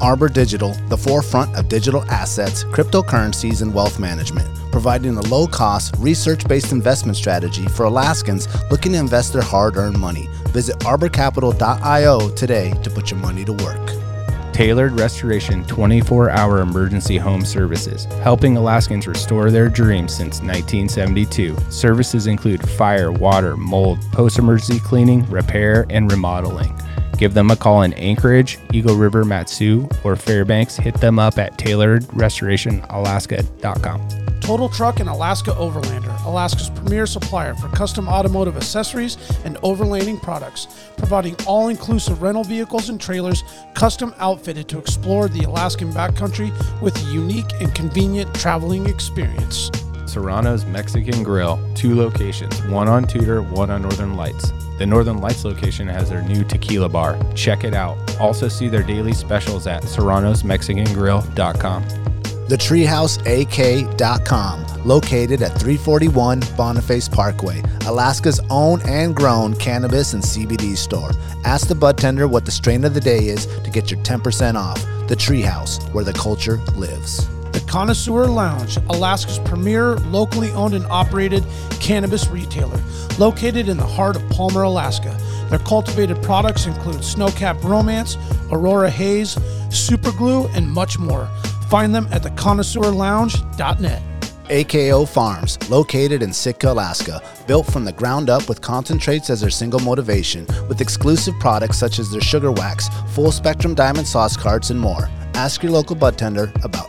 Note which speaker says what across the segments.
Speaker 1: Arbor Digital, the forefront of digital assets, cryptocurrencies, and wealth management, providing a low cost, research based investment strategy for Alaskans looking to invest their hard earned money. Visit arborcapital.io today to put your money to work.
Speaker 2: Tailored Restoration 24 hour emergency home services, helping Alaskans restore their dreams since 1972. Services include fire, water, mold, post emergency cleaning, repair, and remodeling. Give them a call in Anchorage, Eagle River, Matsu, or Fairbanks. Hit them up at tailoredrestorationalaska.com.
Speaker 3: Total Truck and Alaska Overlander, Alaska's premier supplier for custom automotive accessories and overlanding products, providing all inclusive rental vehicles and trailers custom outfitted to explore the Alaskan backcountry with a unique and convenient traveling experience.
Speaker 2: Serrano's Mexican Grill, two locations, one on Tudor, one on Northern Lights. The Northern Lights location has their new tequila bar. Check it out. Also see their daily specials at serranosmexicangrill.com.
Speaker 1: TheTreehouseAK.com, located at 341 Boniface Parkway, Alaska's own and grown cannabis and CBD store. Ask the bud tender what the strain of the day is to get your 10% off. The Treehouse, where the culture lives.
Speaker 3: The Connoisseur Lounge, Alaska's premier locally owned and operated cannabis retailer, located in the heart of Palmer, Alaska. Their cultivated products include Snowcap Romance, Aurora Haze, Superglue, and much more. Find them at theconnoisseurlounge.net.
Speaker 1: AKO Farms, located in Sitka, Alaska, built from the ground up with concentrates as their single motivation, with exclusive products such as their sugar wax, full spectrum diamond sauce carts, and more. Ask your local bud tender about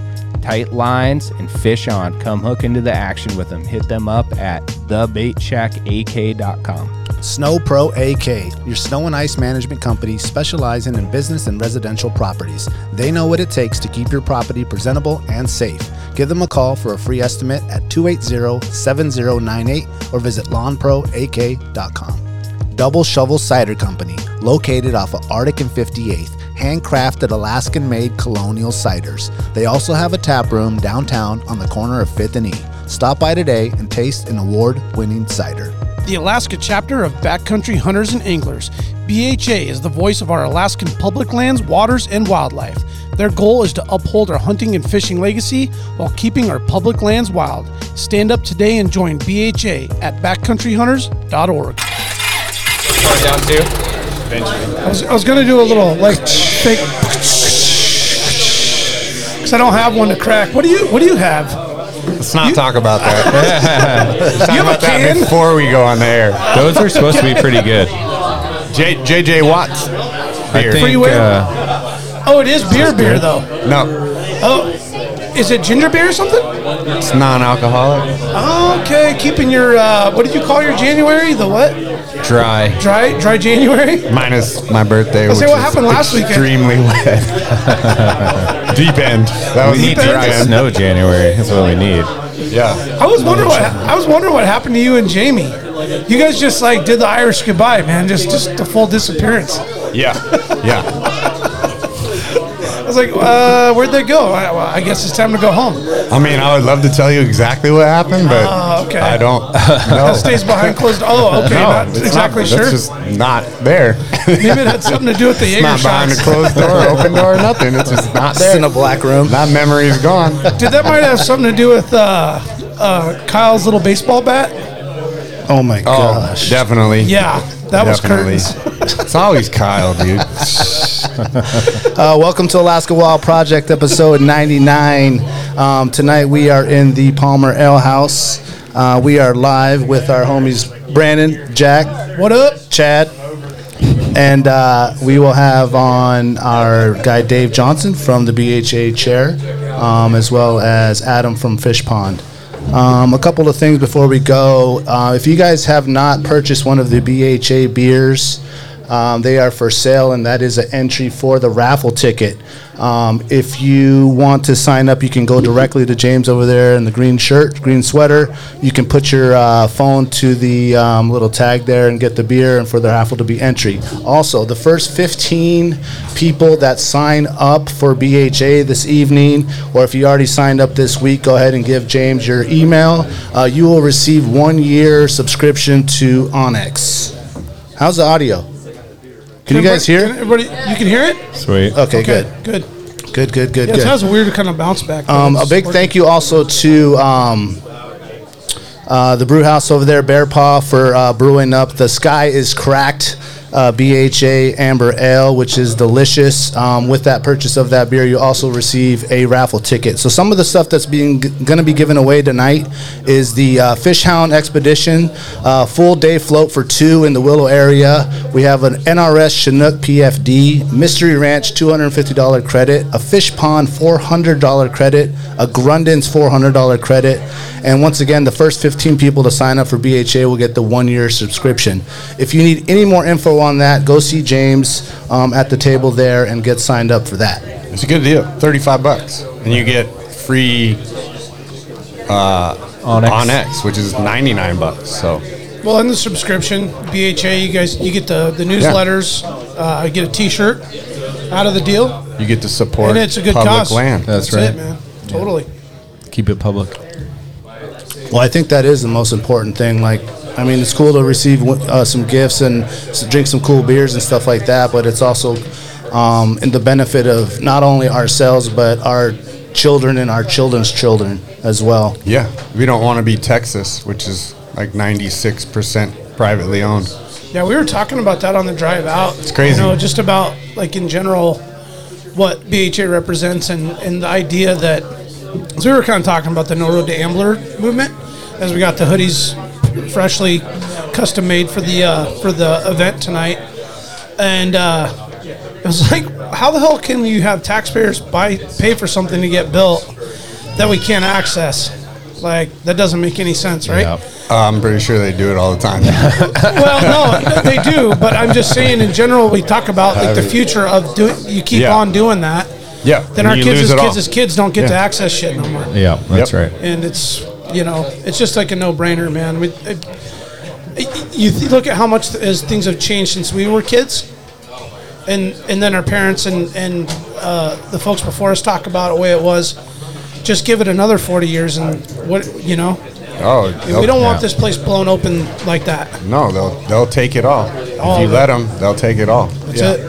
Speaker 2: Tight lines and fish on. Come hook into the action with them. Hit them up at thebaitshackak.com.
Speaker 1: Snow Pro AK, your snow and ice management company specializing in business and residential properties. They know what it takes to keep your property presentable and safe. Give them a call for a free estimate at 280-7098 or visit lawnproak.com. Double Shovel Cider Company, located off of Arctic and 58th, handcrafted Alaskan-made colonial ciders. They also have a tap room downtown on the corner of 5th and E. Stop by today and taste an award-winning cider.
Speaker 3: The Alaska chapter of Backcountry Hunters and Anglers, BHA is the voice of our Alaskan public lands, waters, and wildlife. Their goal is to uphold our hunting and fishing legacy while keeping our public lands wild. Stand up today and join BHA at backcountryhunters.org. I was, I was going to do a little like fake because I don't have one to crack. What do you What do you have?
Speaker 4: Let's not talk about that. Let's talk
Speaker 3: You have a
Speaker 4: about that
Speaker 3: can?
Speaker 4: before we go on the air.
Speaker 2: Those are supposed to be pretty good.
Speaker 4: J JJ Watts.
Speaker 2: I
Speaker 4: Beer.
Speaker 2: think
Speaker 3: Freeway?
Speaker 2: uh,
Speaker 3: Oh, it is beer, beer though.
Speaker 4: No,
Speaker 3: Oh, is it ginger beer or something?
Speaker 4: it's non-alcoholic.
Speaker 3: Okay, keeping your uh, what did you call your January? The what?
Speaker 4: Dry.
Speaker 3: Dry dry January?
Speaker 4: Minus my birthday.
Speaker 3: say,
Speaker 4: which
Speaker 3: what
Speaker 4: was
Speaker 3: happened last weekend?
Speaker 4: Extremely wet. Deep end. That was
Speaker 2: we need
Speaker 4: the
Speaker 2: dry snow January. That's what we need.
Speaker 4: Yeah.
Speaker 3: I was wondering what I was wondering what happened to you and Jamie. You guys just like did the Irish goodbye, man. Just just the full disappearance.
Speaker 4: Yeah. Yeah.
Speaker 3: was like, uh, where'd they go? I, well, I guess it's time to go home.
Speaker 4: I mean, I would love to tell you exactly what happened, but
Speaker 3: Ah, okay.
Speaker 4: I don't
Speaker 3: That
Speaker 4: know.
Speaker 3: stays behind closed. Oh, okay,
Speaker 4: No,
Speaker 3: not
Speaker 4: it's not-
Speaker 3: exactly sure.
Speaker 4: That's just not there. It's
Speaker 3: Maybe it had something to do with the Jaeger
Speaker 4: not behind a
Speaker 3: shots.
Speaker 4: closed door, open door, nothing. It's just not
Speaker 1: Just
Speaker 4: there.
Speaker 1: in a black room.
Speaker 4: That memory's gone.
Speaker 3: Dude, that might have something to do with uh, uh, Kyle's little baseball bat.
Speaker 1: Oh my
Speaker 4: Oh,
Speaker 1: gosh.
Speaker 4: definitely.
Speaker 3: Yeah, that was curtains.
Speaker 4: it's always Kyle, dude.
Speaker 1: Uh, welcome to Alaska Wild Project, episode 99. Um, tonight we are in the Palmer Ale House. Uh, we are live with our homies Brandon, Jack,
Speaker 3: What up?
Speaker 1: Chad, and uh, we will have on our guy Dave Johnson from the BHA chair, um, as well as Adam from Fish Pond. Um, a couple of things before we go. Uh, if you guys have not purchased one of the BHA beers, um, they are for sale, and that is an entry for the raffle ticket. Um, if you want to sign up, you can go directly to James over there in the green shirt, green sweater. You can put your uh, phone to the um, little tag there and get the beer, and for the raffle to be entry. Also, the first 15 people that sign up for BHA this evening, or if you already signed up this week, go ahead and give James your email. Uh, you will receive one year subscription to Onyx. How's the audio? Can you guys
Speaker 3: Everybody-
Speaker 1: hear?
Speaker 3: can Everybody, you can hear it.
Speaker 5: Sweet.
Speaker 1: Okay, good.
Speaker 3: Good.
Speaker 1: Good, good, good,
Speaker 3: Yeah, it
Speaker 1: good.
Speaker 3: has a weird kind of bounce back. but
Speaker 1: Um, a
Speaker 3: it's
Speaker 1: big
Speaker 3: working.
Speaker 1: thank you also to um, uh, the brew house over there, Bear Paw, for uh, brewing up the Sky is Cracked uh, BHA Amber Ale, which is delicious. Um, with that purchase of that beer, you also receive a raffle ticket. So some of the stuff that's being going to be given away tonight is the uh, Fish Hound Expedition uh, full day float for two in the Willow area. We have an NRS Chinook PFD, Mystery Ranch $250 credit, a Fish Pond $400 credit, a Grundon's $400 credit, and once again, the first 15 people to sign up for BHA will get the one year subscription. If you need any more info on that, go see James um, at the table there and get signed up for that.
Speaker 4: It's a good deal. Thirty-five bucks, and you get free
Speaker 5: On X.
Speaker 4: on X, which is ninety-nine bucks. So
Speaker 3: Well, and the subscription, BHA, you guys, you get the, the newsletters, uh, you get a t shirt out of the deal,
Speaker 4: you get to support
Speaker 3: and it's a good
Speaker 4: public
Speaker 3: cause.
Speaker 4: land.
Speaker 5: That's
Speaker 3: it,
Speaker 5: right.
Speaker 3: man. Totally.
Speaker 5: Keep it public.
Speaker 1: Well, I think that is the most important thing. Like, I mean, it's cool to receive uh, some gifts and s- drink some cool beers and stuff like that, but it's also um, in the benefit of not only ourselves but our children and our children's children as well.
Speaker 4: yeah, we don't want to be Texas, which is like ninety-six percent privately owned.
Speaker 3: Yeah, we were talking about that on the drive out. It's
Speaker 4: crazy.
Speaker 3: You know, just about, like, in general, what BHA represents and, and the idea that, so we were kind of talking about the No Road to Ambler movement as we got the hoodies freshly custom made for the, uh, for the event tonight. And, uh, It was like, how the hell can you have taxpayers buy pay for something to get built that we can't access? Like that doesn't make any sense, right?
Speaker 5: Yeah.
Speaker 4: Uh, I'm pretty sure they do it all the time.
Speaker 3: Well, no, they do, but I'm just saying in general we talk about like the future of doing. You keep
Speaker 4: Yeah.
Speaker 3: on doing that,
Speaker 4: yeah.
Speaker 3: then our
Speaker 4: you
Speaker 3: kids'
Speaker 4: lose
Speaker 3: as
Speaker 4: it all.
Speaker 3: kids' as kids don't get to
Speaker 4: Yeah.
Speaker 3: access shit no more.
Speaker 5: Yeah, that's
Speaker 4: Yep.
Speaker 5: right.
Speaker 3: And it's you know it's just like a no brainer, man. We, it, it- you th- look at how much th- as things have changed since we were kids, and and then our parents and and uh, the folks before us talk about the way it was. Just give it another forty years, and what you know,
Speaker 4: Oh,
Speaker 3: we don't want
Speaker 5: Yeah.
Speaker 3: this place blown open like that.
Speaker 4: No, they'll they'll take it all.
Speaker 3: All
Speaker 4: if you
Speaker 3: of
Speaker 4: let them, they'll take it all.
Speaker 3: That's
Speaker 1: Yeah.
Speaker 3: it.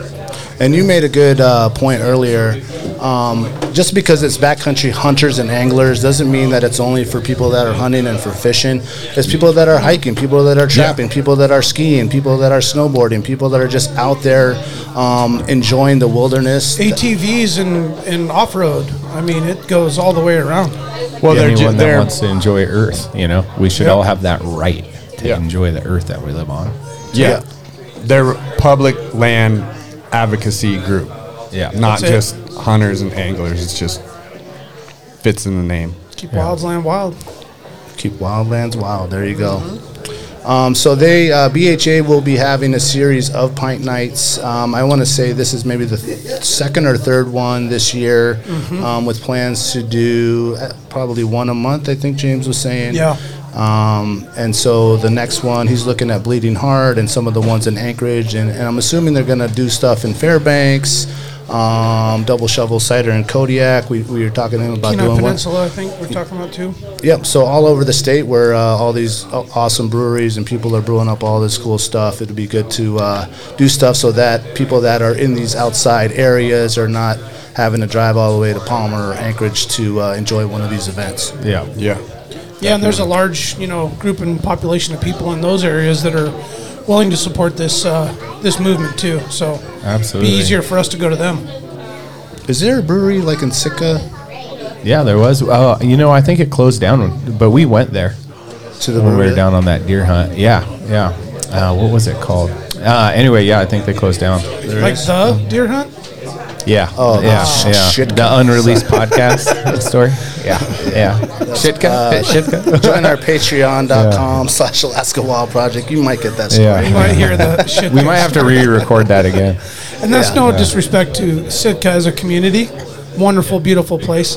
Speaker 1: And you made a good uh, point earlier. Um, just because it's backcountry hunters and anglers doesn't mean that it's only for people that are hunting and for fishing. It's people that are hiking, people that are trapping, people that are skiing, people that are snowboarding, people that are just out there um, enjoying the wilderness.
Speaker 3: ATVs and, and off road. I mean, it goes all the way around.
Speaker 4: Well, they're
Speaker 5: Anyone
Speaker 4: just,
Speaker 5: that
Speaker 4: they're
Speaker 5: wants to enjoy Earth, you know, we should all have that right to
Speaker 4: Yeah.
Speaker 5: enjoy the Earth that we live on.
Speaker 4: yeah, they're public land advocacy group.
Speaker 5: Yeah.
Speaker 4: not
Speaker 3: That's it.
Speaker 4: just hunters and anglers. It's just fits in the name.
Speaker 3: Keep wilds land wild.
Speaker 1: Keep wildlands wild. There you go. Um, so they uh, BHA will be having a series of pint nights. Um, I want to say this is maybe the th- second or third one this year,
Speaker 3: Mm-hmm.
Speaker 1: um, with plans to do uh, probably one a month. I think James was saying.
Speaker 3: Yeah.
Speaker 1: Um, and so the next one, he's looking at Bleeding Heart and some of the ones in Anchorage, and, and I'm assuming they're going to do stuff in Fairbanks. um, Double Shovel Cider in Kodiak. We, we were talking to them about
Speaker 3: Kenai
Speaker 1: doing one.
Speaker 3: Peninsula, I think we're talking about too.
Speaker 1: Yep. So all over the state, where uh, all these aw- awesome breweries and people are brewing up all this cool stuff, it'd be good to uh, do stuff so that people that are in these outside areas are not having to drive all the way to Palmer or Anchorage to uh, enjoy one of these events.
Speaker 2: Yeah.
Speaker 4: Yeah.
Speaker 3: Yeah, and there's a large, you know, group and population of people in those areas that are willing to support this uh, this movement too. So
Speaker 2: Absolutely.
Speaker 3: be easier for us to go to them.
Speaker 1: Is there a brewery like in Sitka
Speaker 2: Yeah, there was. Uh, you know, I think it closed down, but we went there
Speaker 1: to the
Speaker 2: when we
Speaker 1: brewery?
Speaker 2: were down on that deer hunt. Yeah, yeah. Uh, what was it called? Uh, anyway, yeah, I think they closed down.
Speaker 3: Like the deer hunt.
Speaker 2: Yeah.
Speaker 1: Oh,
Speaker 2: yeah,
Speaker 1: that's
Speaker 2: yeah.
Speaker 1: Shitka.
Speaker 2: The unreleased podcast story. Yeah, yeah. Shitka, Shitka.
Speaker 1: Uh, Join our patreon.com slash Alaska Wild Project. You might get that story.
Speaker 2: Yeah.
Speaker 3: You might hear the shit.
Speaker 2: We might have to re-record that again.
Speaker 3: And that's no disrespect to Sitka as a community. Wonderful, beautiful place.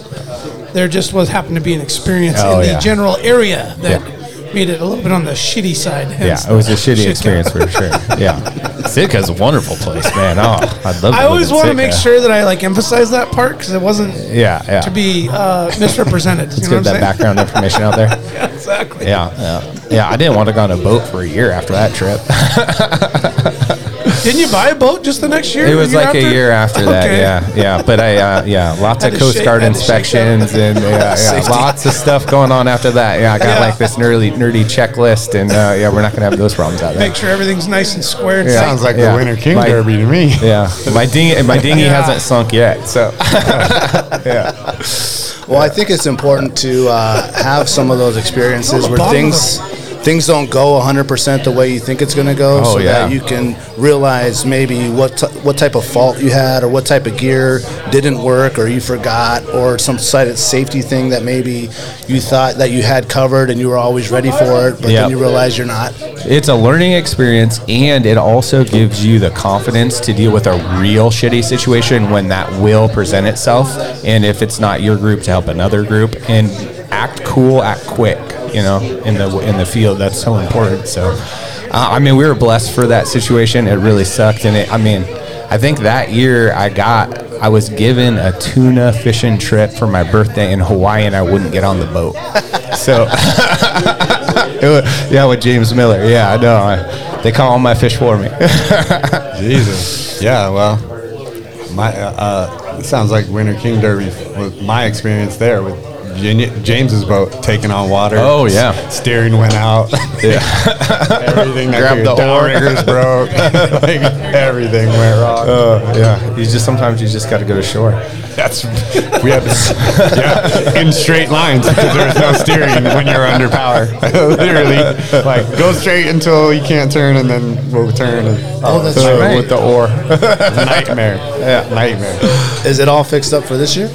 Speaker 3: There just was happened to be an experience
Speaker 2: Oh,
Speaker 3: in the
Speaker 2: yeah.
Speaker 3: general area that
Speaker 2: Yeah.
Speaker 3: made it a little bit on the shitty side.
Speaker 2: Yeah,
Speaker 3: hence
Speaker 2: it was a
Speaker 3: the
Speaker 2: shitty
Speaker 3: Sitka.
Speaker 2: experience for sure. Yeah, Sitka's a wonderful place, man. Oh, I'd love. To
Speaker 3: I
Speaker 2: live
Speaker 3: always
Speaker 2: in
Speaker 3: want to
Speaker 2: Sitka.
Speaker 3: make sure that I like emphasize that part because it wasn't
Speaker 2: Yeah, yeah.
Speaker 3: to be uh, misrepresented. you know
Speaker 2: Let's get
Speaker 3: what I'm
Speaker 2: that
Speaker 3: saying?
Speaker 2: background information out there.
Speaker 3: Exactly.
Speaker 2: Yeah, yeah, yeah. I didn't want to go on a boat for a year after that trip.
Speaker 3: Didn't you buy a boat just the next year?
Speaker 2: It
Speaker 3: or
Speaker 2: was
Speaker 3: year
Speaker 2: like a year after that.
Speaker 3: Okay.
Speaker 2: Yeah, yeah. But I, uh, yeah, lots
Speaker 3: Had
Speaker 2: of
Speaker 3: to
Speaker 2: Coast
Speaker 3: shake-
Speaker 2: Guard
Speaker 3: had to shake
Speaker 2: inspections and yeah, yeah,
Speaker 1: Safety.
Speaker 2: lots of stuff going on after that. Yeah, I got
Speaker 3: Yeah.
Speaker 2: like this nerdy, nerdy checklist, and uh, yeah, we're not gonna have those problems out there.
Speaker 3: Make sure everything's nice and square. and
Speaker 2: Yeah.
Speaker 3: tight.
Speaker 4: Sounds like
Speaker 2: Yeah.
Speaker 4: the Winter King
Speaker 2: Like-
Speaker 4: Derby to me.
Speaker 2: Yeah, my dinghy, my dinghy
Speaker 3: Yeah.
Speaker 2: hasn't sunk yet. So yeah,
Speaker 1: Well, I think it's important to uh, have some of those experiences where
Speaker 3: Bottom of
Speaker 1: things things don't go 100% the way you think it's going to go
Speaker 2: Oh,
Speaker 1: so
Speaker 2: yeah.
Speaker 1: that you can realize maybe what t- what type of fault you had or what type of gear didn't work or you forgot or some site safety thing that maybe you thought that you had covered and you were always ready for it but
Speaker 2: Yeah.
Speaker 1: then you realize you're not
Speaker 2: it's a learning experience, and it also gives you the confidence to deal with a real shitty situation when that will present itself, and if it's not your group, to help another group and act cool, act quick. You know, in the in the field, that's so important. So, uh, I mean, we were blessed for that situation. It really sucked, and it. I mean. I think that year I got I was given a tuna fishing trip for my birthday in Hawaii, and I wouldn't get on the boat. So, It wa- yeah, with James Miller. Yeah, I know. I, they caught all my fish for me.
Speaker 4: Jesus. Yeah. Well, my uh, uh, it sounds like Winter King Derby was my experience there with Jan- James's boat taking on water.
Speaker 2: Oh, yeah.
Speaker 4: Steering went out.
Speaker 2: yeah.
Speaker 4: everything that
Speaker 2: Grab
Speaker 4: could-
Speaker 2: the oar.
Speaker 4: downriggers broke. like everything went wrong.
Speaker 2: Uh, yeah. You just sometimes you just got to go to shore.
Speaker 4: That's we had this, yeah, in straight lines because there was no steering when you're under power. Literally, like go straight until you can't turn, and then we'll turn. And,
Speaker 1: Oh, that's right.
Speaker 4: With the oar, nightmare. Yeah, nightmare.
Speaker 1: is it all fixed up for this year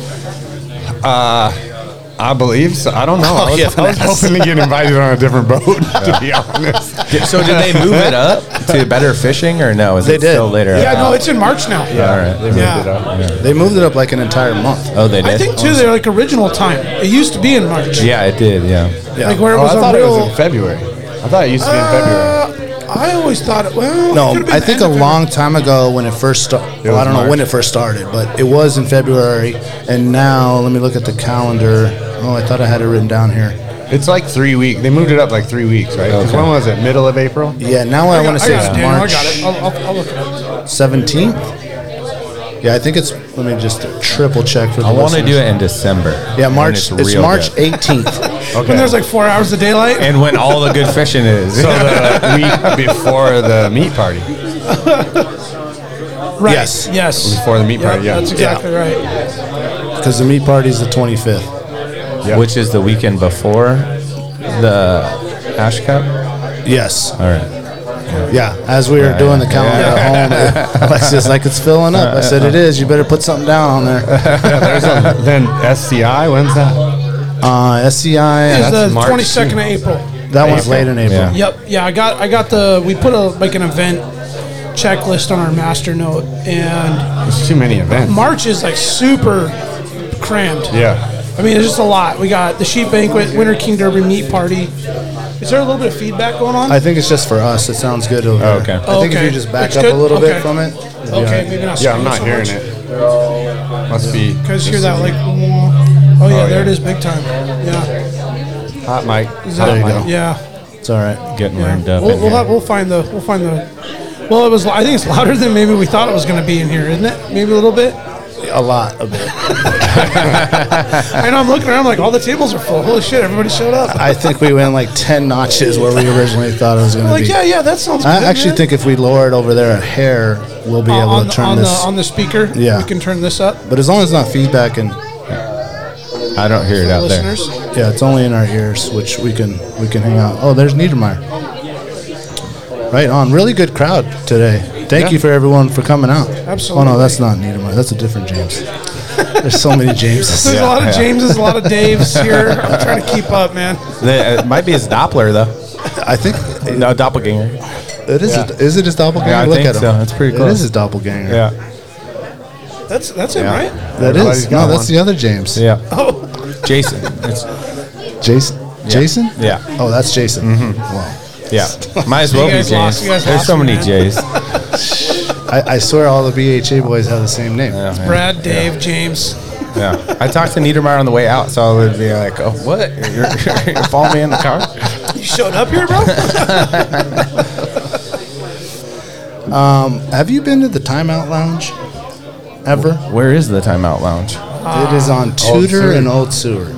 Speaker 4: I believe so. I don't know.
Speaker 1: Oh,
Speaker 4: I was,
Speaker 1: yeah,
Speaker 4: I was hoping to get invited on a different boat. To be honest,
Speaker 2: So did they move it up to better fishing or no? Is
Speaker 1: They
Speaker 2: it still
Speaker 1: did.
Speaker 2: later?
Speaker 3: Yeah, no, it's in March now.
Speaker 2: All right. They moved
Speaker 3: Yeah.
Speaker 2: it
Speaker 4: uh,
Speaker 2: up. Yeah.
Speaker 1: they moved it up like an entire month
Speaker 2: Oh, they did.
Speaker 3: I think too. They're like original time. It used to be in March.
Speaker 2: yeah, it did. Yeah.
Speaker 1: Yeah.
Speaker 3: Like where it
Speaker 4: Oh,
Speaker 3: was
Speaker 4: I
Speaker 3: a
Speaker 4: thought it
Speaker 3: real.
Speaker 4: was in February. I thought it used to be in February.
Speaker 3: Uh, I always thought it. Well, it
Speaker 1: No,
Speaker 3: could've been
Speaker 1: I
Speaker 3: the
Speaker 1: think
Speaker 3: end
Speaker 1: a
Speaker 3: of it.
Speaker 1: long time ago when it first started. Well, I
Speaker 4: was
Speaker 1: don't know when it
Speaker 4: March.
Speaker 1: first started, but it was in February. And now, let me look at the calendar. Oh, I thought I had it written down here.
Speaker 4: It's like three weeks. They moved it up like three weeks, right? 'Cause
Speaker 2: Okay.
Speaker 4: When was it? Middle of April.
Speaker 1: Yeah, now I,
Speaker 3: I
Speaker 1: want to say
Speaker 3: got- I got it,
Speaker 1: it's
Speaker 3: Daniel, I
Speaker 1: March
Speaker 3: got it. Oh. I'll, I'll, I'll look it up.
Speaker 1: 17th. Yeah, I think it's. Let me just triple check for the.
Speaker 2: I want to
Speaker 1: listeners.
Speaker 2: do it in December.
Speaker 1: Yeah,
Speaker 2: when
Speaker 1: March. It's,
Speaker 2: real
Speaker 1: March
Speaker 2: good.
Speaker 1: 18th.
Speaker 4: Okay.
Speaker 3: When there's like four hours of daylight.
Speaker 2: and when all the good fishing is.
Speaker 4: So the week before the meat party.
Speaker 3: right.
Speaker 1: yes.
Speaker 3: Yes.
Speaker 4: Before the meat
Speaker 3: Yep,
Speaker 4: party, yeah.
Speaker 3: That's exactly right.
Speaker 1: Because the meat party's the 25th.
Speaker 4: Yeah.
Speaker 2: which is the weekend before the Ash Cup.
Speaker 1: Yes.
Speaker 2: All right.
Speaker 1: Yeah. As we were doing the calendar at home, Alexis, like it's filling up. I said it is. You better put something down on there.
Speaker 4: There's a, then SCI. When's that?
Speaker 1: Uh, SCI.
Speaker 3: It's
Speaker 1: that's-
Speaker 3: the
Speaker 4: March,
Speaker 3: twenty second of April.
Speaker 1: That one's
Speaker 4: April.
Speaker 1: late in April.
Speaker 2: Yeah.
Speaker 3: Yep. Yeah, I got I got the we put a like an event checklist on our master note and
Speaker 4: There's too many events.
Speaker 3: March is like super crammed.
Speaker 4: Yeah.
Speaker 3: I mean, it's just a lot. We got the sheep banquet, Winter King Derby meat party, Is there a little bit of feedback going on?
Speaker 1: I think it's just for us. It sounds good over there.
Speaker 2: Oh, okay.
Speaker 1: I think if
Speaker 3: Okay.
Speaker 1: you just back
Speaker 3: It's
Speaker 1: up
Speaker 3: good?
Speaker 1: a little
Speaker 3: Okay.
Speaker 1: bit from it.
Speaker 3: Okay, maybe not.
Speaker 4: Yeah, I'm not hearing it. Must be.
Speaker 3: Because hear
Speaker 4: just
Speaker 3: that like, "Wah." oh yeah,
Speaker 4: Oh,
Speaker 3: there
Speaker 4: yeah.
Speaker 3: it is, big time. Yeah,
Speaker 4: hot mic.
Speaker 3: that-
Speaker 4: hot
Speaker 1: you
Speaker 4: mic.
Speaker 1: go.
Speaker 3: yeah.
Speaker 1: It's all right.
Speaker 2: Getting
Speaker 3: yeah.
Speaker 2: warmed up.
Speaker 3: We'll,
Speaker 2: in
Speaker 3: we'll,
Speaker 2: here.
Speaker 3: have, we'll find the we'll find the. Well, it was. I think it's louder than maybe we thought it was going to be in here, isn't it? Maybe a little bit.
Speaker 1: A lot of it.
Speaker 3: I know. I'm looking around like all the tables are full. Holy shit! Everybody showed up.
Speaker 1: I think we went like 10 notches where we originally thought it was going
Speaker 3: I'm
Speaker 1: to be.
Speaker 3: like, yeah, yeah, that sounds.
Speaker 1: I
Speaker 3: good,
Speaker 1: actually
Speaker 3: man."
Speaker 1: think if we lower it over there a hair, we'll be
Speaker 3: Uh,
Speaker 1: able
Speaker 3: on,
Speaker 1: to
Speaker 3: the-
Speaker 1: turn
Speaker 3: on
Speaker 1: this.
Speaker 3: the on the speaker.
Speaker 1: Yeah.
Speaker 3: we can turn this up.
Speaker 1: but as long as it's not feedback and
Speaker 2: I don't hear it out there.
Speaker 3: Listeners,
Speaker 1: yeah, it's only in our ears, which we can we can hang out. Oh, there's Niedermeyer. Right on. Really good crowd today. Thank you for everyone for coming out. Oh
Speaker 3: Absolutely.
Speaker 1: no, that's not Niedermeyer. That's a different James. There's so many Jameses.
Speaker 3: there's a
Speaker 2: Yeah,
Speaker 3: lot of
Speaker 2: yeah.
Speaker 3: Jameses, a lot of Daves here. I'm trying to keep up, man.
Speaker 2: They- uh, It might be his Doppler though.
Speaker 1: I think
Speaker 2: No doppelganger.
Speaker 1: it is. Is it his doppelganger?
Speaker 2: Yeah, I
Speaker 1: Look
Speaker 2: think
Speaker 1: at him.
Speaker 2: so. That's pretty
Speaker 1: It
Speaker 2: close.
Speaker 1: is his doppelganger.
Speaker 2: Yeah,
Speaker 3: That's that's it, right?
Speaker 1: That
Speaker 4: Everybody's
Speaker 1: is. No,
Speaker 4: got
Speaker 1: that's
Speaker 4: one.
Speaker 1: the other James.
Speaker 2: yeah.
Speaker 3: Oh.
Speaker 2: Jason. It's,
Speaker 1: Jason. Jason.
Speaker 2: yeah, Mm-hmm.
Speaker 1: Oh, that's Jason. Wow.
Speaker 2: yeah. Might as well
Speaker 3: You
Speaker 2: be
Speaker 3: guys
Speaker 2: Jays.
Speaker 3: lost- you guys
Speaker 2: There's
Speaker 3: lost
Speaker 2: so
Speaker 3: me,
Speaker 2: many
Speaker 3: man.
Speaker 2: Jays.
Speaker 1: I, I swear all the BHA boys have the same name.
Speaker 2: Yeah, man.
Speaker 3: Brad, Dave, James.
Speaker 2: Yeah. I talked to Niedermeyer on the way out, so I would be like, "Oh, what? You're, you're following me in the car?"
Speaker 3: You showed up here, bro?
Speaker 1: Have you been to the Timeout Lounge? Ever?
Speaker 2: Where is the timeout lounge?
Speaker 1: it is on Tudor
Speaker 4: Seward.
Speaker 1: and Old Seward.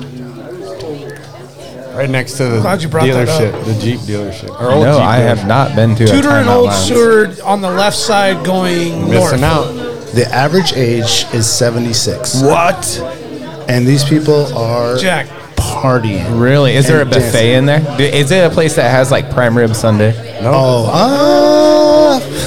Speaker 4: Right next to the
Speaker 3: Glad you brought that
Speaker 4: dealership, the Jeep dealership. Or old
Speaker 2: No,
Speaker 4: Jeep
Speaker 2: I have
Speaker 4: dealership.
Speaker 2: not been to
Speaker 3: Tudor
Speaker 2: a
Speaker 3: and
Speaker 2: timeout
Speaker 3: Old
Speaker 2: lounge.
Speaker 3: Seward on the left side going north.
Speaker 4: Missing out.
Speaker 1: The average age is 76.
Speaker 2: What?
Speaker 1: And these people are
Speaker 3: Jack.
Speaker 1: partying.
Speaker 2: Really? Is there a
Speaker 1: And
Speaker 2: buffet
Speaker 1: dancing.
Speaker 2: in there? Do- Is it a place that has like prime rib Sunday?
Speaker 1: Oh, uh,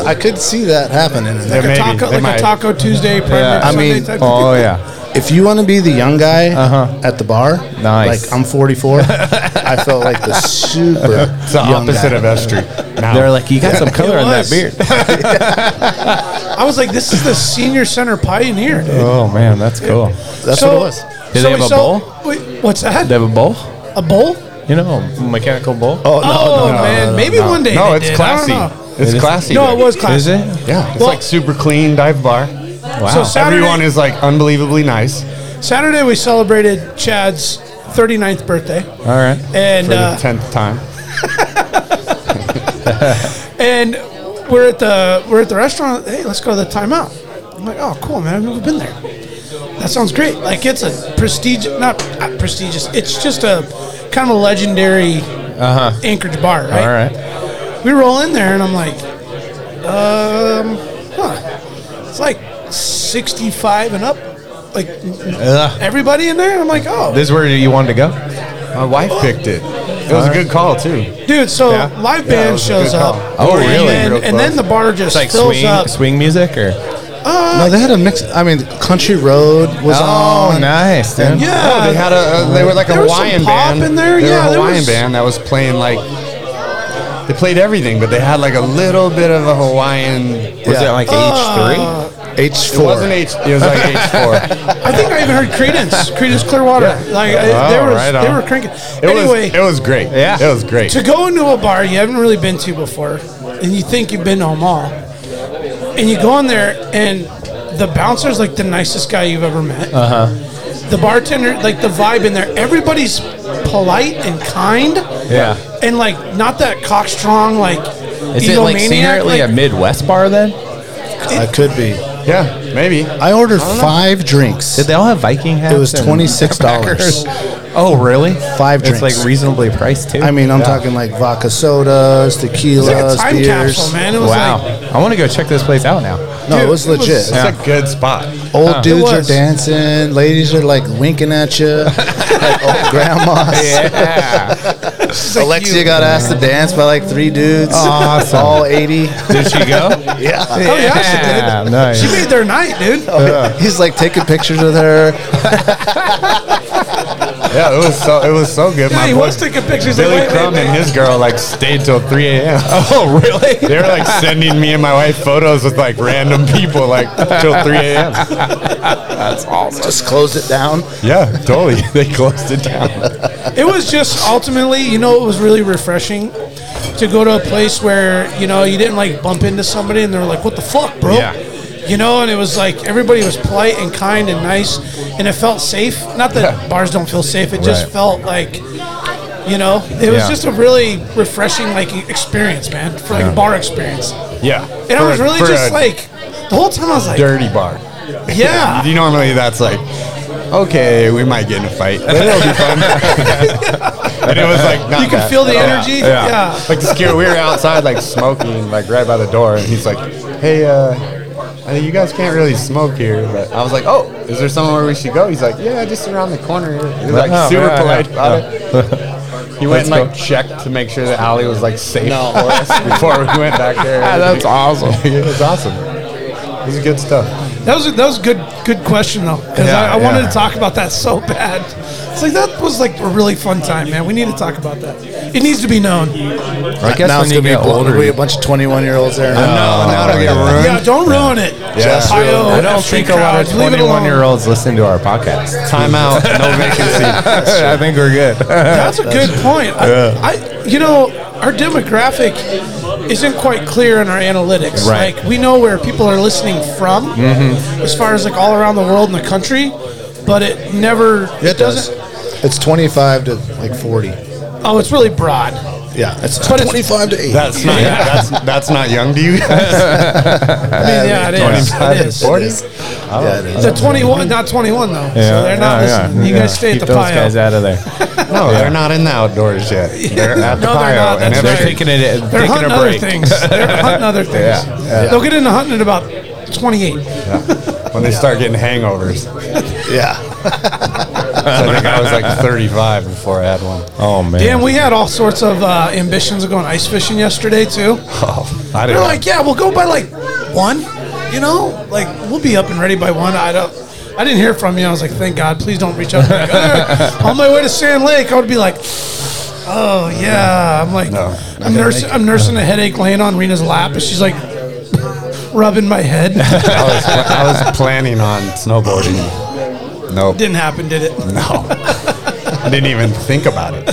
Speaker 1: I could see that happening. in there.
Speaker 4: There may be.
Speaker 3: Taco,
Speaker 4: They
Speaker 3: like
Speaker 4: might.
Speaker 3: a Taco Tuesday, prime
Speaker 2: Yeah.
Speaker 3: rib
Speaker 2: I
Speaker 3: Sunday
Speaker 1: mean,
Speaker 3: type thing.
Speaker 2: Oh yeah.
Speaker 1: If you want to be the young guy
Speaker 2: Uh-huh.
Speaker 1: at the bar,
Speaker 2: Nice.
Speaker 1: like I'm 44, I felt like the super
Speaker 4: It's the
Speaker 1: young
Speaker 4: opposite
Speaker 1: guy.
Speaker 4: of S Street. Now.
Speaker 2: They're like, "You got some color on that
Speaker 3: was.
Speaker 2: beard."
Speaker 3: I was like, this is the senior center pioneer, dude.
Speaker 2: oh man, that's cool.
Speaker 1: That's
Speaker 3: So-
Speaker 1: what it was.
Speaker 2: Do
Speaker 3: so
Speaker 2: they have
Speaker 3: we
Speaker 2: a
Speaker 3: saw-
Speaker 2: bowl?
Speaker 3: Wait, what's that?
Speaker 2: They have a bowl.
Speaker 3: a bowl?
Speaker 2: You know, a mechanical bowl.
Speaker 1: Oh, no,
Speaker 3: Oh,
Speaker 1: no, no,
Speaker 3: man.
Speaker 1: no, no,
Speaker 3: Maybe
Speaker 1: no.
Speaker 3: one day.
Speaker 4: no,
Speaker 3: they
Speaker 4: it's
Speaker 3: did. I don't
Speaker 4: classy.
Speaker 3: know.
Speaker 4: It's
Speaker 2: It is-
Speaker 4: classy.
Speaker 3: No, it
Speaker 4: there.
Speaker 3: was classy.
Speaker 2: Is it?
Speaker 4: Yeah, it's
Speaker 3: Well-
Speaker 4: like super clean dive bar.
Speaker 2: Wow.
Speaker 3: So Saturday,
Speaker 4: Everyone is like unbelievably nice.
Speaker 3: Saturday we celebrated Chad's 39th birthday.
Speaker 2: All right.
Speaker 3: And
Speaker 4: for
Speaker 3: uh,
Speaker 4: the tenth time.
Speaker 3: and we're at the we're at the restaurant. Hey, let's go to the timeout. I'm like, oh, cool, man. I've never been there. That sounds great. Like it's a prestigious, not uh, prestigious. It's just a kind of legendary Anchorage bar, right?
Speaker 2: All right.
Speaker 3: We roll in there, and I'm like, um, huh. It's like 65 and up. Like
Speaker 2: Ugh.
Speaker 3: everybody in there. I'm like, oh,
Speaker 2: This is where you wanted to go?
Speaker 4: My wife picked it. It was a good call too.
Speaker 3: dude. So
Speaker 4: Yeah.
Speaker 3: live
Speaker 4: Yeah, that
Speaker 3: band
Speaker 4: was a
Speaker 3: shows
Speaker 4: good
Speaker 3: up.
Speaker 4: call.
Speaker 2: Oh,
Speaker 3: and
Speaker 2: really?
Speaker 3: Then,
Speaker 4: Real
Speaker 3: and then the bar just
Speaker 2: It's like
Speaker 3: fills
Speaker 2: swing,
Speaker 3: up. Uh,
Speaker 2: swing music, or
Speaker 1: No, they had a mix. I mean, Country Road was on.
Speaker 2: Oh, nice, dude.
Speaker 3: Yeah,
Speaker 4: Oh, they had a. They were like a
Speaker 3: There was some
Speaker 4: Hawaiian
Speaker 3: pop
Speaker 4: band.
Speaker 3: in there,
Speaker 4: They were
Speaker 3: yeah,
Speaker 4: a
Speaker 3: there
Speaker 4: Hawaiian
Speaker 3: was-
Speaker 4: band that was playing like. They played everything, but they had like a little bit of a Hawaiian. Uh,
Speaker 2: Was it like H three?
Speaker 1: H4.
Speaker 4: It wasn't H. It was like H four.
Speaker 3: I think I even heard Credence, Credence Clearwater. Like I,
Speaker 4: Oh,
Speaker 3: they were,
Speaker 4: right
Speaker 3: they
Speaker 4: on.
Speaker 3: were cranking.
Speaker 4: It
Speaker 3: anyway,
Speaker 4: was. It was great.
Speaker 2: Yeah.
Speaker 4: It was great.
Speaker 3: to go into a bar you haven't really been to before, and you think you've been to them all, and you go in there, and the bouncer's like the nicest guy you've ever met. Uh
Speaker 4: Uh-huh.
Speaker 3: huh. The bartender, like the vibe in there, everybody's polite and kind.
Speaker 2: Yeah.
Speaker 3: And like not that cockstrong like.
Speaker 2: Is it like
Speaker 3: egomaniac,
Speaker 2: secretly a Midwest bar then?
Speaker 1: I could be.
Speaker 4: Yeah, maybe.
Speaker 1: I ordered five drinks.
Speaker 2: Did they all have Viking hats?
Speaker 1: It was
Speaker 2: and
Speaker 1: $26.
Speaker 2: backers? Oh, really?
Speaker 1: Five
Speaker 2: It's
Speaker 1: drinks.
Speaker 2: like reasonably priced too.
Speaker 1: I mean, I'm talking like vodka sodas,
Speaker 3: It's like
Speaker 1: tequilas,
Speaker 3: a time
Speaker 1: beers.
Speaker 3: capsule, man. It was
Speaker 2: wow.
Speaker 3: like
Speaker 2: I want to go check this place out now.
Speaker 1: No,
Speaker 4: Dude,
Speaker 1: it was
Speaker 4: it was-
Speaker 1: legit.
Speaker 4: It's a good spot.
Speaker 1: Old dudes are
Speaker 3: was.
Speaker 1: dancing, ladies are like winking at you, like old grandmas.
Speaker 2: Yeah.
Speaker 1: Alexia got asked to dance by like three dudes,
Speaker 2: Awesome.
Speaker 1: all 80.
Speaker 2: did she go?
Speaker 1: Yeah.
Speaker 3: Oh yeah, she did.
Speaker 2: Nice.
Speaker 3: She made their night, dude.
Speaker 1: He's like taking pictures with her.
Speaker 4: Yeah, it was so it was so good.
Speaker 3: Yeah,
Speaker 4: My
Speaker 3: he
Speaker 4: boy,
Speaker 3: was taking pictures. He's like,
Speaker 4: Billy
Speaker 3: wait, wait,
Speaker 4: Crumb and
Speaker 3: wait.
Speaker 4: his girl like stayed till 3 a.m.
Speaker 2: Oh, really?
Speaker 4: They were like sending me and my wife photos with like random people like till 3 a.m.
Speaker 1: Just close it down.
Speaker 4: Yeah, totally. They closed it down.
Speaker 3: it was just ultimately, you know, it was really refreshing to go to a place where you know you didn't like bump into somebody and they're like, "What the fuck, bro?"
Speaker 4: Yeah.
Speaker 3: You know, and it was like everybody was polite and kind and nice, and it felt safe. Not that bars don't feel safe; it just
Speaker 2: Right.
Speaker 3: felt like, you know, it was
Speaker 4: Yeah.
Speaker 3: just a really refreshing like experience, man, for like a bar experience. And
Speaker 4: Yeah.
Speaker 3: I
Speaker 4: For
Speaker 3: was
Speaker 4: a-
Speaker 3: really
Speaker 4: for
Speaker 3: just
Speaker 4: a
Speaker 3: like, the whole time I was like,
Speaker 4: dirty bar.
Speaker 3: yeah,
Speaker 4: You normally that's like, okay, we might get in a fight, but it'll be fun. and it was like not
Speaker 3: you can
Speaker 4: that
Speaker 3: feel the
Speaker 4: at all.
Speaker 3: energy.
Speaker 4: Yeah.
Speaker 3: yeah.
Speaker 4: Like the security, we were outside like smoking, like right by the door, and he's like, hey, uh, I think you guys can't really smoke here, but I was like, "Oh, is there somewhere we should go?" He's like, "Yeah, just around the corner." He's like
Speaker 2: Oh,
Speaker 4: super
Speaker 2: yeah,
Speaker 4: polite
Speaker 2: yeah,
Speaker 4: about it. He went
Speaker 2: That's
Speaker 4: and like checked to make sure the alley was like safe for us before we went back there.
Speaker 2: That's awesome.
Speaker 4: it was awesome. It was good stuff.
Speaker 3: That was a, that was a good good question though because
Speaker 4: Yeah,
Speaker 3: I, I wanted
Speaker 4: yeah.
Speaker 3: to talk about that so bad. It's like that was like a really fun time, man. We need to talk about that. It needs to be known.
Speaker 2: I guess
Speaker 1: now
Speaker 2: when
Speaker 1: it's gonna be
Speaker 2: you get
Speaker 1: bold.
Speaker 2: older,
Speaker 1: We a bunch of 21 year olds there.
Speaker 4: Oh, now to get ruined.
Speaker 3: Yeah, don't ruin it.
Speaker 4: Just
Speaker 3: I
Speaker 4: ruin it.
Speaker 3: owe
Speaker 5: I don't
Speaker 3: FC
Speaker 5: think a lot of
Speaker 3: crowd. Leave it alone.
Speaker 5: 21 year olds listen to our podcast.
Speaker 4: Time out. No vacancy.
Speaker 2: I think we're good.
Speaker 3: That's a good point. I, I, you know, our demographic isn't quite clear in our analytics.
Speaker 5: Right. Mm-hmm.
Speaker 3: Like we know where people are listening from, as far as like all around the world and the country, but it never
Speaker 2: It does.
Speaker 1: It's 25 to like 40.
Speaker 3: Oh, it's really broad.
Speaker 1: Yeah, it's
Speaker 3: But it's-
Speaker 1: 25 to 8.
Speaker 4: That's not. That's that's not young to you guys.
Speaker 3: I mean, yeah, it is. It is.
Speaker 1: It is. Yeah, it is.
Speaker 3: They're 21, not 21 though. so they're not listening. You guys stay
Speaker 5: Keep
Speaker 3: at the
Speaker 5: those
Speaker 3: pile.
Speaker 5: guys out of there.
Speaker 4: No, they're not in the outdoors yet. They're at the
Speaker 3: No, they're not.
Speaker 4: bio, and
Speaker 3: That's
Speaker 4: if
Speaker 5: They're
Speaker 3: right.
Speaker 5: taking it.
Speaker 2: uh,
Speaker 3: They're
Speaker 5: taking
Speaker 3: hunting
Speaker 5: a
Speaker 3: other
Speaker 5: break.
Speaker 3: things. They're hunting other things.
Speaker 4: Yeah,
Speaker 3: They'll get into hunting at about 28.
Speaker 4: when they start getting hangovers.
Speaker 1: Yeah.
Speaker 4: I think I was like 35 before I had one.
Speaker 5: Oh man.
Speaker 3: Damn, we had all sorts of uh, ambitions of going ice fishing yesterday too.
Speaker 4: Oh, I
Speaker 3: They're
Speaker 4: didn't.
Speaker 3: like, yeah, we'll go by like one. You know, like we'll be up and ready by one. I don't. I didn't hear from you. I was like, thank God, please don't reach out. Like, "Uh, on my way to Sand Lake, I would be like, oh yeah. I'm like,
Speaker 4: No,
Speaker 3: I'm nursing. I'm nursing a headache, laying on Rena's lap, and she's like, rubbing my head.
Speaker 4: I, was, I was planning on snowboarding. Nope.
Speaker 3: didn't happen, did it?
Speaker 4: No. I didn't even think about it.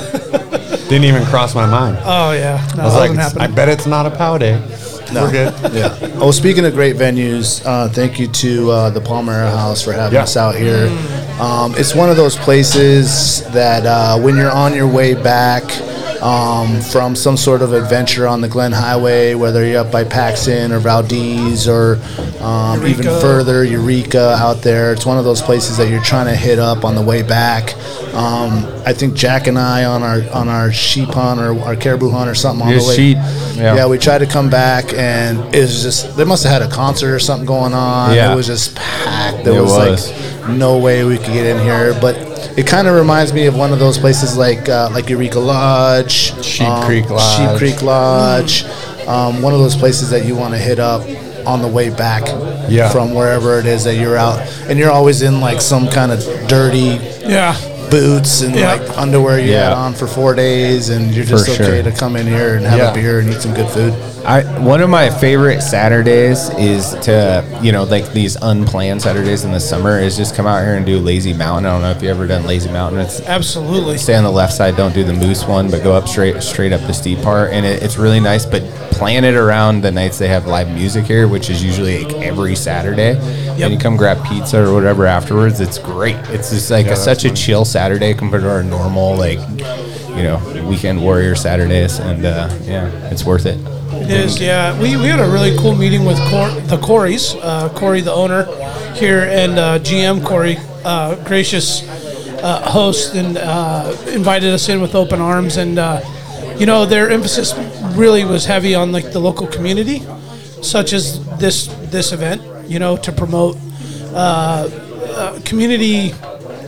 Speaker 4: Didn't even cross my mind. I
Speaker 3: Oh yeah, no, that
Speaker 4: was like,
Speaker 3: wasn't
Speaker 4: I
Speaker 3: happening.
Speaker 4: bet it's not a pow day. We're good.
Speaker 1: Yeah. Oh, speaking of great venues, uh, thank you to uh, the Palmer House for having
Speaker 4: Yeah.
Speaker 1: us out here. Um, it's one of those places that uh, when you're on your way back um, from some sort of adventure on the Glen Highway, whether you're up by Paxton or Valdez or um, even
Speaker 3: Eureka.
Speaker 1: further, Eureka out there, it's one of those places that you're trying to hit up on the way back. Um, I think Jack and I on our on our sheep hunt or our caribou hunt or something on
Speaker 5: Your
Speaker 1: the way.
Speaker 5: sheep,
Speaker 1: Yeah.
Speaker 5: yeah.
Speaker 1: we tried to come back and it was just they must have had a concert or something going on.
Speaker 5: Yeah.
Speaker 1: It was just packed. There
Speaker 5: It
Speaker 1: was,
Speaker 5: was.
Speaker 1: like no way we could get in here. But it kind of reminds me of one of those places like uh, like Eureka Lodge, Um,
Speaker 4: Sheep Creek Lodge.
Speaker 1: Sheep Creek Lodge. Um, one of those places that you want to hit up on the way back
Speaker 4: Yeah.
Speaker 1: from wherever it is that you're out, and you're always in like some kind of dirty
Speaker 3: yeah,
Speaker 1: boots and
Speaker 3: Yeah.
Speaker 1: like underwear you had
Speaker 5: Yeah.
Speaker 1: on for four days, and you're just
Speaker 5: For
Speaker 1: okay
Speaker 5: sure.
Speaker 1: to come in here and have
Speaker 4: Yeah.
Speaker 1: a beer and eat some good food.
Speaker 5: I one of my favorite Saturdays is to you know like these unplanned Saturdays in the summer is just come out here and do Lazy Mountain. I don't know if you ever done Lazy Mountain. It's
Speaker 3: absolutely.
Speaker 5: stay on the left side. Don't do the moose one, but go up straight straight up the steep part, and it, it's really nice. But plan it around the nights they have live music here, which is usually like every Saturday.
Speaker 3: Yep.
Speaker 5: And you come grab pizza or whatever afterwards. It's great. It's just like a, such a chill Saturday compared to our normal like you know weekend warrior Saturdays, and uh, yeah, it's worth it.
Speaker 3: It is, yeah. We, we had a really cool meeting with Cor- the Corys, uh, Corey, the owner here, and uh, GM Corey, uh, gracious uh, host, and uh, invited us in with open arms. And, uh, you know, their emphasis really was heavy on like the local community, such as this this event, you know, to promote uh, community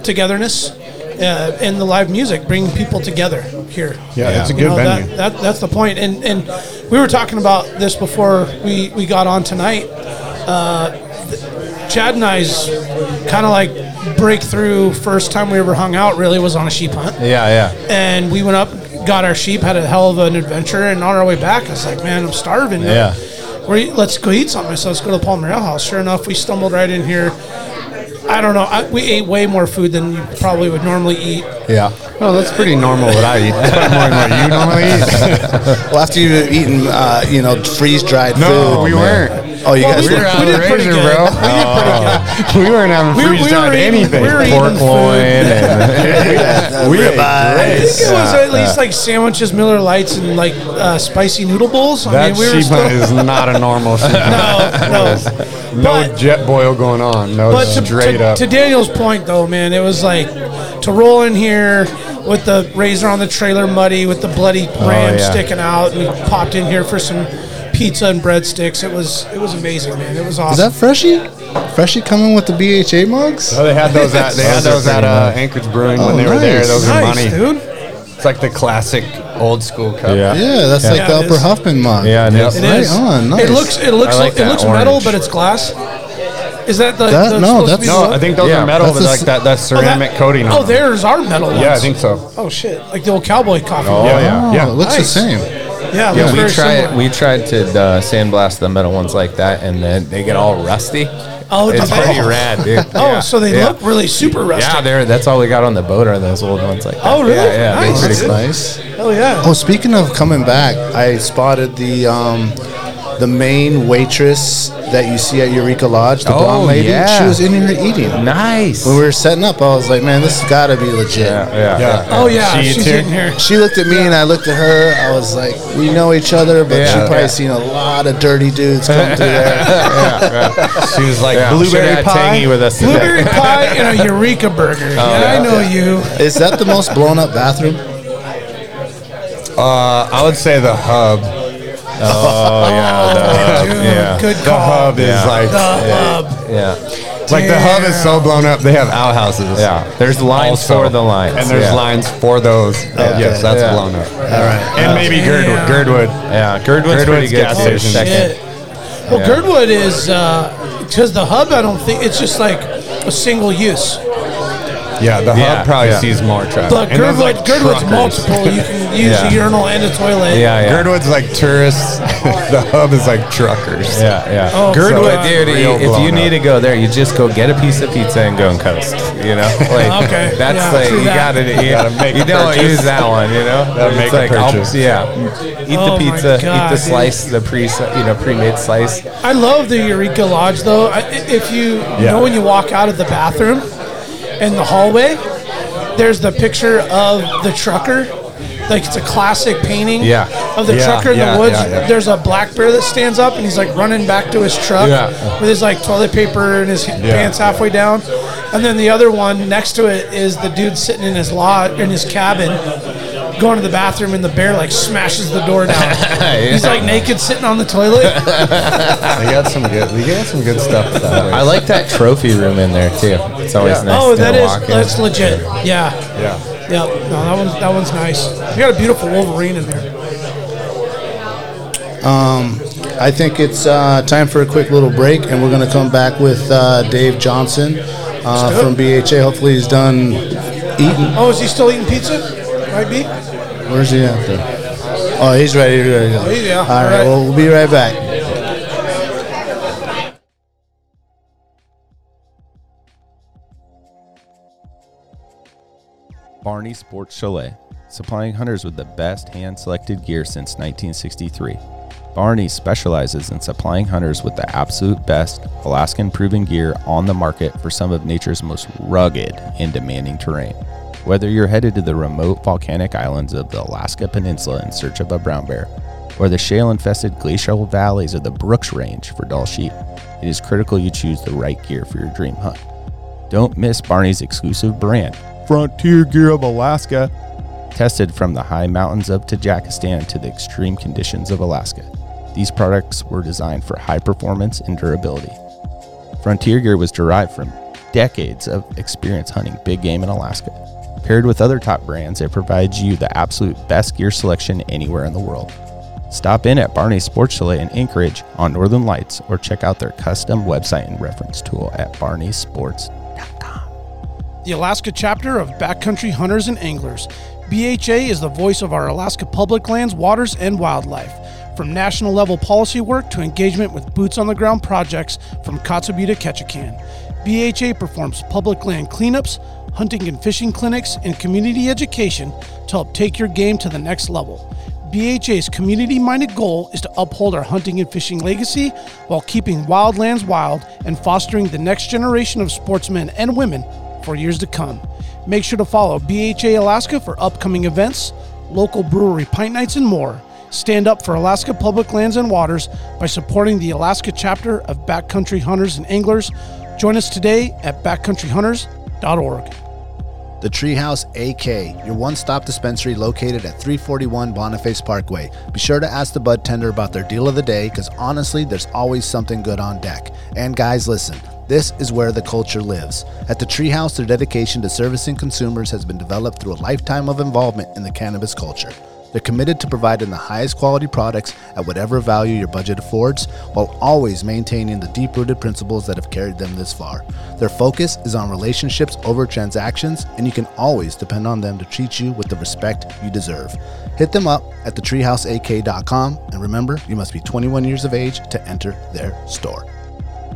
Speaker 3: togetherness uh, and the live music, bringing people together here.
Speaker 4: Yeah, it's a
Speaker 3: You
Speaker 4: good
Speaker 3: know, that-
Speaker 4: venue.
Speaker 3: That, that's the point. And and we were talking about this before we, we got on tonight. Uh, th- Chad and I's kind of like breakthrough first time we ever hung out really was on a sheep hunt.
Speaker 2: Yeah, yeah.
Speaker 3: and we went up, got our sheep, had a hell of an adventure, and on our way back, I was like, man, I'm starving.
Speaker 2: Yeah.
Speaker 3: We're, let's go eat something. So let's go to the Palmer Ale House. Sure enough, we stumbled right in here. I don't know. I, we ate way more food than you probably would normally eat.
Speaker 2: Yeah.
Speaker 4: Oh, that's pretty normal what I eat. That's probably more than what you normally eat.
Speaker 1: Well, after you had eaten, uh, you know, freeze dried
Speaker 4: No,
Speaker 1: food.
Speaker 4: we
Speaker 1: man.
Speaker 4: weren't.
Speaker 1: Oh, you
Speaker 3: Well,
Speaker 1: guys
Speaker 4: We
Speaker 3: we
Speaker 4: were
Speaker 1: were.
Speaker 4: out of
Speaker 3: did
Speaker 4: the
Speaker 3: pretty
Speaker 4: razor,
Speaker 3: good.
Speaker 4: bro.
Speaker 3: We did
Speaker 4: We weren't having
Speaker 3: We- we
Speaker 4: freeze dried
Speaker 3: were eating-
Speaker 4: anything.
Speaker 3: we were eating
Speaker 4: Pork
Speaker 3: food.
Speaker 4: loin.
Speaker 1: Uh,
Speaker 4: And we ate
Speaker 1: ribeye.
Speaker 3: I think it was
Speaker 2: Yeah,
Speaker 3: at least like sandwiches, Miller Lights, and like uh, spicy noodle bowls. I
Speaker 4: That
Speaker 3: mean, we were
Speaker 4: sheep
Speaker 3: still,
Speaker 4: hunt is not a normal sheep hunt.
Speaker 3: no, no.
Speaker 4: No
Speaker 3: But-
Speaker 4: jet boil going on. No,
Speaker 3: But to,
Speaker 4: straight
Speaker 3: to,
Speaker 4: up.
Speaker 3: to Daniel's point, though, man, it was like to roll in here with the razor on the trailer muddy, with the bloody ram
Speaker 2: yeah.
Speaker 3: sticking out, and we popped in here for some pizza and breadsticks. It was it was amazing, man. It was
Speaker 1: Is
Speaker 3: awesome.
Speaker 1: that Freshie? Freshie coming with the BHA mugs?
Speaker 4: Oh, they had those at they had
Speaker 2: Those are
Speaker 4: those at
Speaker 2: pretty
Speaker 4: uh,
Speaker 2: nice.
Speaker 4: Anchorage Brewing
Speaker 1: Oh,
Speaker 4: when they were there.
Speaker 1: nice.
Speaker 4: Those are
Speaker 3: nice,
Speaker 4: money.
Speaker 3: dude.
Speaker 4: It's like the classic old school cup.
Speaker 2: Yeah.
Speaker 1: Yeah, that's like
Speaker 3: Yeah,
Speaker 1: the
Speaker 3: it
Speaker 1: Upper
Speaker 3: is.
Speaker 1: Huffman mug.
Speaker 2: Yeah, and
Speaker 4: Yep.
Speaker 2: it's-
Speaker 3: It
Speaker 1: Right
Speaker 3: is.
Speaker 1: on, nice.
Speaker 3: It looks it looks
Speaker 2: I like
Speaker 3: it
Speaker 2: that
Speaker 3: looks metal,
Speaker 2: orange.
Speaker 3: but it's glass. Is that the
Speaker 1: That-
Speaker 3: the
Speaker 1: no,
Speaker 3: supposed to
Speaker 1: that's-
Speaker 3: be
Speaker 4: No,
Speaker 3: the-
Speaker 4: I think those
Speaker 2: Yeah.
Speaker 4: are metal,
Speaker 1: That's
Speaker 4: but
Speaker 1: a
Speaker 4: like
Speaker 1: s-
Speaker 4: that that
Speaker 3: Oh, that-
Speaker 4: ceramic coating.
Speaker 3: Oh,
Speaker 4: on them.
Speaker 3: there's our metal ones.
Speaker 4: Yeah, I think so.
Speaker 3: Oh shit, like the old cowboy coffee.
Speaker 2: Oh,
Speaker 3: yeah,
Speaker 2: yeah.
Speaker 1: Oh,
Speaker 4: Yeah.
Speaker 1: it looks
Speaker 3: Nice.
Speaker 1: the same.
Speaker 3: yeah, it
Speaker 2: Yeah,
Speaker 3: looks
Speaker 2: we
Speaker 3: very
Speaker 2: tried
Speaker 3: similar.
Speaker 2: we tried to uh, sandblast the metal ones like that, and then they get all rusty.
Speaker 3: Oh,
Speaker 2: it's
Speaker 3: did they?
Speaker 2: pretty rad, dude.
Speaker 3: oh,
Speaker 2: Yeah,
Speaker 3: so they
Speaker 2: yeah.
Speaker 3: look really super rusty.
Speaker 2: Yeah, they're, that's all we got on the boat are those old ones like that.
Speaker 3: Oh, really?
Speaker 2: Yeah, yeah they're
Speaker 3: Nice.
Speaker 2: pretty
Speaker 1: That's
Speaker 2: cool.
Speaker 1: nice.
Speaker 3: Hell yeah.
Speaker 1: Oh, speaking of coming back, I spotted the um, the main waitress that you see at Eureka Lodge, the
Speaker 2: Oh,
Speaker 1: blonde lady.
Speaker 2: yeah.
Speaker 1: She was in here eating.
Speaker 2: Nice.
Speaker 1: When we were setting up, I was like, "Man, this has got to be legit."
Speaker 2: yeah, yeah, yeah.
Speaker 3: Oh yeah,
Speaker 4: She
Speaker 3: she's
Speaker 4: too.
Speaker 3: in here.
Speaker 1: She looked at me and I looked at her. I was like, "We know each other, but she
Speaker 2: Yeah,
Speaker 1: probably
Speaker 2: yeah.
Speaker 1: seen a lot of dirty dudes come through there."
Speaker 4: She was like
Speaker 2: Yeah, we should've
Speaker 4: blueberry
Speaker 2: had
Speaker 4: pie.
Speaker 2: Tangy with us today.
Speaker 3: Blueberry pie and a Eureka burger. yeah, I know you.
Speaker 1: Is that the most blown up bathroom?
Speaker 4: Uh, I would say the hub.
Speaker 2: Oh yeah, the,
Speaker 3: Dude,
Speaker 2: yeah,
Speaker 3: good
Speaker 4: The
Speaker 3: call.
Speaker 4: hub is like
Speaker 3: The hub.
Speaker 2: yeah,
Speaker 4: like the hub is so blown up. They have outhouses.
Speaker 2: yeah. There's lines
Speaker 4: Also.
Speaker 2: for the lines,
Speaker 4: And there's
Speaker 2: yeah.
Speaker 4: lines for those. Uh, Yes, that's
Speaker 2: Yeah.
Speaker 4: blown up.
Speaker 1: All right.
Speaker 4: And maybe
Speaker 3: Damn.
Speaker 4: Girdwood. Girdwood.
Speaker 2: Yeah, Girdwood's,
Speaker 4: Girdwood's
Speaker 2: pretty good.
Speaker 4: gas
Speaker 2: too.
Speaker 4: station.
Speaker 2: Second.
Speaker 3: Oh, Shit. Well,
Speaker 2: Yeah.
Speaker 3: Girdwood is because the hub. I don't think it's just like a single use.
Speaker 4: Yeah, the
Speaker 2: Yeah,
Speaker 4: hub probably
Speaker 2: yeah.
Speaker 4: sees more traffic.
Speaker 3: But
Speaker 4: And there's,
Speaker 3: Girdwood,
Speaker 4: like,
Speaker 3: Girdwood's
Speaker 4: truckers.
Speaker 3: multiple. You can use
Speaker 2: Yeah.
Speaker 3: a urinal and a toilet.
Speaker 2: Yeah, yeah.
Speaker 4: Girdwood's like tourists. the hub is like truckers.
Speaker 2: Yeah, yeah.
Speaker 3: Oh,
Speaker 2: Girdwood,
Speaker 3: God.
Speaker 2: dude.
Speaker 4: Real
Speaker 2: you- If you
Speaker 4: blown
Speaker 2: need
Speaker 4: up.
Speaker 2: to go there, you just go get a piece of pizza and go and coast. You know, like
Speaker 3: Okay,
Speaker 2: that's
Speaker 3: yeah,
Speaker 2: like
Speaker 3: true
Speaker 2: you
Speaker 3: that.
Speaker 2: got to. You,
Speaker 4: Gotta make
Speaker 2: you
Speaker 4: a
Speaker 2: don't
Speaker 4: purchase.
Speaker 2: use that one. You know,
Speaker 4: Gotta
Speaker 2: It's
Speaker 4: make a
Speaker 2: like, I'll-
Speaker 4: purchase.
Speaker 2: yeah, eat
Speaker 3: Oh, my
Speaker 2: the pizza,
Speaker 3: God,
Speaker 2: eat the
Speaker 3: dude.
Speaker 2: slice, the pre, you know, pre-made slice.
Speaker 3: I love the Eureka Lodge though. I, i- if you know when you walk out of the bathroom in the hallway, there's the picture of the trucker. Like it's a classic painting
Speaker 2: Yeah.
Speaker 3: of the
Speaker 4: Yeah,
Speaker 3: trucker in
Speaker 4: yeah,
Speaker 3: the woods.
Speaker 4: yeah, yeah.
Speaker 3: There's a black bear that stands up and he's like running back to his truck
Speaker 2: Yeah.
Speaker 3: with his like toilet paper and his pants halfway down. And then the other one next to it is the dude sitting in his lot in his cabin going to the bathroom and the bear like smashes the door down. He's like naked sitting on the toilet.
Speaker 4: They got some good. They got some good stuff. That
Speaker 2: I like that trophy room in there too. It's always nice.
Speaker 3: Oh,
Speaker 2: to
Speaker 3: that
Speaker 2: walk
Speaker 3: is
Speaker 2: in.
Speaker 3: that's legit. Yeah.
Speaker 4: Yeah.
Speaker 3: Yep. No, that one's that one's nice. You got a beautiful Wolverine in there.
Speaker 1: I think it's uh, time for a quick little break, and we're going to come back with uh, Dave Johnson uh, from BHA. Hopefully, he's done eating.
Speaker 3: Oh, is he still eating pizza? Might be.
Speaker 1: Where's he at? There? Oh, he's ready. He's ready to go.
Speaker 3: he's- yeah,
Speaker 1: All right.
Speaker 3: alright.
Speaker 1: Well, we'll be right back.
Speaker 5: Barney Sports Chalet, supplying hunters with the best hand selected gear since 1963. Barney specializes in supplying hunters with the absolute best Alaskan proven gear on the market for some of nature's most rugged and demanding terrain. Whether you're headed to the remote volcanic islands of the Alaska Peninsula in search of a brown bear, or the shale infested glacial valleys of the Brooks Range for doll sheep, it is critical you choose the right gear for your dream hunt. Don't miss Barney's exclusive brand, Frontier Gear of Alaska, tested from the high mountains of Tajikistan to the extreme conditions of Alaska. These products were designed for high performance and durability. Frontier Gear was derived from decades of experience hunting big game in Alaska. Paired with other top brands, it provides you the absolute best gear selection anywhere in the world. Stop in at Barney's Sports Chalet in Anchorage on Northern Lights or check out their custom website and reference tool at barneysports.com.
Speaker 3: the Alaska chapter of Backcountry Hunters and Anglers. BHA is the voice of our Alaska public lands, waters, and wildlife. From national level policy work to engagement with boots on the ground projects from Kotzebue to Ketchikan, BHA performs public land cleanups, hunting and fishing clinics, and community education to help take your game to the next level. BHA's community minded goal is to uphold our hunting and fishing legacy while keeping wildlands wild and fostering the next generation of sportsmen and women for years to come. Make sure to follow BHA Alaska for upcoming events, local brewery pint nights, and more. Stand up for Alaska public lands and waters by supporting the Alaska chapter of Backcountry Hunters and Anglers. Join us today at backcountryhunters.org.
Speaker 1: The Treehouse AK, your one stop dispensary located at 341 Boniface Parkway. Be sure to ask the bud tender about their deal of the day because honestly, there's always something good on deck. And guys, listen, this is where the culture lives. At the Treehouse, their dedication to servicing consumers has been developed through a lifetime of involvement in the cannabis culture. They're committed to providing the highest quality products at whatever value your budget affords, while always maintaining the deep rooted principles that have carried them this far. Their focus is on relationships over transactions, and you can always depend on them to treat you with the respect you deserve. Hit them up at thetreehouseak.com, and remember, you must be 21 years of age to enter their store.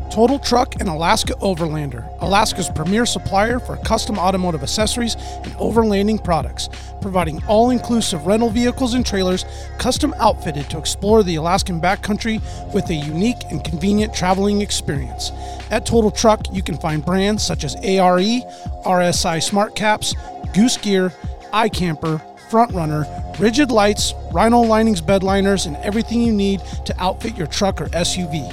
Speaker 3: Total Truck and Alaska Overlander, Alaska's premier supplier for custom automotive accessories and overlanding products, providing all inclusive rental vehicles and trailers custom outfitted to explore the Alaskan backcountry with a unique and convenient traveling experience. At Total Truck, you can find brands such as E, ARE, RSI Smart Caps, Goose Gear, iCamper, Front Runner, Rigid Lights, Rhino Linings bed liners, and everything you need to outfit your truck or SUV.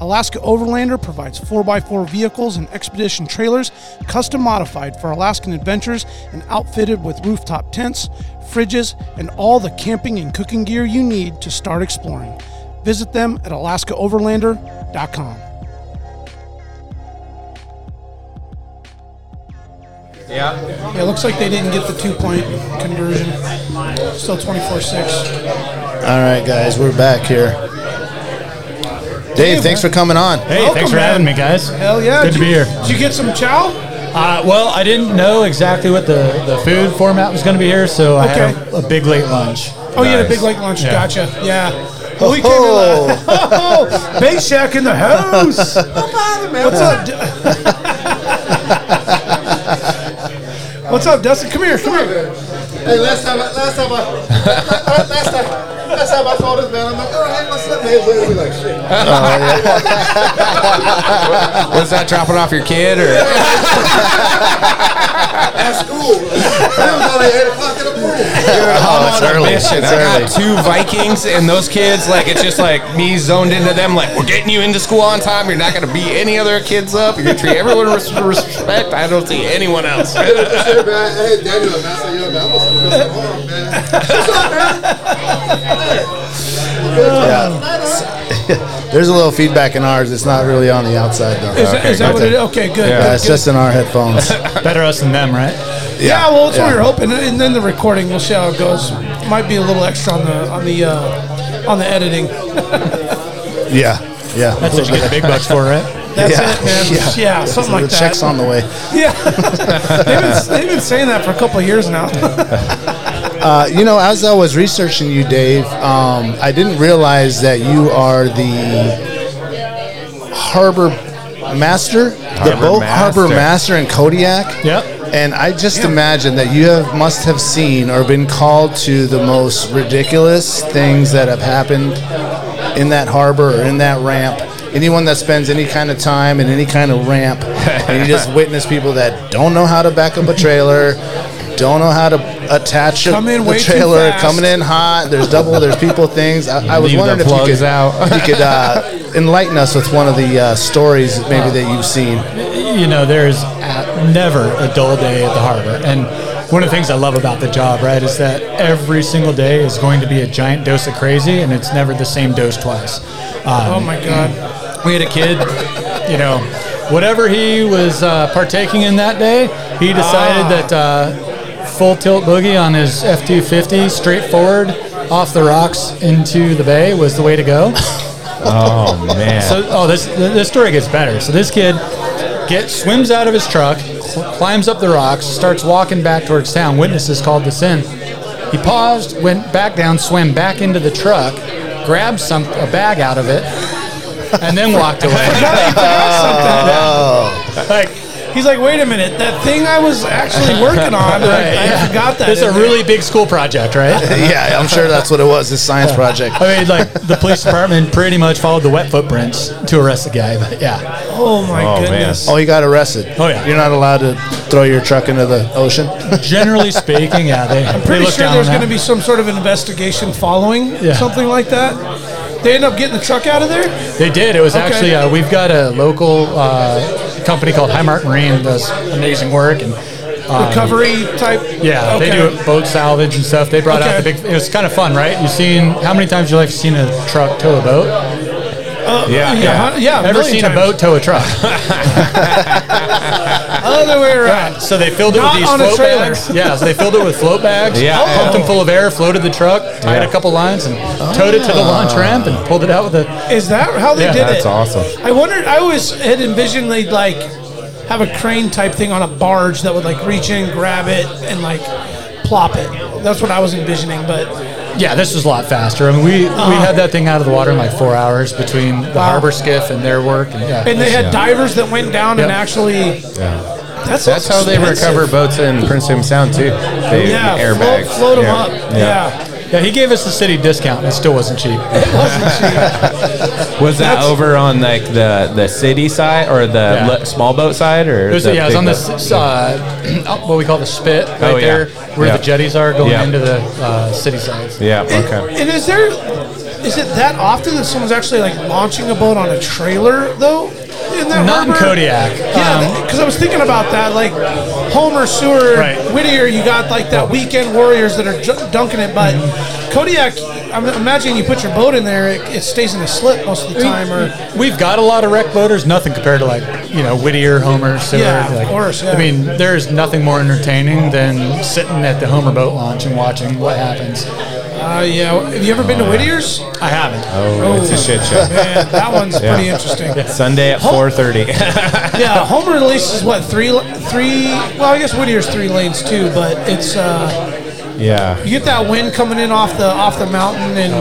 Speaker 3: Alaska Overlander provides 4x4 vehicles and expedition trailers custom modified for Alaskan adventures and outfitted with rooftop tents, fridges, and all the camping and cooking gear you need to start exploring. Visit them at alaskaoverlander.com.
Speaker 2: Yeah.
Speaker 3: Yeah, it looks like they didn't get the two point conversion. Still 24 6.
Speaker 1: All right, guys, we're back here. Dave, thanks for coming on.
Speaker 6: Hey,
Speaker 3: Welcome,
Speaker 6: thanks for
Speaker 3: man.
Speaker 6: having me, guys.
Speaker 3: Hell yeah.
Speaker 6: Good to
Speaker 3: Did
Speaker 6: be
Speaker 3: you-
Speaker 6: here.
Speaker 3: Did you get some chow?
Speaker 6: Uh, well, I didn't know exactly what the, the food format was going to be here, so I had a, a big late lunch.
Speaker 3: Oh, you had a big late lunch.
Speaker 6: Yeah.
Speaker 3: Gotcha. Yeah. Well, we came in la- Oh, Bay Shack in the house. What's up? Du- What's up, Dustin? Come here. Come here.
Speaker 7: Hey, last time, I, last time, I, last time, last time I saw this man, I'm like, oh, hey, what's up, man? We're like, shit.
Speaker 2: Was that dropping off your kid or?
Speaker 7: That's cool. I was out at 8 o'clock in the morning.
Speaker 1: Oh,
Speaker 5: Oh,
Speaker 2: I'm on a mission. Oh, I got two Vikings and those kids. Like it's just like me zoned into them. Like we're getting you into school on time. You're not gonna beat any other kids up. You're gonna treat everyone with respect. I don't see anyone else.
Speaker 7: Shit, man. Hey, Daniel, man, I said, yo, man, I'm going to go home, man. What's up, man?
Speaker 1: There's a little feedback in ours. It's not really on the outside, though.
Speaker 3: Is, that is that what it is? Okay, good.
Speaker 1: Yeah,
Speaker 3: good,
Speaker 1: it's
Speaker 3: good.
Speaker 1: just in our headphones.
Speaker 6: Better us than them, right?
Speaker 3: yeah, well, that's what we were hoping. And then the recording, we'll see how it goes. Might be a little extra on the on the uh, on the editing.
Speaker 1: Yeah, yeah.
Speaker 6: That's what you get the big bucks for, right?
Speaker 3: That's
Speaker 1: Yeah,
Speaker 3: it, man.
Speaker 1: yeah.
Speaker 3: Yeah, something like
Speaker 1: the
Speaker 3: that.
Speaker 1: check's on the way.
Speaker 3: Yeah, they've, been, they've been saying that for a couple of years now.
Speaker 1: Uh, you know, as I was researching you, Dave, um, I didn't realize that you are the harbor master, the
Speaker 2: Harbor
Speaker 1: boat
Speaker 2: master.
Speaker 1: harbor master in Kodiak.
Speaker 6: Yep.
Speaker 1: And I just imagine that you have must have seen or been called to the most ridiculous things that have happened in that harbor or in that ramp. Anyone that spends any kind of time in any kind of ramp, and you just witness people that don't know how to back up a trailer, don't know how to attach a,
Speaker 3: Come in
Speaker 1: a
Speaker 3: way too
Speaker 1: trailer,
Speaker 3: fast.
Speaker 1: coming in hot. There's double, there's people things. I, I was
Speaker 2: Leave the
Speaker 1: wondering if you
Speaker 2: plugs
Speaker 1: could
Speaker 2: out.
Speaker 1: you could uh, enlighten us with one of the uh, stories maybe that you've seen.
Speaker 6: You know, there's a- never a dull day at the harbor. And one of the things I love about the job, right, is that every single day is going to be a giant dose of crazy, and it's never the same dose twice. Um,
Speaker 3: Oh my god.
Speaker 6: we had a kid, you know, whatever he was uh, partaking in that day, he
Speaker 3: Ah.
Speaker 6: decided that uh, full tilt boogie on his F two fifty, straightforward, off the rocks into the bay was the way to go.
Speaker 5: Oh man.
Speaker 6: So, oh, this this story gets better. So this kid get swims out of his truck, cl- climbs up the rocks, starts walking back towards town. Witnesses called this in. He paused, went back down, swam back into the truck, grabbed some a bag out of it, and then walked away.
Speaker 1: Oh,
Speaker 3: Like he's like, wait a minute, that thing I was actually working on, I, I
Speaker 6: Yeah.
Speaker 3: forgot that.
Speaker 6: It's a
Speaker 3: in there."
Speaker 6: really big school project, right?
Speaker 1: yeah, I'm sure that's what it was. This science project.
Speaker 6: I mean, like the police department pretty much followed the wet footprints to arrest the guy. But yeah,
Speaker 3: Oh my
Speaker 5: oh man.
Speaker 3: goodness.
Speaker 1: Oh, you got arrested.
Speaker 6: Oh, yeah.
Speaker 1: You're not allowed to throw your truck into the ocean.
Speaker 6: generally speaking, yeah, they I'm
Speaker 3: Pretty sure there's going to be some sort of investigation following
Speaker 6: Yeah.
Speaker 3: something like that. They end up getting the truck out of there.
Speaker 6: They did. It was
Speaker 3: Okay.
Speaker 6: actually uh, we've got a local uh, company called Highmark Marine that does amazing work and um,
Speaker 3: Recovery type.
Speaker 6: Yeah,
Speaker 3: okay.
Speaker 6: they do boat salvage and stuff. They brought out
Speaker 3: Okay.
Speaker 6: the big. It was kind of fun, right? You've seen how many times in your life you seen a truck tow a boat?
Speaker 5: yeah,
Speaker 3: Uh, Yeah, huh? yeah.
Speaker 6: Ever
Speaker 3: million
Speaker 6: seen
Speaker 3: times.
Speaker 6: a boat tow a truck?
Speaker 3: Other way around.
Speaker 6: so they filled it
Speaker 3: Not
Speaker 6: with these
Speaker 3: on a
Speaker 6: float
Speaker 3: trailer. Oh.
Speaker 6: bags. Yeah, so they filled it with float bags.
Speaker 5: Yeah.
Speaker 6: pumped them full of air, floated the truck, tied a couple lines, and towed it to the launch ramp and pulled it out with a.
Speaker 3: Is that how they
Speaker 6: Yeah,
Speaker 3: did it?
Speaker 5: that's awesome.
Speaker 3: I wondered. I always had envisioned they'd like have a crane type thing on a barge that would like reach in, grab it, and like plop it. That's what I was envisioning. But
Speaker 6: Yeah, this was a lot faster. I mean, we we had that thing out of the water in like four hours between the harbor skiff and their work. And, yeah,
Speaker 3: and they had divers that went down and
Speaker 6: Yep.
Speaker 3: actually. That's,
Speaker 5: That's how they
Speaker 3: expensive.
Speaker 5: recover boats in Prince William Sound too. They
Speaker 3: Yeah,
Speaker 5: airbags.
Speaker 3: Float, float 'em
Speaker 5: yeah.
Speaker 3: up. Yeah.
Speaker 6: yeah, he gave us the city discount. and It still wasn't cheap.
Speaker 5: Was that over on like the the city side or the
Speaker 6: Yeah.
Speaker 5: le- small boat side or?
Speaker 6: It was,
Speaker 5: the
Speaker 6: yeah, it was
Speaker 5: big
Speaker 6: on
Speaker 5: boat?
Speaker 6: this uh, up what we call the spit right
Speaker 5: Oh, yeah.
Speaker 6: there, where
Speaker 5: Yeah.
Speaker 6: the jetties are going
Speaker 5: Yeah.
Speaker 6: into the uh, city sides.
Speaker 5: Yeah. Okay.
Speaker 3: And is there? Is it that often that someone's actually like launching a boat on a trailer though? In that
Speaker 6: Not in
Speaker 3: harbor?
Speaker 6: Kodiak. Um,
Speaker 3: Yeah, because I was thinking about that. Like Homer, Seward,
Speaker 6: Right.
Speaker 3: Whittier, you got like that weekend warriors that are ju- dunking it. But Kodiak, I'm imagining you put your boat in there, it, it stays in the slip most of the time, or
Speaker 6: We've got a lot of wreck boaters, nothing compared to like, you know, Whittier, Homer, Seward.
Speaker 3: Yeah, of
Speaker 6: like,
Speaker 3: course, yeah.
Speaker 6: I mean, there's nothing more entertaining than sitting at the Homer boat launch and watching what happens.
Speaker 3: uh, yeah. Have you ever been to
Speaker 6: Oh,
Speaker 3: Whittier's?
Speaker 6: I haven't.
Speaker 5: Oh, it's a shit show.
Speaker 3: Man, that one's pretty interesting.
Speaker 5: Sunday at four thirty.
Speaker 3: Yeah, Homer releases what three three? Well, I guess Whittier's three lanes too, but it's. Uh,
Speaker 5: yeah.
Speaker 3: You get that wind coming in off the off the mountain, and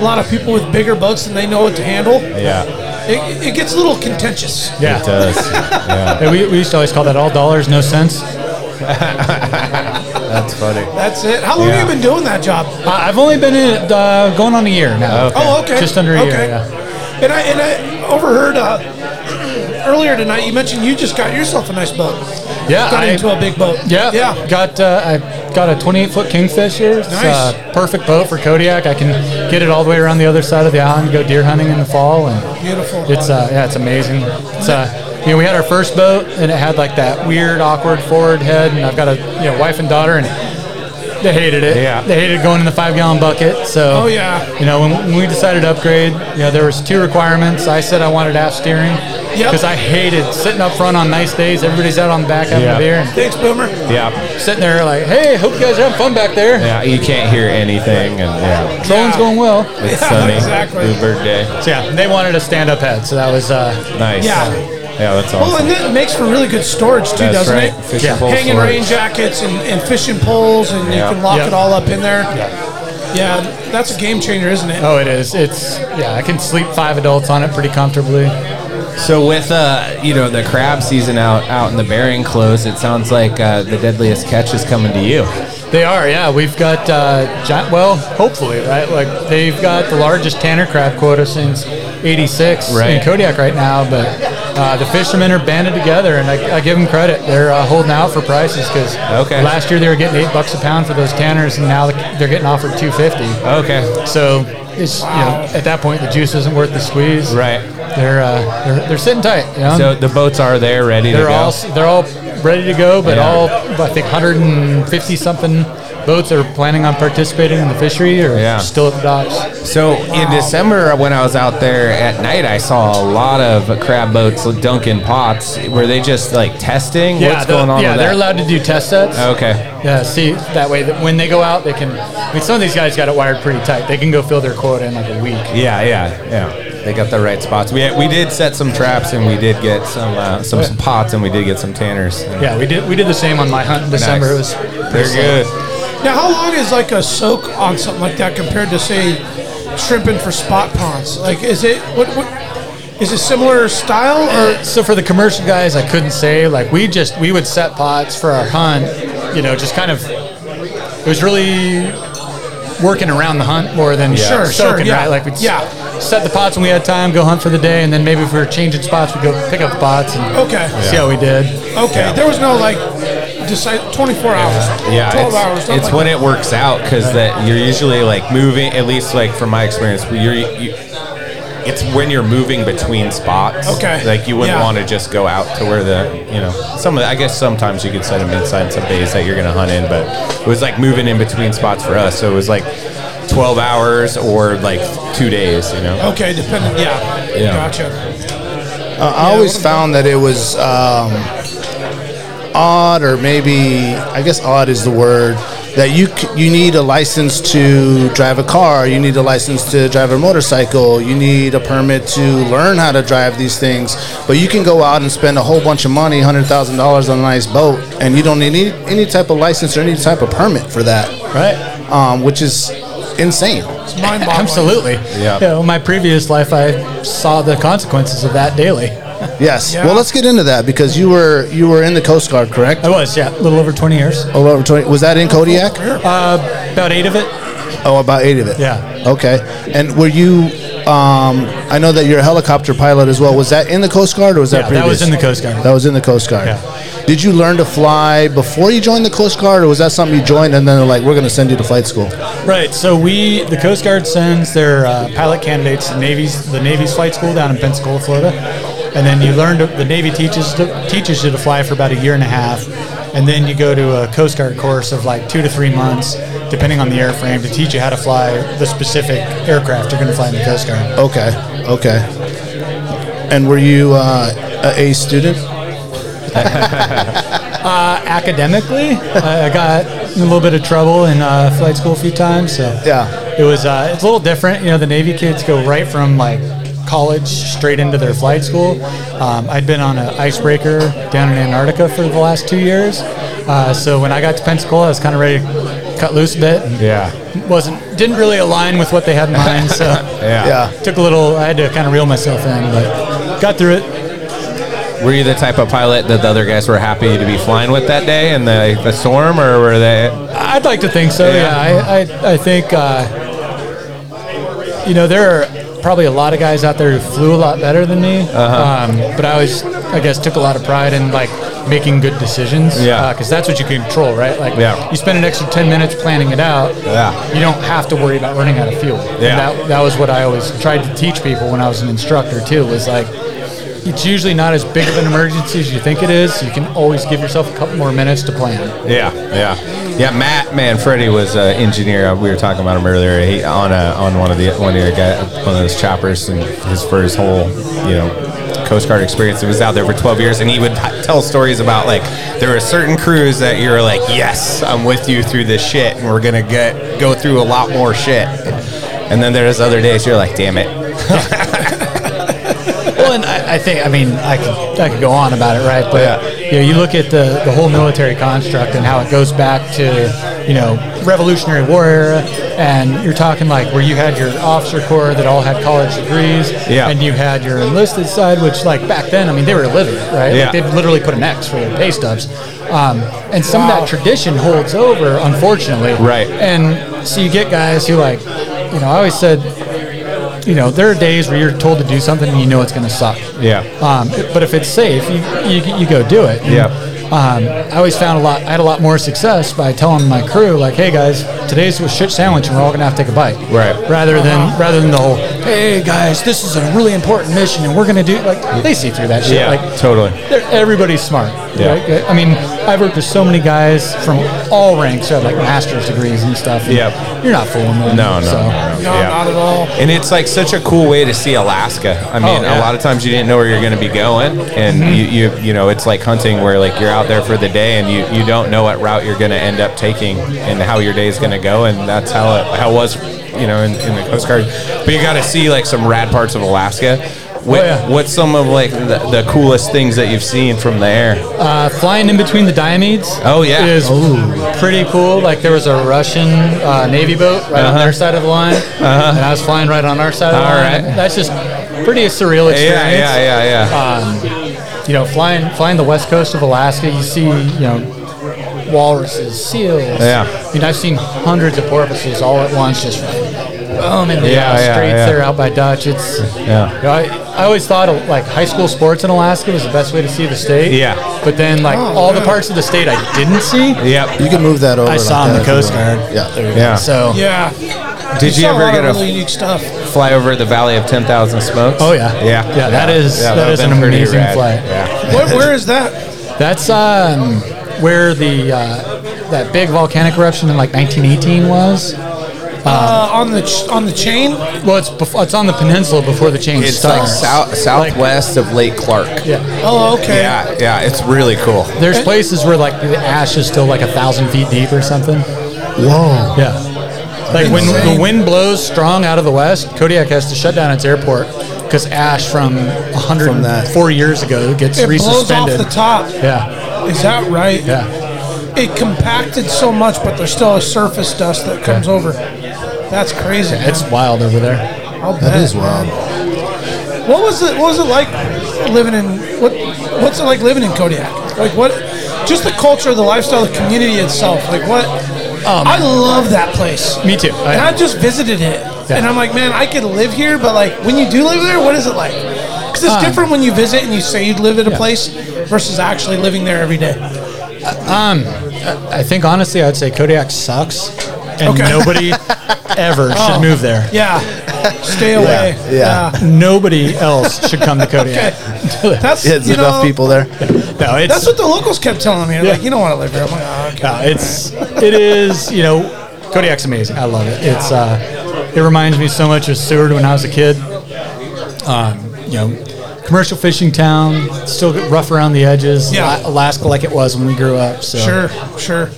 Speaker 3: a lot of people with bigger boats than they know what to handle.
Speaker 5: Yeah.
Speaker 3: It, it gets a little contentious.
Speaker 6: Yeah.
Speaker 5: It does. Yeah.
Speaker 6: Hey, we, we used to always call that all dollars, no cents.
Speaker 5: That's funny.
Speaker 3: That's it. How long
Speaker 5: Yeah.
Speaker 3: have you been doing that job?
Speaker 6: Uh, I've only been in it uh, going on a year now.
Speaker 3: Oh, okay.
Speaker 6: Just under a
Speaker 3: okay.
Speaker 6: year. Yeah.
Speaker 3: And I and I overheard uh, earlier tonight. You mentioned you just got yourself a nice boat.
Speaker 6: Yeah,
Speaker 3: got
Speaker 6: I-
Speaker 3: into a big boat.
Speaker 6: Yeah,
Speaker 3: yeah.
Speaker 6: Got uh, I got a 28 foot kingfish here. It's,
Speaker 3: Nice.
Speaker 6: uh, perfect boat for Kodiak. I can get it all the way around the other side of the island, go deer hunting in the fall, and
Speaker 3: Beautiful.
Speaker 6: It's uh, yeah, it's amazing. It's uh, you know, we had our first boat, and it had like that weird, awkward forward head, and I've got a you know wife and daughter, and they hated it.
Speaker 5: Yeah.
Speaker 6: they hated going in the five gallon bucket. So
Speaker 3: Oh, yeah.
Speaker 6: you know when, when we decided to upgrade, you know there was two requirements. I said I wanted aft steering
Speaker 3: Yep.
Speaker 6: because I hated sitting up front on nice days. Everybody's out on the back having
Speaker 5: Yeah.
Speaker 6: a beer. And,
Speaker 3: Thanks, Boomer.
Speaker 5: Yeah.
Speaker 6: sitting there like, hey, hope you guys are having fun back there.
Speaker 5: Yeah. You can't hear anything, and yeah,
Speaker 6: Trolling's
Speaker 3: Yeah.
Speaker 6: going well.
Speaker 5: it's
Speaker 3: Yeah,
Speaker 5: sunny.
Speaker 3: exactly.
Speaker 5: Blue bird day.
Speaker 6: So yeah, they wanted a stand-up head, so that was uh,
Speaker 5: Nice.
Speaker 3: Yeah.
Speaker 5: Yeah. That's awesome.
Speaker 3: Well, Oh, and that makes for really good storage too,
Speaker 5: that's
Speaker 3: doesn't
Speaker 5: right.
Speaker 3: it?
Speaker 5: Fishing
Speaker 6: Yeah.
Speaker 5: pole
Speaker 3: Hanging
Speaker 5: storage.
Speaker 3: rain jackets and, and fishing poles, and
Speaker 5: Yeah.
Speaker 3: you can lock
Speaker 6: Yeah.
Speaker 3: it all up in there. Yeah. that's a game changer, isn't it?
Speaker 6: oh, it is. It's yeah, I can sleep five adults on it pretty comfortably.
Speaker 2: So with uh, you know the crab season out out in the Bering close, it sounds like uh, the deadliest catch is coming to you.
Speaker 6: They are, yeah. We've got uh, giant, well, hopefully, right? Like they've got the largest tanner crab quota since '86 in
Speaker 2: Right.
Speaker 6: Kodiak right now, but. Uh, the fishermen are banded together, and I, I give them credit. They're uh, holding out for prices because
Speaker 2: Okay.
Speaker 6: last year they were getting eight bucks a pound for those tanners, and now they're getting offered two fifty.
Speaker 2: Okay.
Speaker 6: So it's you know at that point the juice isn't worth the squeeze.
Speaker 2: Right.
Speaker 6: They're uh, they're, they're sitting tight. You know?
Speaker 2: So the boats are there, ready to
Speaker 6: they're
Speaker 2: go.
Speaker 6: all they're all ready to go, but
Speaker 2: Yeah.
Speaker 6: all I think 150 something boats that are planning on participating in the fishery or
Speaker 2: Yeah.
Speaker 6: still at the docks?
Speaker 2: So in December, when I was out there at night, I saw a lot of crab boats dunking pots. Were they just like testing? What's
Speaker 6: the-
Speaker 2: going on?
Speaker 6: yeah,
Speaker 2: with
Speaker 6: they're
Speaker 2: that?
Speaker 6: allowed to do test sets.
Speaker 2: Okay.
Speaker 6: Yeah, see, that way that when they go out, they can. I mean, some of these guys got it wired pretty tight. They can go fill their quota in like a week.
Speaker 2: Yeah, yeah, yeah. They got the right spots. We we did set some traps and we did get some uh, some, some pots and we did get some tanners.
Speaker 6: Yeah, we did. We did the same on my hunt in December.
Speaker 2: Nice.
Speaker 6: It was
Speaker 2: they're good.
Speaker 3: Now, how long is like a soak on something like that compared to say shrimping for spot ponds? Like, is it what? what is it similar style or
Speaker 6: So for the commercial guys, I couldn't say. Like we just we would set pots for our hunt. You know, just kind of it was really working around the hunt more than
Speaker 3: Sure, sure,
Speaker 6: soaking,
Speaker 3: yeah.
Speaker 6: right? Like we'd s-
Speaker 3: Yeah.
Speaker 6: set the pots when we had time, go hunt for the day, and then maybe if we were changing spots, we'd go pick up the pots and
Speaker 3: okay?
Speaker 6: see how we did.
Speaker 3: Okay, there was no like decide, 24 hours,
Speaker 2: Yeah,
Speaker 3: 12
Speaker 2: it's,
Speaker 3: hours. something
Speaker 2: it's
Speaker 3: like
Speaker 2: when
Speaker 3: that.
Speaker 2: it works out because that you're usually like moving. At least like from my experience, where you're. You, it's when you're moving between spots.
Speaker 3: Okay.
Speaker 2: Like you wouldn't
Speaker 3: Yeah.
Speaker 2: want to just go out to where the you know some. Of the, I guess sometimes you could set them inside some bays that you're gonna hunt in, but it was like moving in between spots for us. So it was like twelve hours or like two days. You know.
Speaker 3: Okay, depending. Yeah.
Speaker 2: Yeah.
Speaker 3: Gotcha.
Speaker 1: Uh, I always found that it was um, odd, or maybe I guess odd is the word that you c- you need a license to drive a car, you need a license to drive a motorcycle, you need a permit to learn how to drive these things. But you can go out and spend a whole bunch of money, hundred thousand dollars on a nice boat, and you don't need any, any type of license or any type of permit for that,
Speaker 6: Right.
Speaker 1: um, which is insane.
Speaker 3: It's mind boggling.
Speaker 6: Absolutely.
Speaker 2: Yeah.
Speaker 6: You know, in my previous life, I saw the consequences of that daily.
Speaker 1: Yes.
Speaker 3: Yeah.
Speaker 1: Well, let's get into that because you were you were in the Coast Guard, correct?
Speaker 6: I was, yeah, a little over 20 years.
Speaker 1: Oh, over 20. Was that in Kodiak?
Speaker 6: Uh, about eight of it.
Speaker 1: Oh, about eight of it.
Speaker 6: Yeah.
Speaker 1: Okay. And were you? Um, I know that you're a helicopter pilot as well. Was that in the Coast Guard or was that
Speaker 6: Yeah,
Speaker 1: previous?
Speaker 6: that was in the Coast Guard.
Speaker 1: That was in the Coast Guard.
Speaker 6: Yeah.
Speaker 1: Did you learn to fly before you joined the Coast Guard, or was that something you joined and then they're like, "We're going to send you to flight school"?
Speaker 6: Right. So we, the Coast Guard sends their uh, pilot candidates to Navy's the Navy's flight school down in Pensacola, Florida, and then you learn to, the Navy teaches to, teaches you to fly for about a year and a half, and then you go to a Coast Guard course of like two to three months, depending on the airframe, to teach you how to fly the specific aircraft you're going to fly in the Coast Guard.
Speaker 1: Okay. Okay. And were you uh, a A student?
Speaker 6: Uh, academically, I I got in a little bit of trouble in uh, flight school a few times. So
Speaker 1: Yeah.
Speaker 6: it was uh, it's a little different. You know, the Navy kids go right from like college straight into their flight school. Um, I'd been on an icebreaker down in Antarctica for the last two years, uh, so when I got to Pensacola, I was kind of ready to cut loose a bit. And
Speaker 2: Yeah.
Speaker 6: wasn't didn't really align with what they had in mind, so
Speaker 1: Yeah.
Speaker 6: took a little. I had to kind of reel myself in, but got through it.
Speaker 2: Were you the type of pilot that the other guys were happy to be flying with that day in the the storm, or were they?
Speaker 6: I'd like to think so.
Speaker 2: Yeah.
Speaker 6: Yeah, I I, I think uh, you know there are probably a lot of guys out there who flew a lot better than me.
Speaker 2: Uh-huh.
Speaker 6: Um, but I always, I guess, took a lot of pride in like making good decisions.
Speaker 2: Yeah.
Speaker 6: because that's what you can control, right? Like,
Speaker 2: Yeah.
Speaker 6: you spend an extra ten minutes planning it out.
Speaker 2: Yeah.
Speaker 6: you don't have to worry about running out of fuel. And
Speaker 2: Yeah.
Speaker 6: that that was what I always tried to teach people when I was an instructor too. Was like. It's usually not as big of an emergency as you think it is. You can always give yourself a couple more minutes to plan.
Speaker 2: Yeah, yeah, yeah. Matt Manfredi was an engineer. Uh, We were talking about him earlier. He on a, on one of the one of the guy, one of those choppers, and his for his whole you know Coast Guard experience. He was out there for twelve years, and he would t- tell stories about like there were certain crews that you're like, yes, I'm with you through this shit, and we're gonna get go through a lot more shit. And then there's other days you're like, damn it,
Speaker 6: Well, and I, I think I mean I could I could go on about it, right? But you know, you look at the the whole military construct and how it goes back to you know Revolutionary War era, and you're talking like where you had your officer corps that all had college degrees,
Speaker 2: Yeah.
Speaker 6: and you had your enlisted side, which like back then, I mean, they were illiterate, right?
Speaker 2: Yeah.
Speaker 6: Like, they'd literally put an X for their pay stubs. Um, and some of that tradition holds over, unfortunately.
Speaker 2: Right.
Speaker 6: And so you get guys who like, you know, I always said, you know, there are days where you're told to do something and you know it's going to suck.
Speaker 2: Yeah.
Speaker 6: Um, but if it's safe, you, you, you go do it.
Speaker 2: Yeah.
Speaker 6: Um, I always found a lot. I had a lot more success by telling my crew, like, "Hey guys, today's a shit sandwich, and we're all gonna have to take a bite."
Speaker 2: Right.
Speaker 6: Rather than rather than the whole, hey guys, this is a really important mission and we're gonna do like they see through that shit.
Speaker 5: Yeah,
Speaker 6: like
Speaker 5: totally.
Speaker 6: they're- Everybody's smart.
Speaker 5: Yeah.
Speaker 6: right? I mean, I've worked with so many guys from all ranks who have like master's degrees and stuff. and
Speaker 5: Yep.
Speaker 6: You're not fooling them.
Speaker 5: No, no,
Speaker 6: so.
Speaker 5: no, no.
Speaker 3: No,
Speaker 5: Yeah.
Speaker 3: not at all.
Speaker 5: And it's like such a cool way to see Alaska. I mean,
Speaker 6: yeah.
Speaker 5: a lot of times you didn't know where you're going to be going, and you, you you know it's like hunting where like you're out there for the day and you, you don't know what route you're going to end up taking and how your day's going to go, and that's how it how it was you know in, in the Coast Guard. But you got to see like some rad parts of Alaska. What,
Speaker 6: yeah.
Speaker 5: What's some of like the, the coolest things that you've seen from there?
Speaker 6: Uh, flying in between the Diomedes.
Speaker 5: Oh, yeah. Oh.
Speaker 6: is pretty cool. Like there was a Russian uh, Navy boat right on their side of the line, and I was flying right on our side. of the
Speaker 5: Uh-huh. All
Speaker 6: line.
Speaker 5: right.
Speaker 6: that's just pretty surreal experience.
Speaker 5: Yeah, yeah, yeah, yeah.
Speaker 6: Um, you know, flying flying the west coast of Alaska, you see, you know, walruses, seals.
Speaker 5: Yeah.
Speaker 6: I mean, I've seen hundreds of porpoises all at once, just boom in the
Speaker 5: Yeah,
Speaker 6: uh,
Speaker 5: yeah,
Speaker 6: straits
Speaker 5: yeah.
Speaker 6: there out by Dutch. It's
Speaker 5: Yeah.
Speaker 6: You know, I, I always thought like high school sports in Alaska was the best way to see the state.
Speaker 5: Yeah.
Speaker 6: But then
Speaker 3: Oh,
Speaker 6: like all the parts of the state I didn't see.
Speaker 5: Yep.
Speaker 1: You can move that over.
Speaker 6: I
Speaker 1: like
Speaker 6: saw
Speaker 1: that
Speaker 6: in the
Speaker 1: if you
Speaker 6: Coast
Speaker 1: want.
Speaker 6: Guard.
Speaker 1: Yeah. There
Speaker 5: Yeah.
Speaker 6: So
Speaker 3: Yeah.
Speaker 5: Did you
Speaker 3: saw a
Speaker 5: ever
Speaker 3: lot
Speaker 5: get
Speaker 3: of
Speaker 5: a
Speaker 3: really unique stuff?
Speaker 5: fly over the Valley of Ten Thousand Smokes?
Speaker 6: Oh yeah.
Speaker 5: Yeah.
Speaker 6: Yeah, that is
Speaker 5: Yeah,
Speaker 6: that
Speaker 5: that'd
Speaker 6: is
Speaker 5: been
Speaker 6: an
Speaker 5: pretty
Speaker 6: amazing
Speaker 5: rad.
Speaker 6: flight.
Speaker 5: Yeah.
Speaker 3: Where, where is that?
Speaker 6: That's um where the uh, that big volcanic eruption in like 1918 was.
Speaker 3: Uh, on the ch- on the chain?
Speaker 6: Well, it's before, it's on the peninsula before the change
Speaker 2: It's like
Speaker 6: starts.
Speaker 2: south, southwest of Lake Clark.
Speaker 6: Yeah.
Speaker 3: Oh, okay.
Speaker 5: Yeah, yeah, it's really cool.
Speaker 6: There's places where like the ash is still like a thousand feet deep or something.
Speaker 1: Whoa.
Speaker 6: Yeah. Like when the wind blows strong out of the west, Kodiak has to shut down its airport because ash from 104 years ago gets
Speaker 3: It blows off
Speaker 6: resuspended.
Speaker 3: the top.
Speaker 6: Yeah.
Speaker 3: Is that right?
Speaker 6: Yeah.
Speaker 3: It compacted so much, but there's still a surface dust that comes over. That's crazy. man.
Speaker 6: It's wild over there.
Speaker 3: I'll
Speaker 1: That
Speaker 3: bet.
Speaker 1: is wild.
Speaker 3: What was it? What was it like living in what? What's it like living in Kodiak? Like what? Just the culture, the lifestyle, the community itself. Like what? I love that place.
Speaker 6: Um, Me too.
Speaker 3: and I just visited it,
Speaker 6: Yeah.
Speaker 3: and I'm like, man, I could live here. But like, when you do live there, what is it like? Because it's
Speaker 6: Um,
Speaker 3: different when you visit and you say you live at a place versus actually living there every day.
Speaker 6: Um, I- I think honestly, I'd say Kodiak sucks, and
Speaker 3: Okay.
Speaker 6: nobody ever should move there.
Speaker 3: Yeah, stay away. Oh.
Speaker 1: yeah.
Speaker 6: Nobody else should come to Kodiak.
Speaker 3: That's
Speaker 1: Yeah, there's
Speaker 3: you know,
Speaker 1: enough people there.
Speaker 6: No, it's
Speaker 3: That's what the locals kept telling me. They're Like,
Speaker 6: Yeah.
Speaker 3: you don't want to live here. I'm like, oh, okay.
Speaker 6: No, it's it is you know Kodiak's amazing. I love it. It's uh, it reminds me so much of Seward when I was a kid. Um, you know, commercial fishing town, still rough around the edges.
Speaker 3: Yeah.
Speaker 6: Ala- Alaska like it was when we grew up. So
Speaker 3: Sure, sure.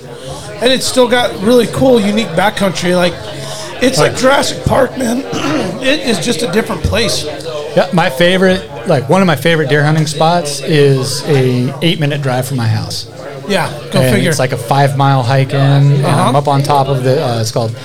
Speaker 3: And it's still got really cool, unique backcountry. Like, it's like Jurassic Park, man. it is just a different place.
Speaker 6: Yeah, my favorite, like one of my favorite deer hunting spots is a eight minute drive from my house.
Speaker 3: Yeah, go
Speaker 6: and
Speaker 3: figure.
Speaker 6: It's like a five mile hike in, and I'm
Speaker 3: Uh-huh.
Speaker 6: up on top of the. Uh, it's called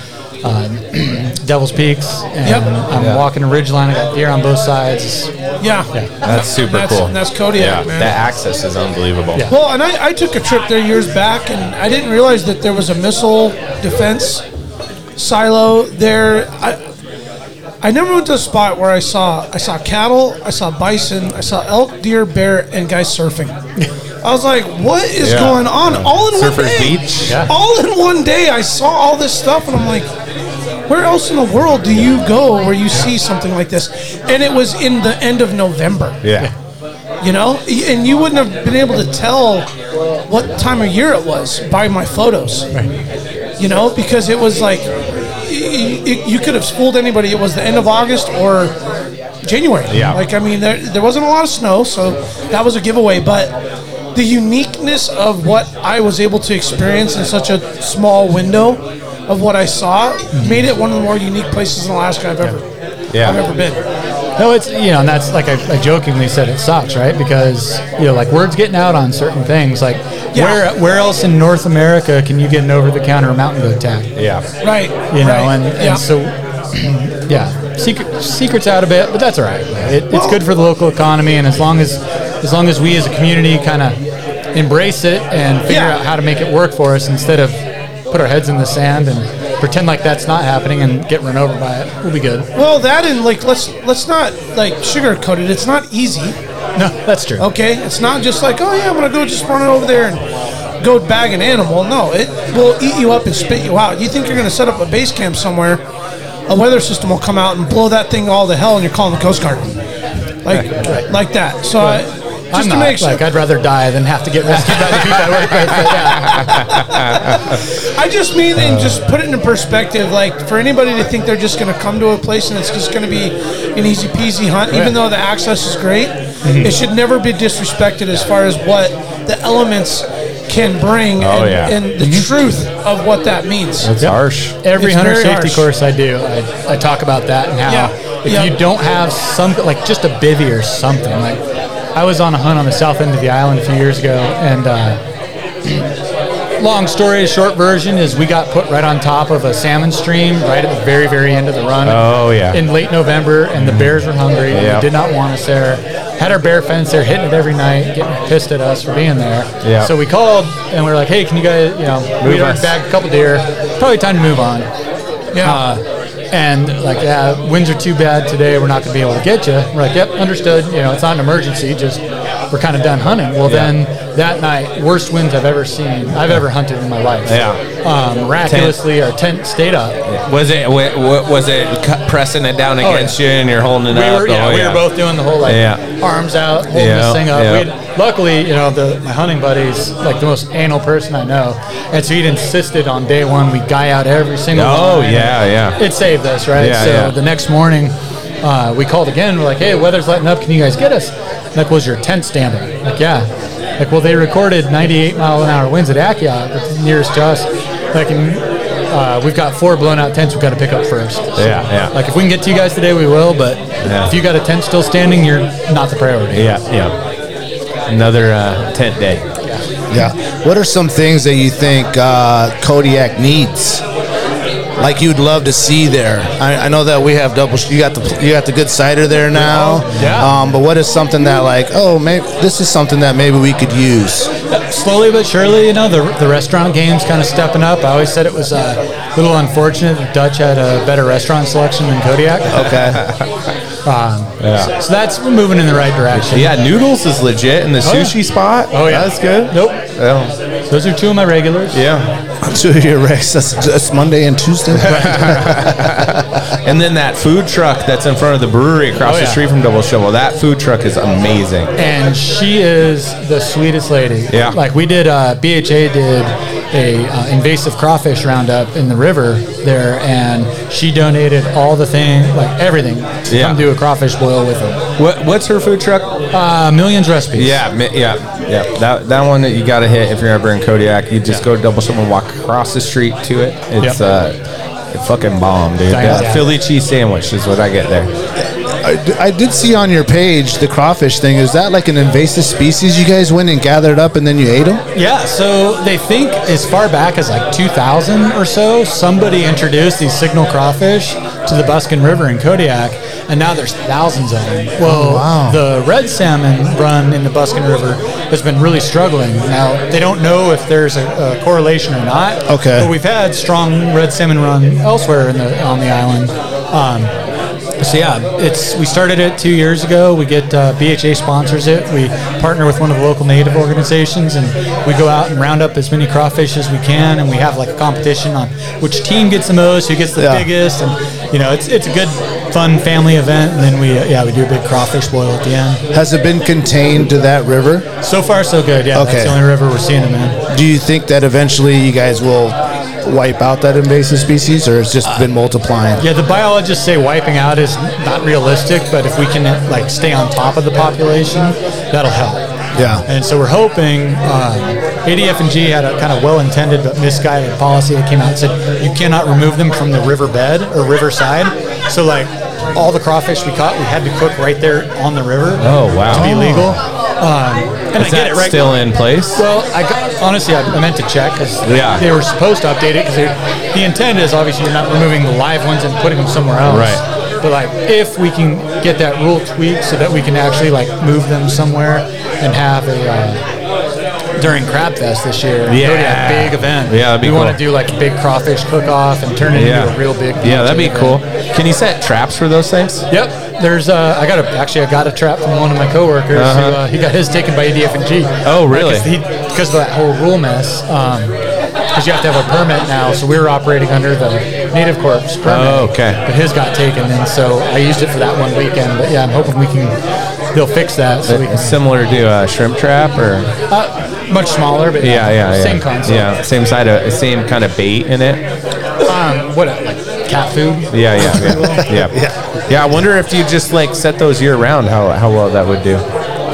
Speaker 6: uh, Devil's Peaks, and
Speaker 3: Yep.
Speaker 6: I'm
Speaker 5: Yeah.
Speaker 6: walking a ridge line. I got deer on both sides.
Speaker 3: yeah.
Speaker 5: That's super
Speaker 3: That's-
Speaker 5: cool.
Speaker 3: that's Kodiak, man.
Speaker 5: That access is unbelievable.
Speaker 6: Yeah.
Speaker 3: Well, and I, I took a trip there years back, and I didn't realize that there was a missile defense silo there. I, I never went to a spot where I saw I saw cattle, I saw bison, I saw elk, deer, bear, and guys surfing. I was like, "What is
Speaker 5: Yeah.
Speaker 3: going on?" All in one
Speaker 5: Surfers
Speaker 3: day.
Speaker 5: Beach?
Speaker 3: All in one day, I saw all this stuff, and I'm like, "Where else in the world do you go where you see something like this?" And it was in the end of November
Speaker 5: Yeah.
Speaker 3: you know and you wouldn't have been able to tell what time of year it was by my photos you know because it was like y- y- you could have fooled anybody it was the end of august or january
Speaker 5: Yeah.
Speaker 3: like i mean there, there wasn't a lot of snow so that was a giveaway but the uniqueness of what i was able to experience in such a small window of what i saw made it one of the more unique places in alaska i've ever
Speaker 5: Yeah.
Speaker 3: i've ever been
Speaker 6: No, it's you know, and that's like I, I jokingly said it sucks, right? Because you know, like word's getting out on certain things. Like
Speaker 3: Yeah.
Speaker 6: where where else in North America can you get an over the counter mountain goat tag?
Speaker 5: Yeah.
Speaker 3: right
Speaker 6: You know,
Speaker 3: right,
Speaker 6: and, and
Speaker 3: yeah.
Speaker 6: so yeah, secret secrets out a bit, but that's all right. It, it's good for the local economy, and as long as as long as we as a community kind of embrace it and figure
Speaker 3: Yeah.
Speaker 6: out how to make it work for us instead of put our heads in the sand and pretend like that's not happening and get run over by it, we'll be good.
Speaker 3: Well, that and like let's let's not like sugarcoat it. It's not easy.
Speaker 6: No, that's true.
Speaker 3: Okay, it's not just like oh yeah, I'm gonna go just run over there and go bag an animal. No, it will eat you up and spit you out. You think you're gonna set up a base camp somewhere a weather system will come out and blow that thing all to hell, and you're calling the Coast Guard, like like that. So I, just
Speaker 6: I'm
Speaker 3: to
Speaker 6: not.
Speaker 3: make sure,
Speaker 6: Like, I'd rather die than have to get rescued by the people I work with. but yeah.
Speaker 3: I just mean and just put it in perspective. Like for anybody to think they're just going to come to a place and it's just going to be an easy peasy hunt, even though the access is great,
Speaker 2: Mm-hmm.
Speaker 3: it should never be disrespected as far as what the elements can bring
Speaker 2: Oh,
Speaker 3: and,
Speaker 4: yeah.
Speaker 3: and the truth of what that means.
Speaker 4: It's harsh.
Speaker 6: Every
Speaker 3: It's
Speaker 6: hunter
Speaker 3: very
Speaker 6: safety
Speaker 3: harsh.
Speaker 6: course I do, I, I talk about that and how
Speaker 3: Yeah,
Speaker 6: if
Speaker 3: yeah.
Speaker 6: you don't have some like just a bivy or something. Like I was on a hunt on the south end of the island a few years ago, and uh, long story, short version is we got put right on top of a salmon stream right at the very very end of the run.
Speaker 4: Oh, yeah. Mm-hmm.
Speaker 6: In late November, and the bears were hungry. and
Speaker 4: Yeah.
Speaker 6: They did not want us there. Had our bear fence there, hitting it every night, getting pissed at us for being there.
Speaker 4: Yeah.
Speaker 6: So we called and we were like, hey, can you guys, you know,
Speaker 4: Move
Speaker 6: we already
Speaker 4: us.
Speaker 6: bagged a couple deer. Probably time to move on. Yeah. and like, yeah, winds are too bad today. We're not going to be able to get you. We're like, yep, understood. You know, it's not an emergency. Just we're kind of done hunting. Well, then that night, worst winds I've ever seen. I've ever hunted in my life.
Speaker 2: Yeah.
Speaker 6: Um, miraculously, our tent stayed up.
Speaker 2: Was it wa- wa- was it cu- pressing it down against you and you're holding it
Speaker 6: Oh, We
Speaker 2: up?
Speaker 6: were, yeah,
Speaker 2: Oh,
Speaker 6: we were both doing the whole like
Speaker 2: Yeah.
Speaker 6: arms out, holding
Speaker 2: Yeah,
Speaker 6: this thing up.
Speaker 2: yeah.
Speaker 6: We had, luckily, you know, the, my hunting buddy's like the most anal person I know, and so he'd insisted on day one we guy out every single.
Speaker 2: Oh,
Speaker 6: line.
Speaker 2: yeah, yeah.
Speaker 6: It saved us, right?
Speaker 2: Yeah,
Speaker 6: so
Speaker 2: yeah.
Speaker 6: the next morning, uh, we called again. We're like, "Hey, weather's letting up. Can you guys get us?" Like, was your tent standing? Like, yeah. Like, well, they recorded 98 mile an hour winds at Akiat, that's nearest to us. Like, and, uh, we've got four blown out tents. We've got to pick up first.
Speaker 2: Yeah, yeah.
Speaker 6: Like if we can get to you guys today, we will. But if you got a tent still standing, you're not the priority.
Speaker 2: Yeah, yeah. Another uh, tent day.
Speaker 1: Yeah. What are some things that you think uh, Kodiak needs? Like you'd love to see there. I, I know that we have double. You got the you got the good cider there now.
Speaker 6: Yeah.
Speaker 1: Um, but what is something that like? Oh, maybe this is something that maybe we could use.
Speaker 6: Slowly but surely, you know, the the restaurant game's kind of stepping up. I always said it was uh, a little unfortunate that Dutch had a better restaurant selection than Kodiak.
Speaker 1: Okay.
Speaker 6: Um, so, so that's moving in the right direction.
Speaker 2: Yeah, noodles is legit, and the
Speaker 6: yeah.
Speaker 2: sushi spot.
Speaker 6: Oh, yeah.
Speaker 2: that's good.
Speaker 6: Nope.
Speaker 2: Yeah.
Speaker 6: Those are two of my regulars.
Speaker 2: yeah.
Speaker 1: Two of your race. That's, that's Monday and Tuesday.
Speaker 2: And then that food truck that's in front of the brewery across
Speaker 6: Oh,
Speaker 2: the
Speaker 6: yeah.
Speaker 2: street from Double Shovel. That food truck is amazing.
Speaker 6: and she is the sweetest lady.
Speaker 2: Yeah.
Speaker 6: Like we did, uh, BHA did a uh, invasive crawfish roundup in the river there, and she donated all the thing, like everything, to
Speaker 2: Yeah.
Speaker 6: come do a crawfish boil with them.
Speaker 2: What what's her food truck?
Speaker 6: Uh, millions recipes.
Speaker 2: Yeah, mi- yeah, yeah. That that one that you got to hit if you're ever in Kodiak. You just go to Double Shovel and walk across the street to it. It's
Speaker 6: Yep.
Speaker 2: uh, a fucking bomb, dude.
Speaker 6: Damn.
Speaker 2: That Philly cheese sandwich is what I get there.
Speaker 1: I, d- I did see on your page the crawfish thing. Is that like an invasive species? You guys went and gathered up and then you ate them?
Speaker 6: Yeah, so they think as far back as like 2000 or so, somebody introduced these signal crawfish to the Buskin River in Kodiak, and now there's thousands of them. Well,
Speaker 1: Oh, wow.
Speaker 6: the red salmon run in the Buskin River has been really struggling. Now, they don't know if there's a, a correlation or not.
Speaker 1: Okay.
Speaker 6: But we've had strong red salmon run elsewhere in the, on the island. Um, so yeah, it's we started it two years ago. We get uh, BHA sponsors it. We partner with one of the local native organizations, and we go out and round up as many crawfish as we can, and we have like a competition on which team gets the most, who gets the
Speaker 1: Yeah.
Speaker 6: biggest, and you know it's it's a good, fun family event. And then we uh, yeah we do a big crawfish boil at the end.
Speaker 1: Has it been contained to that river?
Speaker 6: So far so good. Yeah,
Speaker 1: Okay.
Speaker 6: that's the only river we're seeing them in.
Speaker 1: Do you think that eventually you guys will wipe out that invasive species, or it's just been multiplying?
Speaker 6: Yeah, the biologists say wiping out is not realistic, but if we can uh, like stay on top of the population, that'll help.
Speaker 1: Yeah.
Speaker 6: And so we're hoping um, ADF&G had a kind of well-intended but misguided policy that came out and said you cannot remove them from the riverbed or riverside. So like all the crawfish we caught, we had to cook right there on the river.
Speaker 2: Oh, wow. Oh.
Speaker 6: To be legal. Um, and
Speaker 2: Is
Speaker 6: I
Speaker 2: that
Speaker 6: get it right.
Speaker 2: still in place?
Speaker 6: well, I got, honestly, I, I meant to check because
Speaker 2: Yeah.
Speaker 6: they were supposed to update it because the intent is obviously you're not removing the live ones and putting them somewhere else.
Speaker 2: Right.
Speaker 6: But like, if we can get that rule tweaked so that we can actually like move them somewhere and have a uh, during Crab Fest this year,
Speaker 2: Yeah.
Speaker 6: go to that big event.
Speaker 2: Yeah, that'd be
Speaker 6: we want
Speaker 2: cool.
Speaker 6: to do like a big crawfish cook-off and turn it into
Speaker 2: Yeah,
Speaker 6: a real big.
Speaker 2: Yeah, that'd be
Speaker 6: event.
Speaker 2: cool. Can you set traps for those things?
Speaker 6: Yep, there's uh, I got a actually I got a trap from one of my coworkers who
Speaker 2: Uh-huh.
Speaker 6: uh, he got his taken by ADF and G.
Speaker 2: Oh, really?
Speaker 6: um, Because of that whole rule mess. Because you have to have a permit now, so we were operating under the Native Corpse. Permanent.
Speaker 2: Oh, okay.
Speaker 6: But his got taken, and so I used it for that one weekend. But yeah, I'm hoping we can. They'll fix that so we can.
Speaker 2: Similar to uh, shrimp trap, or
Speaker 6: Uh, much smaller, but
Speaker 2: yeah, yeah, yeah.
Speaker 6: same concept.
Speaker 2: Yeah, same side of same kind of bait in it.
Speaker 6: Um, what like cat food?
Speaker 2: Yeah, yeah, yeah, yeah. yeah. I wonder if you just like set those year round, how how well that would do.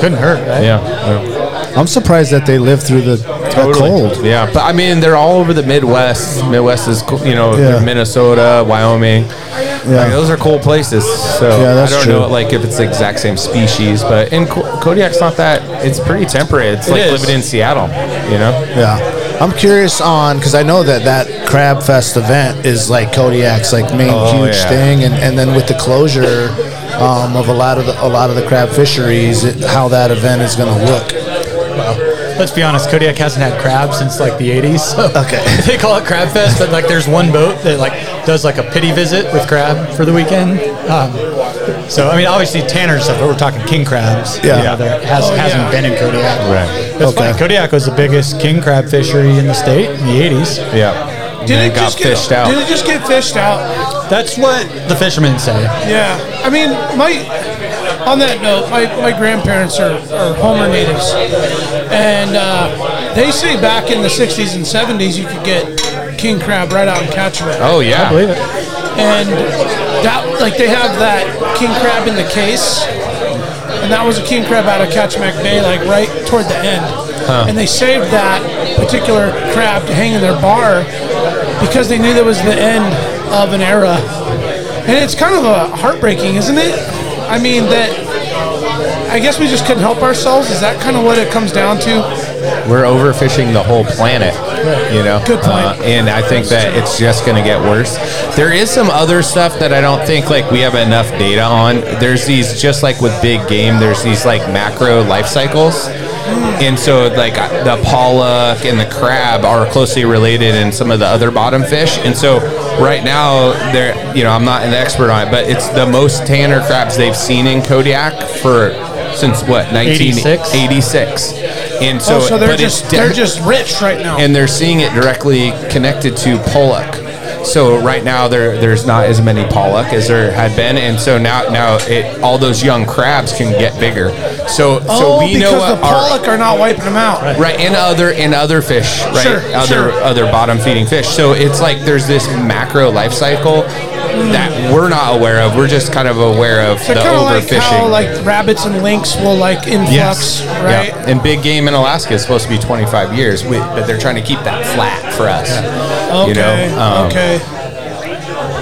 Speaker 6: Couldn't hurt, right?
Speaker 2: Yeah. yeah.
Speaker 1: I'm surprised that they lived through the the cold.
Speaker 2: Yeah, but I mean they're all over the Midwest. Midwest is co- you know
Speaker 1: Yeah.
Speaker 2: Minnesota, Wyoming. Like,
Speaker 1: Yeah.
Speaker 2: those are cold places. So
Speaker 1: Yeah, that's
Speaker 2: I don't
Speaker 1: true.
Speaker 2: know like if it's the exact same species, but in Co- Kodiak's not that. It's pretty temperate. It's like
Speaker 6: is.
Speaker 2: living in Seattle. You know.
Speaker 1: Yeah. I'm curious on because I know that that Crab Fest event is like Kodiak's like main
Speaker 2: Oh,
Speaker 1: huge
Speaker 2: yeah.
Speaker 1: thing, and, and then with the closure um, of a lot of the, a lot of the crab fisheries, it, how that event is going to look.
Speaker 6: Let's be honest, Kodiak hasn't had crab since like the 80s. So
Speaker 1: Okay.
Speaker 6: they call it Crab Fest, but like there's one boat that like does like a pity visit with crab for the weekend. Um, so I mean, obviously Tanner's stuff, but we're talking king crabs.
Speaker 1: Yeah.
Speaker 6: You know, there has, hasn't been in Kodiak.
Speaker 2: Right.
Speaker 6: It's
Speaker 1: Okay.
Speaker 6: funny, Kodiak was the biggest king crab fishery in the state in the 80s.
Speaker 2: Yeah.
Speaker 3: Did
Speaker 2: And
Speaker 3: it
Speaker 2: it got
Speaker 3: just get-
Speaker 2: fished out.
Speaker 3: Did it just get fished out?
Speaker 6: That's what the fishermen say.
Speaker 3: Yeah, I mean, my on that note, my, my grandparents are, are Homer natives, and uh, they say back in the '60s and '70s you could get king crab right out in Catchment,
Speaker 2: Oh yeah.
Speaker 6: Believe it.
Speaker 3: and that like they have that king crab in the case, and that was a king crab out of Catchmac Bay, like right toward the end, and they saved that particular crab to hang in their bar because they knew that was the end of an era, and it's kind of a heartbreaking, isn't it? I mean that. I guess we just couldn't help ourselves. Is that kind of what it comes down to?
Speaker 2: we're overfishing the whole planet. You know,
Speaker 3: Good point.
Speaker 2: Uh, and I think that it's just going to get worse. There is some other stuff that I don't think like we have enough data on. There's these just like with big game. There's these like macro life cycles. And so, like uh, the pollock and the crab are closely related, and some of the other bottom fish. And so, right now, they're you know I'm not an expert on it, but it's the most tanner crabs they've seen in Kodiak for since what
Speaker 6: 86?
Speaker 2: 1986. And so,
Speaker 3: oh, so they're
Speaker 2: but it's
Speaker 3: just
Speaker 2: de-
Speaker 3: they're just rich right now.
Speaker 2: and they're seeing it directly connected to pollock. So right now there there's not as many pollock as there had been, and so now now it, all those young crabs can get bigger. So so
Speaker 3: oh,
Speaker 2: we
Speaker 3: because
Speaker 2: know what
Speaker 3: the
Speaker 2: our-
Speaker 3: pollock are not wiping them out.
Speaker 2: right and other and other fish right
Speaker 3: Sure,
Speaker 2: other
Speaker 3: sure.
Speaker 2: other bottom feeding fish so it's like there's this macro life cycle that we're not aware of we're just kind of aware of
Speaker 3: So
Speaker 2: the
Speaker 3: kind of like
Speaker 2: overfishing
Speaker 3: how like rabbits and lynx will like influx, right?
Speaker 2: yeah. And big game in Alaska is supposed to be 25 years, we, but they're trying to keep that flat for us.
Speaker 3: Okay.
Speaker 2: You know, um,
Speaker 3: okay.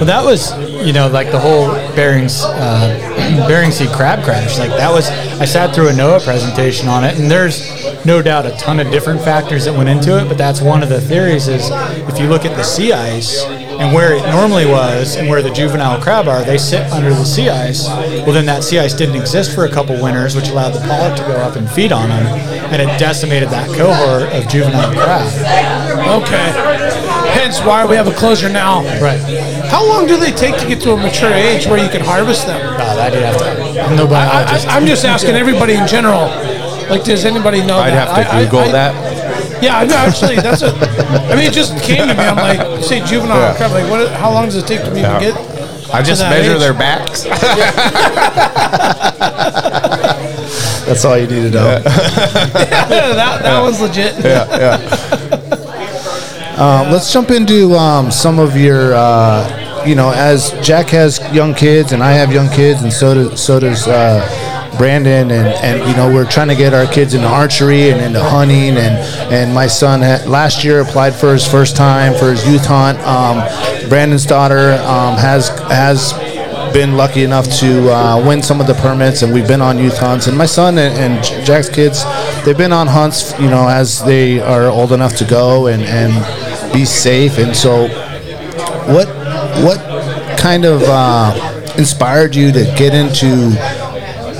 Speaker 6: Well, that was, you know, like the whole Bering's uh, Bering Sea crab crash. Like that was, I sat through a NOAA presentation on it, and there's no doubt a ton of different factors that went into it. But that's one of the theories is if you look at the sea ice and where it normally was and where the juvenile crab are, they sit under the sea ice. Well, then that sea ice didn't exist for a couple winters, which allowed the pollock to go up and feed on them, and it decimated that cohort of juvenile crab.
Speaker 3: Okay. Hence why we have a closure now.
Speaker 6: Right.
Speaker 3: How long do they take to get to a mature age where you can harvest them?
Speaker 6: God, Oh, I did have to. I'm no
Speaker 3: I,
Speaker 6: biologist.
Speaker 3: I, I'm just asking everybody in general. Like, does anybody know?
Speaker 2: I'd
Speaker 3: that?
Speaker 2: have to
Speaker 3: I- I-
Speaker 2: Google
Speaker 3: I-
Speaker 2: that.
Speaker 3: Yeah, I know, actually, that's a. I mean, it just came to me. I'm like, you say juvenile crab. Like, what? How long does it take to even get?
Speaker 2: I just
Speaker 3: that
Speaker 2: measure
Speaker 3: age.
Speaker 2: their backs.
Speaker 1: That's all you need to know.
Speaker 3: that that was legit.
Speaker 1: Uh, let's jump into um, some of your, uh, you know, as Jack has young kids and I have young kids, and so do, so does uh, Brandon, and, and you know, we're trying to get our kids into archery and into hunting, and and my son had, last year applied for his first time for his youth hunt. Um, Brandon's daughter um, has has been lucky enough to uh, win some of the permits, and we've been on youth hunts. And my son and, and J- Jack's kids, they've been on hunts, you know, as they are old enough to go and, and be safe. And so, what what kind of uh, inspired you to get into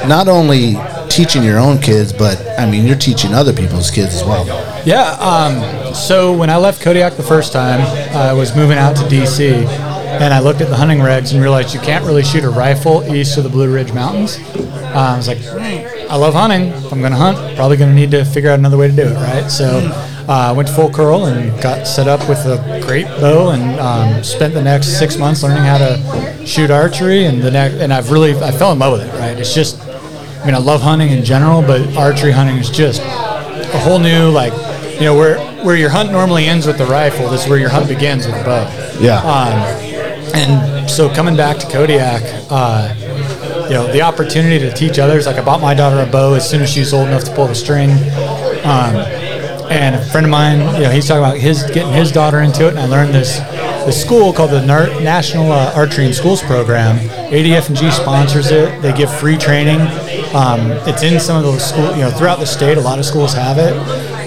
Speaker 1: not only teaching your own kids, but I mean, you're teaching other people's kids as well.
Speaker 6: Yeah. Um, so when I left Kodiak the first time, I was moving out to DC, and I looked at the hunting regs and realized you can't really shoot a rifle east of the Blue Ridge Mountains. Uh, I was like, I love hunting. If I'm going to hunt, probably going to need to figure out another way to do it, right? So Uh, went to full curl and got set up with a great bow and um, spent the next six months learning how to shoot archery and the next and I've really I fell in love with it. Right, it's just I mean I love hunting in general, but archery hunting is just a whole new like you know where where your hunt normally ends with the rifle, that's where your hunt begins with the bow.
Speaker 1: Yeah.
Speaker 6: Um, and so coming back to Kodiak, uh, you know, the opportunity to teach others. Like I bought my daughter a bow as soon as she was old enough to pull the string. Um, and a friend of mine, you know, he's talking about his getting his daughter into it, and I learned this this school called the Nar- National uh, Archery and Schools Program. ADF and G sponsors it. They give free training. Um, it's in some of those schools, you know, throughout the state. A lot of schools have it,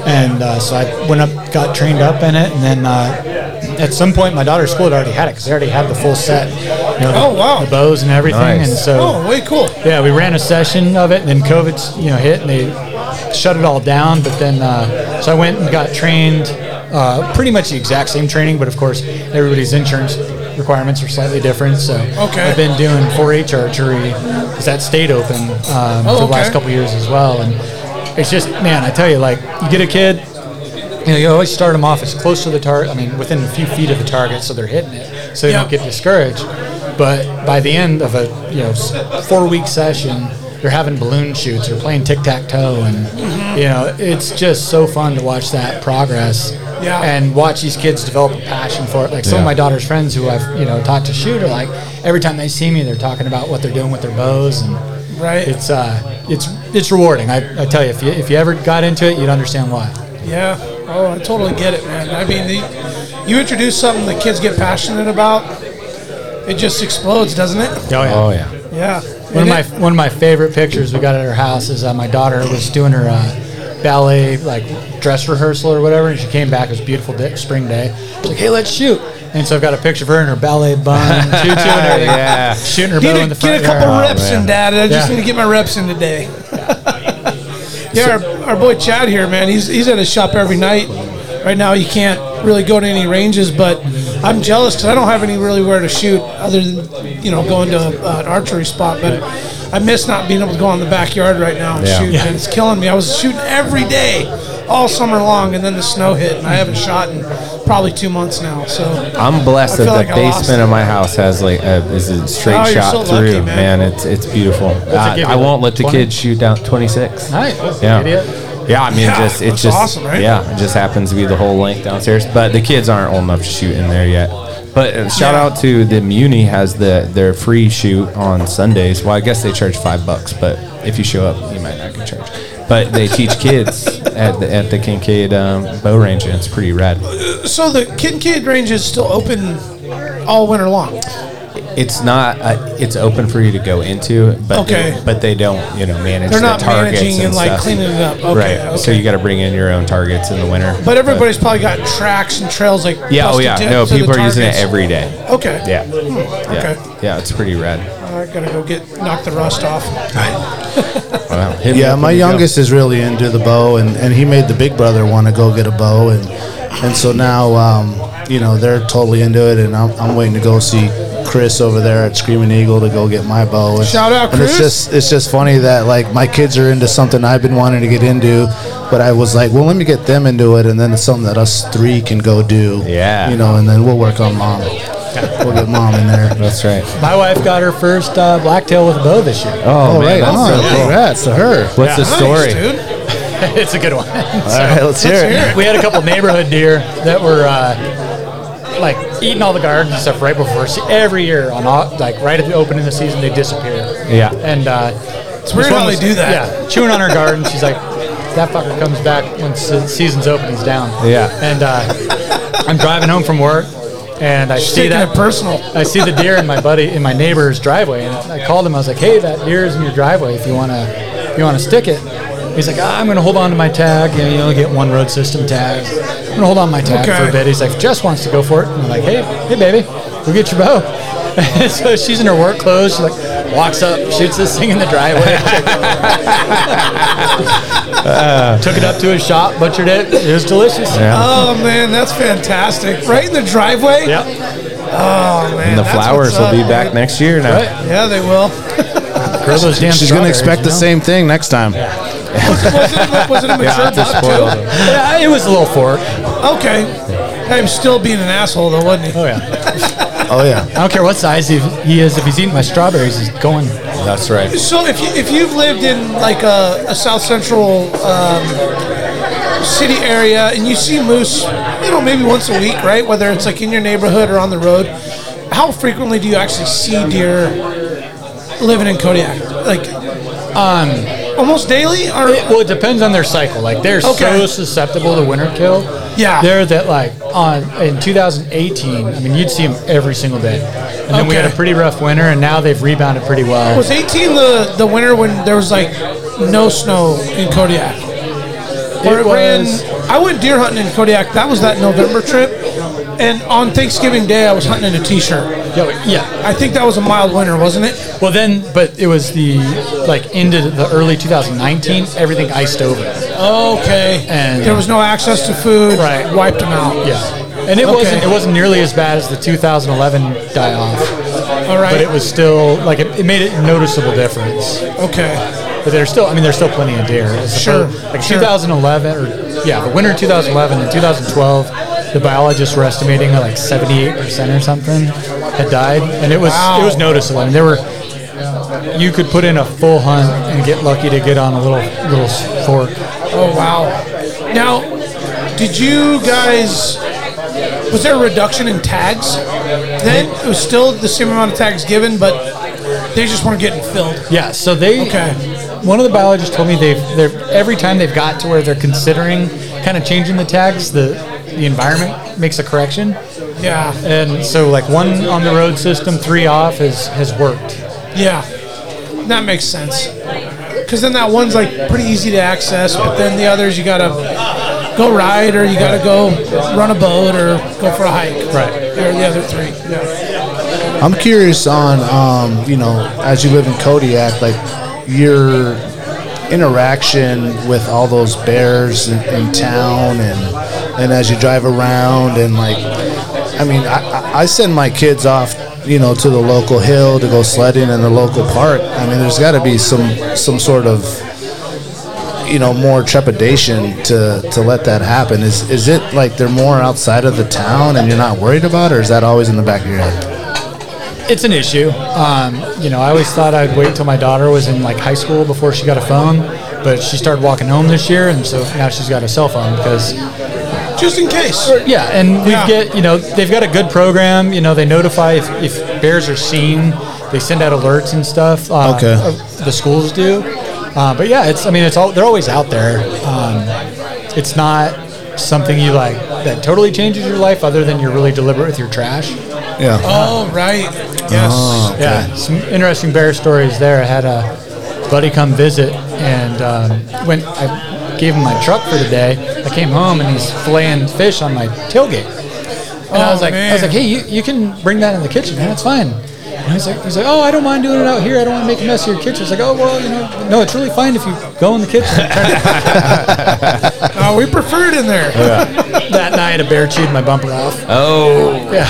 Speaker 6: and uh, so I went up, got trained up in it, and then. Uh, at some point, my daughter's school had already had it because they already had the full set, you know, the,
Speaker 3: Oh, wow.
Speaker 6: the bows and everything.
Speaker 5: Nice.
Speaker 6: And so,
Speaker 3: Oh, way cool.
Speaker 6: yeah, we ran a session of it, and then COVID, you know, hit, and they shut it all down. But then, uh, so I went and got trained, uh, pretty much the exact same training, but of course, everybody's insurance requirements are slightly different. So
Speaker 3: Okay.
Speaker 6: I've been doing 4-H archery because that stayed open um,
Speaker 3: Oh,
Speaker 6: for the
Speaker 3: okay.
Speaker 6: last couple years as well, and it's just, man, I tell you, like, you get a kid, you know, you always start them off as close to the target. I mean, within a few feet of the target, so they're hitting it, so they don't
Speaker 3: Yeah.
Speaker 6: get discouraged. But by the end of a you know four week session, they're having balloon shoots, they're playing tic tac toe,
Speaker 3: Mm-hmm.
Speaker 6: and you know it's just so fun to watch that progress.
Speaker 3: Yeah.
Speaker 6: And watch these kids develop a passion for it. Like some of
Speaker 5: Yeah.
Speaker 6: my daughter's friends who I've you know taught to shoot are like every time they see me, they're talking about what they're doing with their bows and
Speaker 3: Right.
Speaker 6: It's uh, it's it's rewarding. I, I tell you, if you if you ever got into it, you'd understand why.
Speaker 3: Yeah. Oh, I totally get it, man. I mean, the, you introduce something the kids get passionate about, it just explodes, doesn't it?
Speaker 6: Oh yeah.
Speaker 5: Oh yeah.
Speaker 3: Yeah.
Speaker 6: One of
Speaker 3: And
Speaker 6: my
Speaker 3: it-
Speaker 6: one of my favorite pictures we got at her house is uh, my daughter was doing her uh, ballet like dress rehearsal or whatever, and she came back. It was a beautiful day, spring day. She's like, "Hey, let's shoot!" And so I've got a picture of her in her ballet bun, tutu, and everything,
Speaker 5: Yeah.
Speaker 6: shooting her bow in
Speaker 3: Need
Speaker 6: the
Speaker 3: to
Speaker 6: front
Speaker 3: get a couple
Speaker 6: yard.
Speaker 3: reps in, Dad. I just
Speaker 6: Yeah.
Speaker 3: need to get my reps in today. yeah, our, our boy Chad here, man. He's he's at his shop every night. Right now, you can't really go to any ranges, but I'm jealous because I don't have any really where to shoot other than you know going to uh, an archery spot. But I miss not being able to go in the backyard right now and
Speaker 5: Yeah.
Speaker 3: shoot. And it's killing me. I was shooting every day all summer long, and then the snow hit, and I haven't shot in probably two months now. So
Speaker 5: I'm blessed that
Speaker 3: I feel
Speaker 5: the
Speaker 3: like I lost
Speaker 5: basement
Speaker 3: it.
Speaker 5: of my house has like a, is a straight
Speaker 3: Oh, you're
Speaker 5: shot
Speaker 3: so lucky,
Speaker 5: through.
Speaker 3: man.
Speaker 5: man. it's it's beautiful.
Speaker 6: it
Speaker 5: Uh,
Speaker 6: give
Speaker 5: I
Speaker 6: you?
Speaker 5: won't let the
Speaker 6: 20?
Speaker 5: kids shoot down 26.
Speaker 6: Nice.
Speaker 5: Yeah.
Speaker 6: Idiot.
Speaker 5: Yeah, I mean,
Speaker 3: Yeah,
Speaker 5: just it's
Speaker 3: that's
Speaker 5: just
Speaker 3: awesome, right?
Speaker 5: yeah, it just happens to be the whole length downstairs. But the kids aren't old enough to shoot in there yet. But uh, shout out to the Muni has the their free shoot on Sundays. Well, I guess they charge five bucks, but if you show up, you might not get charged. But they teach kids at the at the Kincaid um, bow range, and it's pretty rad.
Speaker 3: so the Kincaid range is still open all winter long.
Speaker 5: It's not. Uh, it's open for you to go into, but
Speaker 3: Okay.
Speaker 5: they, but they don't. You know, manage.
Speaker 3: They're
Speaker 5: the
Speaker 3: not
Speaker 5: targets
Speaker 3: managing and, like,
Speaker 5: stuff.
Speaker 3: cleaning it up. Okay,
Speaker 5: right. So
Speaker 3: okay.
Speaker 5: you got to bring in your own targets in the winter.
Speaker 3: But everybody's probably got tracks and trails like
Speaker 5: yeah. Oh
Speaker 3: busted
Speaker 5: yeah.
Speaker 3: tips
Speaker 5: No,
Speaker 3: to the
Speaker 5: people are using it
Speaker 3: targets.
Speaker 5: every day.
Speaker 3: Okay.
Speaker 5: Yeah.
Speaker 3: Okay.
Speaker 5: Yeah. Yeah. It's pretty rad.
Speaker 3: I gotta go get knock the rust off.
Speaker 5: Wow. Hit me
Speaker 1: Yeah,
Speaker 5: up
Speaker 1: my
Speaker 5: when you go.
Speaker 1: youngest is really into the bow, and, and he made the big brother want to go get a bow, and and so now um, you know they're totally into it, and I'm, I'm waiting to go see Chris over there at Screaming Eagle to go get my bow. And,
Speaker 3: Shout out,
Speaker 1: and
Speaker 3: Chris.
Speaker 1: It's just it's just funny that like my kids are into something I've been wanting to get into, but I was like, well, let me get them into it, and then it's something that us three can go do.
Speaker 5: Yeah.
Speaker 1: you know, and then we'll work on mom. We'll get mom in there.
Speaker 5: That's right.
Speaker 6: My wife got her first uh, blacktail with a bow this year.
Speaker 5: Oh,
Speaker 1: All
Speaker 5: man,
Speaker 1: right,
Speaker 5: that's
Speaker 1: on.
Speaker 5: so cool.
Speaker 1: Congrats to her.
Speaker 5: What's the
Speaker 3: Nice,
Speaker 5: story?
Speaker 3: dude.
Speaker 6: it's a good one.
Speaker 1: All right, let's hear it.
Speaker 6: we had a couple neighborhood deer that were uh, like eating all the gardens and stuff right before se- every year on all, like right at the opening of the season they disappear.
Speaker 5: Yeah.
Speaker 6: and uh, it's
Speaker 3: weird how they do that.
Speaker 6: Yeah, chewing on her garden. She's like, that fucker comes back when se- season's open. He's down.
Speaker 5: Yeah.
Speaker 6: and uh, I'm driving home from work. And I see
Speaker 3: taking
Speaker 6: that
Speaker 3: it personal.
Speaker 6: I see the deer in my buddy in my neighbor's driveway, and I called him. I was like, "Hey, that deer is in your driveway. If you wanna, if you wanna stick it." He's like, "Ah, "I'm gonna hold on to my tag. You, know, you only get one road system tag. I'm gonna hold on to my tag for
Speaker 3: Okay.
Speaker 6: a bit." He's like, "Jess wants to go for it." And I'm like, "Hey, hey, baby, go get your bow." so she's in her work clothes. She like walks up, shoots this thing in the driveway. Took it up to his shop, butchered it. It was delicious.
Speaker 5: Yeah.
Speaker 3: Oh man, that's fantastic! Right in the driveway.
Speaker 6: Yep.
Speaker 3: Oh man.
Speaker 5: and the
Speaker 3: that's
Speaker 5: flowers
Speaker 3: what's
Speaker 5: will be
Speaker 3: up,
Speaker 5: back
Speaker 3: dude.
Speaker 5: next year now.
Speaker 6: Right.
Speaker 3: Yeah, they will.
Speaker 6: Grow those damn
Speaker 1: She's going to
Speaker 6: strawberries,
Speaker 1: expect
Speaker 6: you
Speaker 1: the
Speaker 6: know?
Speaker 1: same thing next time.
Speaker 3: Was, was, it, was it a mature buck too?
Speaker 6: Yeah, it was a little fork.
Speaker 3: Okay. I'm still being an asshole though, wasn't he?
Speaker 6: Oh yeah.
Speaker 8: Oh yeah,
Speaker 6: I don't care what size he, he is. If he's eating my strawberries, he's going.
Speaker 8: that's right.
Speaker 3: So if you, if you've lived in like a, a south central um, city area and you see moose, you know maybe once a week, right? Whether it's like in your neighborhood or on the road, how frequently do you actually see deer living in Kodiak? Like
Speaker 6: Um,
Speaker 3: almost daily, or
Speaker 6: It, well, it depends on their cycle. Like they're
Speaker 3: Okay.
Speaker 6: so susceptible to winter kill.
Speaker 3: Yeah.
Speaker 6: they're that like on in 2018. I mean, you'd see them every single day. And then we had a
Speaker 3: Okay.
Speaker 6: pretty rough winter, and now they've rebounded pretty well.
Speaker 3: was 18 the the winter when there was like no snow in Kodiak? Or it
Speaker 6: It
Speaker 3: ran.
Speaker 6: was-
Speaker 3: I went deer hunting in Kodiak. That was that November trip, and on Thanksgiving Day I was hunting in a t-shirt.
Speaker 6: Yo, yeah.
Speaker 3: I think that was a mild winter, wasn't it?
Speaker 6: Well, then, but it was the like into the early 2019. Everything iced over.
Speaker 3: Okay.
Speaker 6: And-
Speaker 3: there was no access to food.
Speaker 6: Right.
Speaker 3: Wiped them out.
Speaker 6: Yeah. And it
Speaker 3: Okay.
Speaker 6: wasn't it wasn't nearly as bad as the 2011 die off,
Speaker 3: All right.
Speaker 6: but it was still like it, it made a noticeable difference.
Speaker 3: okay.
Speaker 6: But there's still, I mean, there's still plenty of deer. It's
Speaker 3: Sure,
Speaker 6: about- Like
Speaker 3: sure.
Speaker 6: 2011, or yeah, the winter of 2011 and 2012, the biologists were estimating that like 78% or something had died, and it was it was noticeable. I mean, there were you could put in a full hunt and get lucky to get on a little little fork.
Speaker 3: Oh wow. Now, did you guys? Was there a reduction in tags? Then it was still the same amount of tags given, but they just weren't getting filled.
Speaker 6: Yeah, so they.
Speaker 3: Okay.
Speaker 6: One of the biologists told me they've they're every time they've got to where they're considering kind of changing the tags, the the environment makes a correction.
Speaker 3: Yeah.
Speaker 6: And so, like one on the road system, three off has has worked.
Speaker 3: Yeah, that makes sense. Because then that one's like pretty easy to access, but then the others you gotta go ride or you gotta go run a boat or go for a hike.
Speaker 6: Right.
Speaker 3: Or the other three. Yeah.
Speaker 1: I'm curious on, um, you know, as you live in Kodiak, like your interaction with all those bears in, in town, and and as you drive around, and like, I mean, I, I- I send my kids off, you know, to the local hill to go sledding in the local park. I mean, there's got to be some some sort of you know more trepidation to to let that happen is is it like they're more outside of the town and you're not worried about it, or is that always in the back of your head
Speaker 6: It's an issue. Um, you know, I always thought I'd wait till my daughter was in like high school before she got a phone, but she started walking home this year, and so now she's got a cell phone because
Speaker 3: Just in case.
Speaker 6: yeah, and we
Speaker 3: Yeah.
Speaker 6: get you know they've got a good program. You know, they notify if, if bears are seen, they send out alerts and stuff. Uh,
Speaker 1: Okay.
Speaker 6: uh, the schools do, uh, but yeah, it's I mean it's all they're always out there. Um, it's not something you like that totally changes your life other than you're really deliberate with your trash.
Speaker 1: yeah
Speaker 3: Oh right. Yes.
Speaker 6: Yeah, some interesting bear stories there. I had a buddy come visit, and um, when I gave him my truck for today, I came home and he's filleting fish on my tailgate. And I was
Speaker 3: Oh,
Speaker 6: like, I
Speaker 3: man.
Speaker 6: was like, hey, you, you can bring that in the kitchen, man. It's fine. And he's like, he's like, oh, I don't mind doing it out here. I don't want to make a mess of your kitchen. It's like, oh, well, you know, no, it's really fine if you go in the kitchen.
Speaker 3: Oh, we prefer it in there.
Speaker 6: that night, a bear chewed my bumper off.
Speaker 2: Oh,
Speaker 6: Yeah.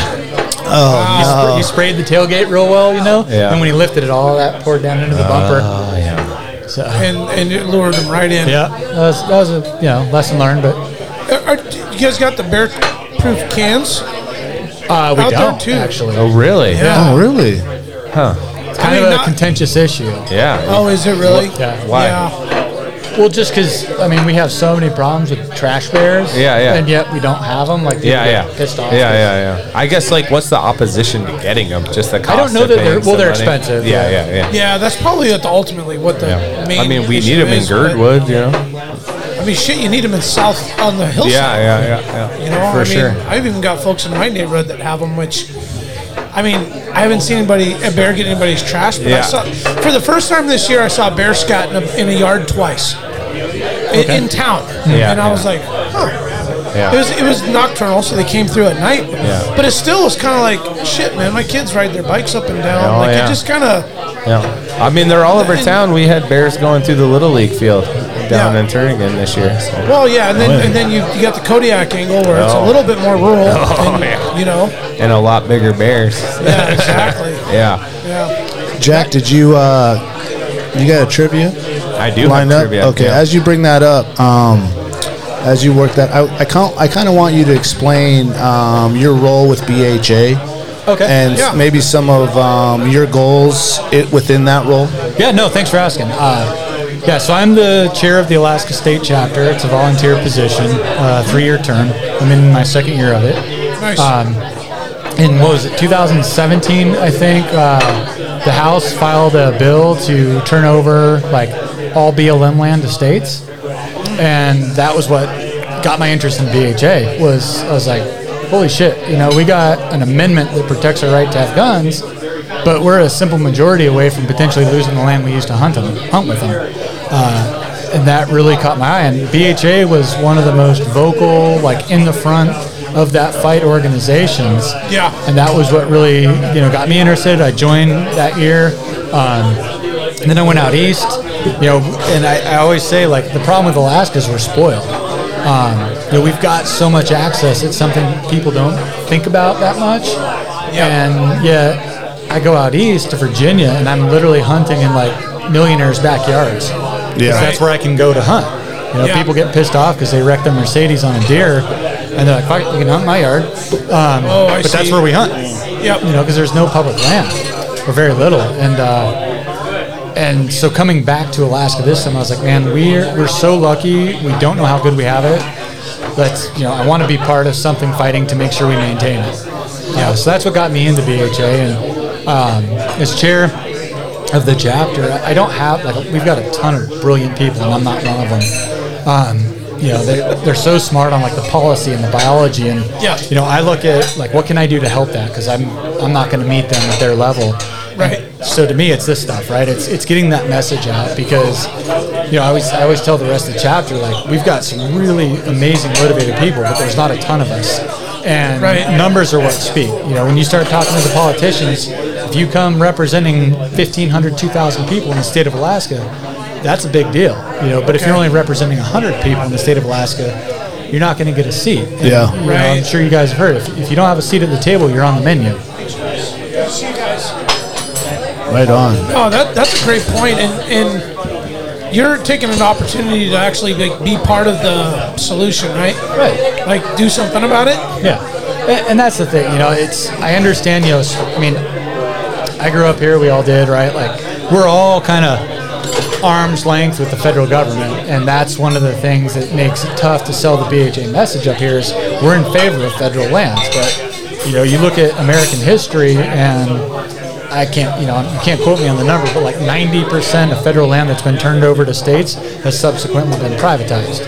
Speaker 6: Oh, he, spray- he sprayed the tailgate real well, you know.
Speaker 2: Yeah.
Speaker 6: And when he lifted it, all that poured down into the bumper. Oh yeah. So
Speaker 3: And and it lured them right in.
Speaker 6: yeah, that was, that was a you know lesson learned, but
Speaker 3: Are, are- you guys got the bear proof cans?
Speaker 6: uh, we
Speaker 3: Out there,
Speaker 6: don't
Speaker 3: too.
Speaker 6: actually.
Speaker 2: oh, really? Yeah.
Speaker 1: Oh, really?
Speaker 6: It's kind
Speaker 3: I mean,
Speaker 6: of a
Speaker 3: not-
Speaker 6: contentious issue.
Speaker 3: Oh, is it really?
Speaker 6: Yeah.
Speaker 2: Why?
Speaker 3: Yeah.
Speaker 6: Well, just because I mean we have so many problems with trash bears.
Speaker 2: Yeah, yeah.
Speaker 6: And yet we don't have them. Like people
Speaker 2: Yeah,
Speaker 6: get
Speaker 2: yeah.
Speaker 6: pissed off.
Speaker 2: Yeah, yeah, yeah. I guess like, what's the opposition to getting them? Just the cost.
Speaker 6: don't know
Speaker 2: of
Speaker 6: that they're-
Speaker 2: paying
Speaker 6: well, they're
Speaker 2: somebody?
Speaker 6: expensive,
Speaker 2: Yeah,
Speaker 6: yeah.
Speaker 2: yeah, yeah.
Speaker 3: Yeah, that's probably ultimately what the
Speaker 2: yeah.
Speaker 3: main.
Speaker 2: I mean, we
Speaker 3: issue
Speaker 2: need them in
Speaker 3: is, but-
Speaker 2: Girdwood, you know.
Speaker 3: I mean, shit, you need them in South on the hillside.
Speaker 2: Yeah, yeah, yeah, yeah.
Speaker 3: You know,
Speaker 2: for
Speaker 3: I mean,
Speaker 2: sure.
Speaker 3: I've even got folks in my neighborhood that have them, which, I mean, I haven't seen anybody a bear get anybody's trash. But I
Speaker 2: Yeah.
Speaker 3: saw for the first time this year, I saw a bear scat in a, in a yard twice i- in, town,
Speaker 2: Yeah,
Speaker 3: and I
Speaker 2: yeah.
Speaker 3: was like, huh.
Speaker 2: Yeah.
Speaker 3: It was it was nocturnal, so they came through at night. But it still was kind of like shit, man. My kids ride their bikes up and down.
Speaker 2: Oh,
Speaker 3: like it
Speaker 2: yeah.
Speaker 3: just kind of
Speaker 2: Yeah. I mean, they're all over town. We had bears going through the little league field down
Speaker 3: Yeah.
Speaker 2: in Turnigan this year. so.
Speaker 3: well, yeah. And then and then you, you got the Kodiak angle where it's a
Speaker 2: Oh.
Speaker 3: little bit more rural. and,
Speaker 2: yeah.
Speaker 3: You know.
Speaker 2: And a lot bigger bears.
Speaker 3: Yeah. Exactly.
Speaker 2: Yeah.
Speaker 3: yeah.
Speaker 1: Jack, did you uh, you got a trivia?
Speaker 2: I
Speaker 5: I do
Speaker 1: lined
Speaker 5: have
Speaker 1: up.
Speaker 5: trivia,
Speaker 1: Okay,
Speaker 5: yeah.
Speaker 1: as you bring that up, um, as you work that, I I, can't, I kind of want you to explain um, your role with BHA.
Speaker 6: Okay,
Speaker 1: And
Speaker 6: yeah.
Speaker 1: maybe some of um, your goals it, within that role.
Speaker 6: Yeah, no, thanks for asking. Uh, yeah, so I'm the chair of the Alaska State Chapter. It's a volunteer position, uh, three year term. I'm in my second year of it.
Speaker 3: Nice.
Speaker 6: Um, in what was it, 2017, I think, uh, the House filed a bill to turn over like all BLM land to states. And that was what got my interest in BHA was I was like, holy shit, you know, we got an amendment that protects our right to have guns but we're a simple majority away from potentially losing the land we used to hunt them, hunt with them. Uh, and that really caught my eye. And BHA was one of the most vocal, like in the front of that fight organizations.
Speaker 3: Yeah.
Speaker 6: And that was what really, you know, got me interested. I joined that year. Um, and then I went out east, you know, and I, I always say, like, the problem with Alaska is we're spoiled. Um, you know, we've got so much access, it's something people don't think about that much. And yeah, I go out east to Virginia and I'm literally hunting in like millionaires' backyards. Yeah. That's where I can go to hunt. You know,
Speaker 3: Yeah.
Speaker 6: people get pissed off because they wreck their Mercedes on a deer and they're like, fuck, you can hunt my yard. Um,
Speaker 3: Oh, I
Speaker 6: but that's
Speaker 3: see.
Speaker 6: where we hunt.
Speaker 3: Yep.
Speaker 6: You know, because there's no public land or very little. And, uh, and so coming back to Alaska this time, I was like, man, we're, we're so lucky. We don't know how good we have it. Let's, you know, I want to be part of something fighting to make sure we maintain it. Yeah, so that's what got me into BHA. And um, as chair of the chapter, I don't have, like, we've got a ton of brilliant people, and I'm not one of them. Um, you know, they're, they're so smart on, like, the policy and the biology. And,
Speaker 3: Yeah.
Speaker 6: you know, I look at, like, what can I do to help that? Because I'm, I'm not going to meet them at their level.
Speaker 3: Right.
Speaker 6: So to me, it's this stuff, right? It's it's getting that message out because, you know, I always I always tell the rest of the chapter like we've got some really amazing motivated people, but there's not a ton of us, and
Speaker 3: Right.
Speaker 6: numbers are what speak. You know, when you start talking to the politicians, if you come representing 1,500, 2,000 people in the state of Alaska, that's a big deal. You know, but if you're only representing 100 people in the state of Alaska. You're not going to get a seat. And,
Speaker 1: Yeah.
Speaker 6: you know, I'm
Speaker 3: Right.
Speaker 6: sure you guys have heard. If, if you don't have a seat at the table, you're on the menu.
Speaker 1: Right on.
Speaker 3: Oh, that, that's a great point, and, and you're taking an opportunity to actually like be part of the solution, right?
Speaker 6: Right.
Speaker 3: Like do something about it.
Speaker 6: Yeah, A- and that's the thing. You know, it's I understand. You know, s- I mean, I grew up here. We all did, right? Like we're all kind of arm's length with the federal government, and that's one of the things that makes it tough to sell the BHA message up here. Is we're in favor of federal lands, but you know, you look at American history and. I can't, you know, you can't quote me on the number, but like 90% of federal land that's been turned over to states has subsequently been privatized.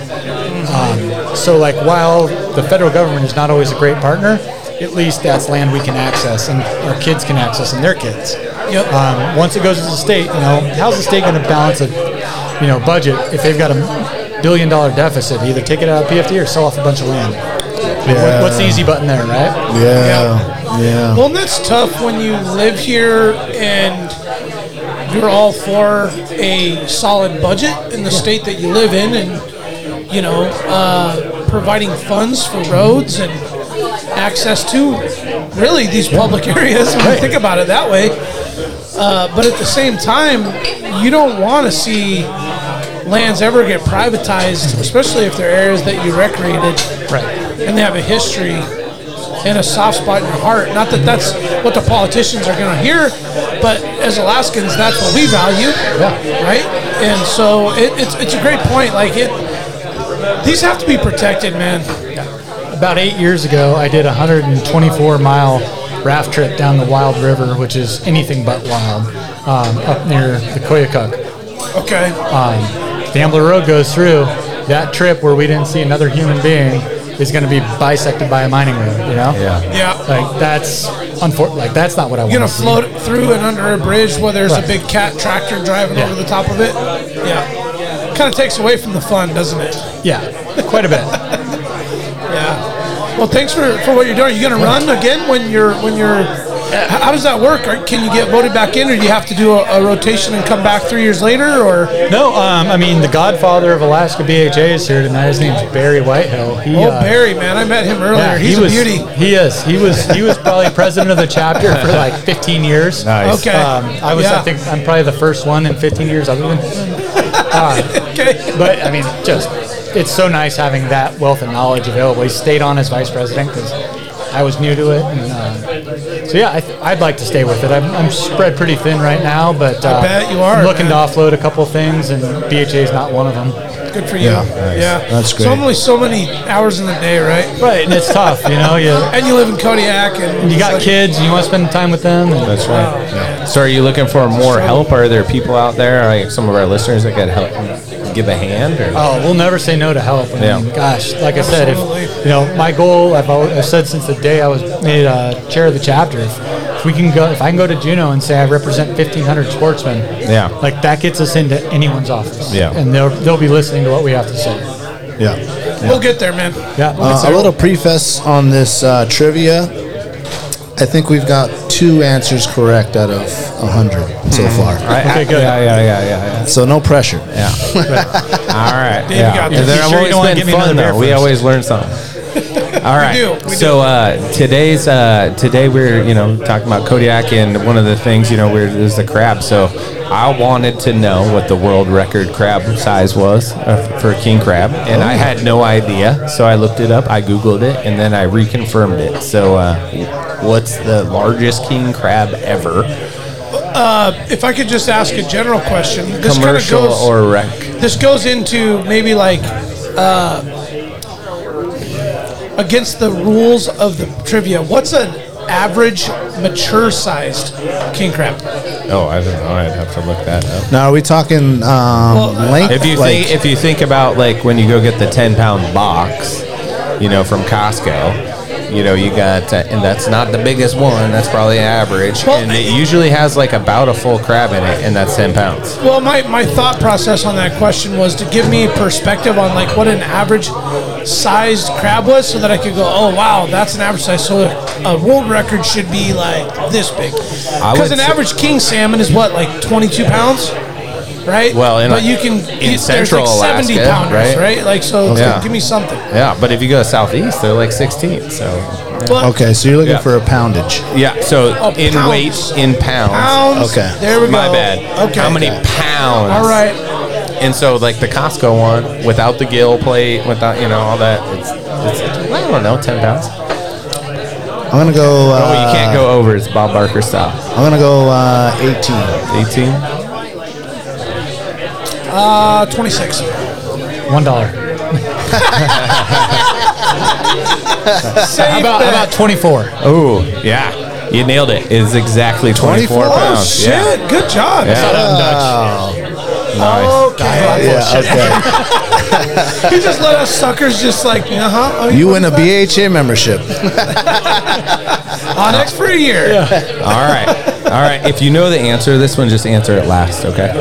Speaker 6: Um, so, like, while the federal government is not always a great partner, at least that's land we can access and our kids can access and their kids.
Speaker 3: Yep.
Speaker 6: Um, once it goes to the state, you know, how's the state going to balance a, you know, budget if they've got a billion dollar deficit? Either take it out of PFD or sell off a bunch of land. What, what's the easy button there, right?
Speaker 1: Yeah. Yeah.
Speaker 3: Well, and that's tough when you live here and you're all for a solid budget in the state that you live in, and you know, uh, providing funds for roads and access to really these public areas. When you think about it that way, uh, but at the same time, you don't want to see lands ever get privatized, especially if they're areas that you recreated
Speaker 6: Right.
Speaker 3: and they have a history and a soft spot in your heart. Not that that's what the politicians are going to hear, but as Alaskans, that's what we value, right? And so it, it's it's a great point. Like it, these have to be protected, man.
Speaker 6: About eight years ago, I did a 124 mile raft trip down the Wild River, which is anything but wild, um, up near the Koyukuk.
Speaker 3: Okay.
Speaker 6: um, the Ambler Road goes through, that trip where we didn't see another human being is going to be bisected by a mining road. You know? Yeah.
Speaker 3: yeah.
Speaker 6: Like that's unfor- Like that's not what I want.
Speaker 3: You're gonna
Speaker 6: to see.
Speaker 3: float it through and under a bridge where there's a
Speaker 6: Right.
Speaker 3: big cat tractor driving
Speaker 6: Yeah.
Speaker 3: over the top of it. Yeah. Kind of takes away from the fun, doesn't it?
Speaker 6: Yeah, quite a bit.
Speaker 3: Yeah. Well, thanks for, for what you're doing. Are you gonna run again when you're when you're H- How does that work? Or Can you get voted back in, or do you have to do a, a rotation and come back three years later? Or
Speaker 6: No, um, I mean the Godfather of Alaska BHA is here tonight. His name's Barry Whitehill. He,
Speaker 3: oh,
Speaker 6: uh,
Speaker 3: Barry, man, I met him earlier.
Speaker 6: yeah,
Speaker 3: He's
Speaker 6: he was,
Speaker 3: a beauty.
Speaker 6: He is. He was. He was probably president of the chapter for like 15 years.
Speaker 4: Nice.
Speaker 3: Okay.
Speaker 6: Um, I was.
Speaker 3: Yeah.
Speaker 6: I think I'm probably the first one in 15 years, other than
Speaker 3: Okay.
Speaker 6: but I mean, just it's so nice having that wealth of knowledge available. He stayed on as vice president because I was new to it, and uh, so yeah, I th- I'd like to stay with it. I'm, I'm spread pretty thin right now, but uh,
Speaker 3: bet you are,
Speaker 6: I'm looking
Speaker 3: man.
Speaker 6: to offload a couple things, and BHA is not one of them.
Speaker 3: Good for you.
Speaker 1: Yeah, nice.
Speaker 3: Yeah.
Speaker 1: That's
Speaker 3: So
Speaker 1: great.
Speaker 3: only so many hours in the day, right?
Speaker 6: Right, and it's tough, you know. You
Speaker 3: And you live in Kodiak, and
Speaker 6: you
Speaker 3: it's
Speaker 6: got
Speaker 3: like-
Speaker 6: kids, and you want to spend time with them. and-
Speaker 2: That's
Speaker 3: Oh,
Speaker 2: right. So, are you looking for more help? Are there people out there, like some of our listeners, that could help give a hand? Or?
Speaker 3: Uh,
Speaker 6: Oh, we'll never say no to help. I mean,
Speaker 2: Yeah.
Speaker 6: Gosh, like I said,
Speaker 3: Absolutely.
Speaker 6: if you know, my goal, I've, always, I've said since the day I was made uh, chair of the chapter, if, if we can go, if I can go to Juneau and say I represent 1,500 sportsmen,
Speaker 2: Yeah.
Speaker 6: like that gets us into anyone's office,
Speaker 2: Yeah.
Speaker 6: and they'll they'll be listening to what we have to say.
Speaker 1: Yeah.
Speaker 3: We'll get there, man.
Speaker 6: Yeah,
Speaker 1: Uh, a little preface on this uh, trivia. I think we've got two answers correct out of a 100 so far.
Speaker 2: I- I-
Speaker 6: Okay, good.
Speaker 2: Yeah, yeah, yeah, yeah.
Speaker 1: So no pressure.
Speaker 2: yeah. yeah. All right. yeah.
Speaker 3: got this.
Speaker 2: And then
Speaker 6: You
Speaker 2: I've
Speaker 6: sure you
Speaker 2: always
Speaker 6: don't wanna
Speaker 2: been
Speaker 6: give me
Speaker 2: fun
Speaker 6: another beer
Speaker 2: though. We
Speaker 6: first?
Speaker 2: always learn something. All right.
Speaker 3: do, we
Speaker 2: so uh, today's uh, today we're you know talking about Kodiak and one of the things you know we're, is the crab. So I wanted to know what the world record crab size was uh, for king crab, and
Speaker 6: Oh.
Speaker 2: I had no idea. So I looked it up, I googled it, and then I reconfirmed it. So uh, what's the largest king crab ever,
Speaker 3: If I could just ask a general question, this kind of
Speaker 2: commercial
Speaker 3: goes.
Speaker 2: or rec?
Speaker 3: this goes into maybe like uh, against the rules of the trivia. What's an average mature sized king crab?
Speaker 2: Oh, I don't know. I'd have to look that up.
Speaker 1: Now, are we talking um, length?
Speaker 2: If you
Speaker 1: Like-
Speaker 2: think if you think about like when you go get the ten pound box, you know from Costco, you know you got uh, and that's not the biggest one. That's probably average,
Speaker 3: Well-
Speaker 2: and it usually has like about a full crab in it, and that's ten pounds.
Speaker 3: Well, my, my thought process on that question was to give me perspective on like what an average sized crab was so that I could go, oh wow, that's an average size. So a world record should be like this big. Because
Speaker 2: would
Speaker 3: an
Speaker 2: say-
Speaker 3: average king salmon is what, like 22 pounds? Right?
Speaker 2: Well, in
Speaker 3: but
Speaker 2: a-
Speaker 3: you can,
Speaker 2: in
Speaker 3: you-
Speaker 2: Central
Speaker 3: there's like 70
Speaker 2: Alaska,
Speaker 3: pounders,
Speaker 2: right?
Speaker 3: right? Like, so it's
Speaker 2: Okay.
Speaker 3: like, give me something.
Speaker 2: Yeah, but if you go southeast, they're like sixteen. So
Speaker 3: But
Speaker 1: okay, so you're looking
Speaker 2: Yeah.
Speaker 1: for a poundage.
Speaker 2: yeah, so
Speaker 3: Oh,
Speaker 2: in
Speaker 3: pounds.
Speaker 2: weight in pounds.
Speaker 3: pounds.
Speaker 1: Okay.
Speaker 3: There we go.
Speaker 2: My bad.
Speaker 3: Okay.
Speaker 2: How many pounds?
Speaker 3: All right.
Speaker 2: And so, like the Costco one, without the gill plate, without you know all that, it's, it's I don't know, ten pounds.
Speaker 1: I'm gonna go. Uh,
Speaker 2: Oh, you can't go over. It's Bob Barker style.
Speaker 1: I'm gonna go uh, 18.
Speaker 2: 18?
Speaker 3: Uh, 26.
Speaker 6: one dollar.
Speaker 3: Save
Speaker 6: About
Speaker 3: that.
Speaker 6: about 24.
Speaker 2: Oh, yeah. You nailed it. It's exactly 24,
Speaker 1: 24?
Speaker 3: Oh,
Speaker 2: pounds.
Speaker 3: shit.
Speaker 2: Yeah.
Speaker 3: Good job.
Speaker 2: Nice.
Speaker 3: Oh. Okay.
Speaker 1: Yeah, okay.
Speaker 3: He just let us suckers just like, uh huh.
Speaker 1: You win a BHA membership.
Speaker 3: on X for a year.
Speaker 2: All right. All right. If you know the answer to this one, just answer it last, okay?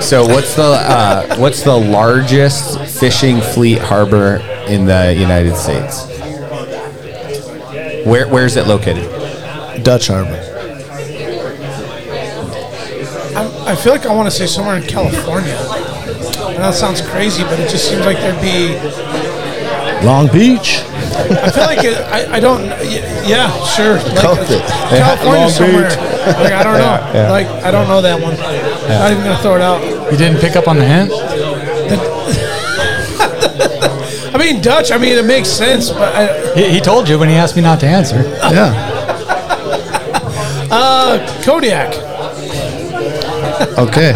Speaker 2: So, what's the uh, what's the largest fishing fleet harbor in the United States? Where where is it located?
Speaker 1: Dutch Harbor.
Speaker 3: I, I feel like I want to say somewhere in California. And that sounds crazy, but it just seems like there'd be.
Speaker 1: Long Beach.
Speaker 3: I feel like it, I, I don't. y- Yeah, sure. Like,
Speaker 1: Cooked it.
Speaker 3: California
Speaker 2: Long
Speaker 3: somewhere.
Speaker 2: Beach.
Speaker 3: Like, I don't know.
Speaker 2: yeah.
Speaker 3: Like I don't know that one. Not even gonna throw it out.
Speaker 6: You didn't pick up on the hint.
Speaker 3: I mean Dutch. I mean it makes sense, but I,
Speaker 6: He, he told you when he asked me not to answer.
Speaker 1: Yeah.
Speaker 3: Kodiak.
Speaker 1: Okay.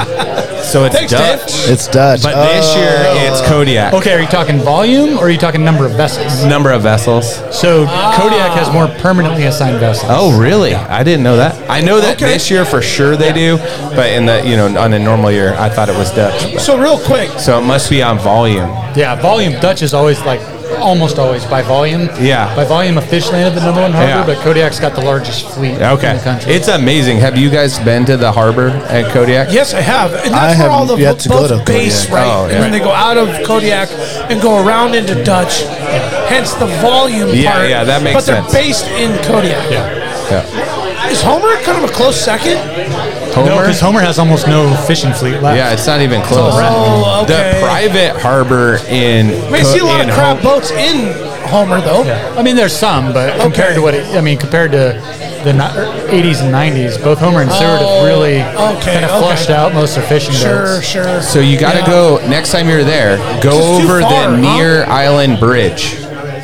Speaker 2: So it's
Speaker 3: Thanks,
Speaker 2: Dutch,
Speaker 3: Dave.
Speaker 1: It's Dutch.
Speaker 2: but this
Speaker 1: Oh.
Speaker 2: year it's Kodiak.
Speaker 6: Okay, are you talking volume or are you talking number of vessels?
Speaker 2: Number of vessels.
Speaker 6: So Kodiak has more permanently assigned vessels.
Speaker 2: Oh, really? I didn't know that. I know that
Speaker 3: Okay.
Speaker 2: this year for sure they do, but in the you know on a normal year, I thought it was Dutch. but-
Speaker 3: So real quick,
Speaker 2: So it must be on volume.
Speaker 6: Yeah, volume Dutch is always like almost always by volume.
Speaker 2: Yeah.
Speaker 6: by volume of fish landed the number one harbor,
Speaker 2: Yeah.
Speaker 6: but Kodiak's got the largest fleet in
Speaker 2: Okay,
Speaker 6: the country.
Speaker 2: it's amazing. Have you guys been to the harbor at Kodiak?
Speaker 3: Yes, I have. And
Speaker 1: I
Speaker 3: that's where
Speaker 1: have
Speaker 3: all the
Speaker 1: yet to go
Speaker 3: boats
Speaker 1: to
Speaker 3: base,
Speaker 1: Kodiak.
Speaker 3: right?
Speaker 2: Oh, yeah.
Speaker 3: And then they go out of Kodiak and go around into Dutch. Hence the volume
Speaker 2: Yeah,
Speaker 3: part.
Speaker 2: yeah, that makes
Speaker 3: But they're
Speaker 2: sense.
Speaker 3: based in Kodiak.
Speaker 6: yeah.
Speaker 2: Yeah.
Speaker 3: Is Homer kind of a close second?
Speaker 6: No, because Homer has almost no fishing fleet left.
Speaker 2: Yeah, it's not even close.
Speaker 3: Oh, okay.
Speaker 2: The private harbor in.
Speaker 3: I mean, I see a lot
Speaker 2: in
Speaker 3: of crab
Speaker 2: Ho-
Speaker 3: boats in Homer, though.
Speaker 6: Yeah. I mean, there's some, but compared to what it, I mean, compared to the ni- 80s and 90s, both Homer and Seward
Speaker 3: Oh,
Speaker 6: have really
Speaker 3: okay,
Speaker 6: kind of
Speaker 3: okay.
Speaker 6: flushed out most of their fishing
Speaker 3: Sure,
Speaker 6: boats.
Speaker 3: sure.
Speaker 2: So you got to
Speaker 3: Yeah.
Speaker 2: go next time you're there. Go
Speaker 3: It's too
Speaker 2: over
Speaker 3: far, huh?
Speaker 2: the near island bridge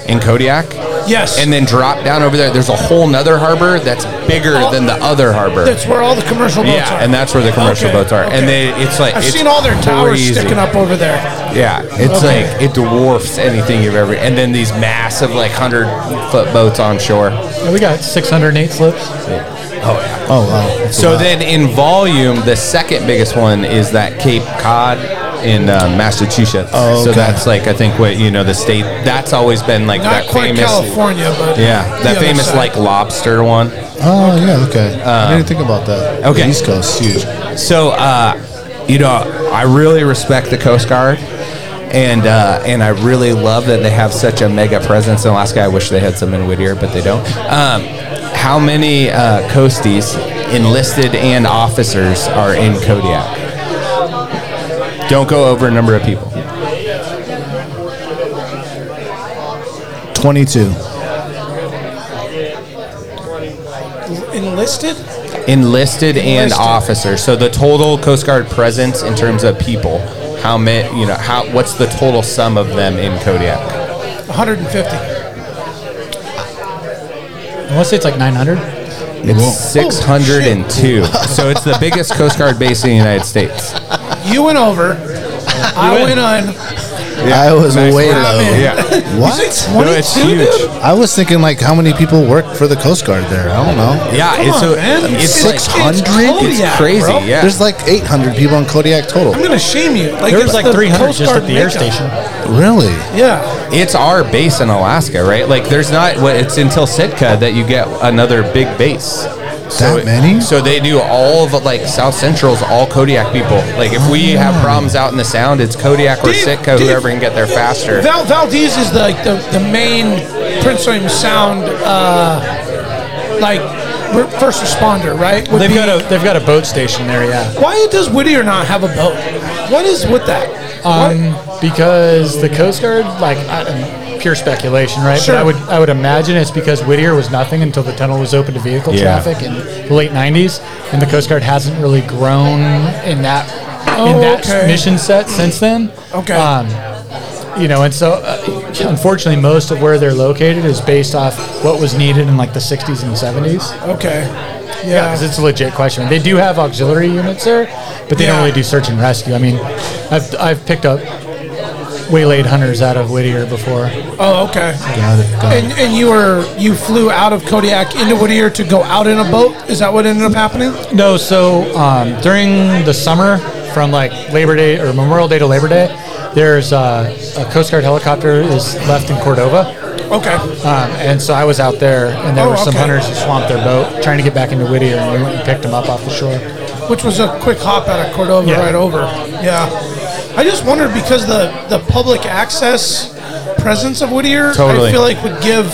Speaker 2: in Kodiak,
Speaker 3: Yes.
Speaker 2: and then drop down over there. There's a whole nother harbor that's bigger than the other harbor.
Speaker 3: Oh. that's where all the commercial boats
Speaker 2: yeah,
Speaker 3: are.
Speaker 2: and that's where the commercial
Speaker 3: Okay,
Speaker 2: boats are.
Speaker 3: okay.
Speaker 2: And they, it's like
Speaker 3: I've
Speaker 2: it's
Speaker 3: seen all their towers
Speaker 2: crazy.
Speaker 3: sticking up over there.
Speaker 2: Yeah, it's
Speaker 3: Okay.
Speaker 2: like it dwarfs anything you've ever. And then these massive like hundred foot boats on shore.
Speaker 6: Yeah, we got 608 slips.
Speaker 1: Oh, wow. That's a
Speaker 2: So
Speaker 1: lot.
Speaker 2: then, in volume, the second biggest one is that Cape Cod in uh, Massachusetts.
Speaker 1: Oh,
Speaker 2: So
Speaker 1: okay.
Speaker 2: that's like I think what you know the state that's always been like
Speaker 3: Not
Speaker 2: that
Speaker 3: quite
Speaker 2: famous.
Speaker 3: California, but
Speaker 2: Yeah,
Speaker 3: the
Speaker 2: that
Speaker 3: other
Speaker 2: famous
Speaker 3: side.
Speaker 2: like lobster one.
Speaker 1: Oh, yeah, okay. I didn't think about that.
Speaker 2: Um, okay.
Speaker 1: The East Coast, huge.
Speaker 2: So, uh, you know, I really respect the Coast Guard, and uh, and I really love that they have such a mega presence in Alaska. I wish they had some in Whittier, but they don't. Um, how many uh, Coasties, enlisted and officers, are in Kodiak? Don't go over a number of people.
Speaker 1: 22.
Speaker 3: enlisted.
Speaker 2: Enlisted and
Speaker 3: Enlisted.
Speaker 2: officers. So the total Coast Guard presence in terms of people. How many? You know, how? What's the total sum of them in Kodiak?
Speaker 3: 150.
Speaker 6: I want to say it's like 900.
Speaker 2: It's 602. so it's the biggest Coast Guard base in the United States.
Speaker 3: You went over. I went on.
Speaker 1: I was way
Speaker 3: one.
Speaker 1: low.
Speaker 3: Yeah.
Speaker 1: What?
Speaker 2: No, it's huge.
Speaker 1: I was thinking, like, how many people work for the Coast Guard there? I don't know.
Speaker 2: Yeah,
Speaker 3: Come
Speaker 2: it's
Speaker 3: on,
Speaker 2: so
Speaker 3: man.
Speaker 2: it's
Speaker 3: It's
Speaker 2: like
Speaker 1: 600?
Speaker 2: It's
Speaker 3: Kodiak,
Speaker 2: crazy.
Speaker 3: bro.
Speaker 2: Yeah.
Speaker 1: There's like 800 people in Kodiak total.
Speaker 3: I'm gonna shame you. Like
Speaker 6: There
Speaker 3: there's
Speaker 6: was like
Speaker 3: the
Speaker 6: 300
Speaker 3: Coast
Speaker 6: just at
Speaker 3: Guard
Speaker 6: the air
Speaker 3: makeup.
Speaker 6: station.
Speaker 1: Really?
Speaker 3: Yeah.
Speaker 2: it's our base in Alaska, right? Like there's not what it's until Sitka that you get another big base. So
Speaker 1: That many?
Speaker 2: So they do all of like South Central's all Kodiak people. Like if we have problems out in the sound, it's Kodiak or
Speaker 3: Dave-
Speaker 2: Sitka,
Speaker 3: Dave-
Speaker 2: whoever can get there faster.
Speaker 3: Val Valdez is the like, the, the main Prince William Sound uh, like re- first responder, right? Would
Speaker 6: They've
Speaker 3: be-
Speaker 6: got a they've got a boat station there, yeah.
Speaker 3: why does Whittier not have a boat? What is with that?
Speaker 6: Um,
Speaker 3: What-
Speaker 6: because the Coast Guard, like I, um, pure speculation, right?
Speaker 3: Sure.
Speaker 6: But I would I would imagine it's because Whittier was nothing until the tunnel was open to vehicle traffic in the late '90s, and the Coast Guard hasn't really grown in that
Speaker 3: Oh,
Speaker 6: in that
Speaker 3: okay.
Speaker 6: mission set since then.
Speaker 3: Okay.
Speaker 6: Um, you know, and so uh, unfortunately, most of where they're located is based off what was needed in like the '60s and '70s.
Speaker 3: okay.
Speaker 6: Yeah,
Speaker 3: Yeah.
Speaker 6: 'cause it's a legit question. They do have auxiliary units there, but they
Speaker 3: Yeah.
Speaker 6: don't really do search and rescue. I mean, I've, I've picked up waylaid hunters out of Whittier before.
Speaker 3: oh, okay.
Speaker 1: Got it. Got
Speaker 3: And,
Speaker 1: it.
Speaker 3: and you were you flew out of Kodiak into Whittier to go out in a boat? Is that what ended up happening?
Speaker 6: No, so um, during the summer, from like Labor Day or Memorial Day to Labor Day, there's uh, a Coast Guard helicopter is left in Cordova.
Speaker 3: Okay.
Speaker 6: Um, and so I was out there, and there
Speaker 3: Oh,
Speaker 6: were some
Speaker 3: okay.
Speaker 6: hunters who swamped their boat trying to get back into Whittier, and we went and picked them up off the shore.
Speaker 3: which was a quick hop out of Cordova
Speaker 6: Yeah.
Speaker 3: right over. Yeah. I just wondered because the, the public access presence of Whittier, I
Speaker 2: Totally.
Speaker 3: feel like would give.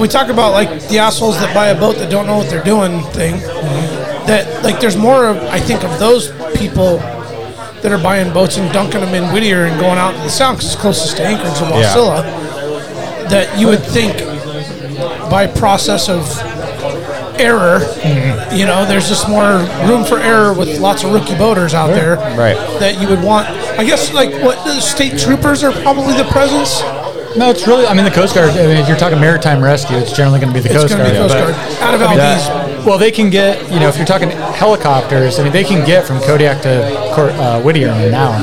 Speaker 3: We talk about like the assholes that buy a boat that don't know what they're doing thing.
Speaker 2: Mm-hmm.
Speaker 3: That like there's more of I think of those people that are buying boats and dunking them in Whittier and going out to the Sound because it's closest to Anchorage and
Speaker 2: Yeah.
Speaker 3: Wasilla. That you would think by process of error. You know, there's just more room for error with lots of rookie boaters out there.
Speaker 2: Right.
Speaker 3: That you would want. I guess like what the state troopers are probably the presence.
Speaker 6: No, it's really. I mean, the Coast Guard. I mean, if you're talking maritime rescue, it's generally going to be the
Speaker 3: It's
Speaker 6: Coast
Speaker 3: going to
Speaker 6: Guard.
Speaker 3: be Coast
Speaker 6: but-
Speaker 3: Guard out of Valdez.
Speaker 6: That- well, they can get. You know, if you're talking helicopters, I mean, they can get from Kodiak to Cor- uh, Whittier in an hour,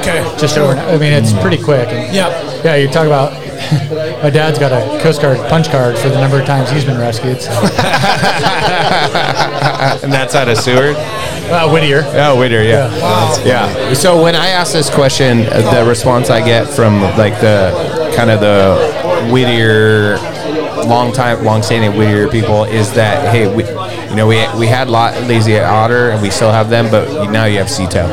Speaker 3: Okay.
Speaker 6: just over. I mean, it's pretty quick. And
Speaker 3: Yep.
Speaker 6: Yeah, you talk about. my dad's got a Coast Guard punch card for the number of times he's been rescued. So.
Speaker 2: and that's out of Seward.
Speaker 6: uh, Whittier.
Speaker 2: Oh, waiter, yeah. Yeah. So when I ask this question, uh, the response I get from like the kind of the Whittier, long time, long-standing Whittier people is that hey, we, you know, we we had lot lazy otter and we still have them, but now you have CETO,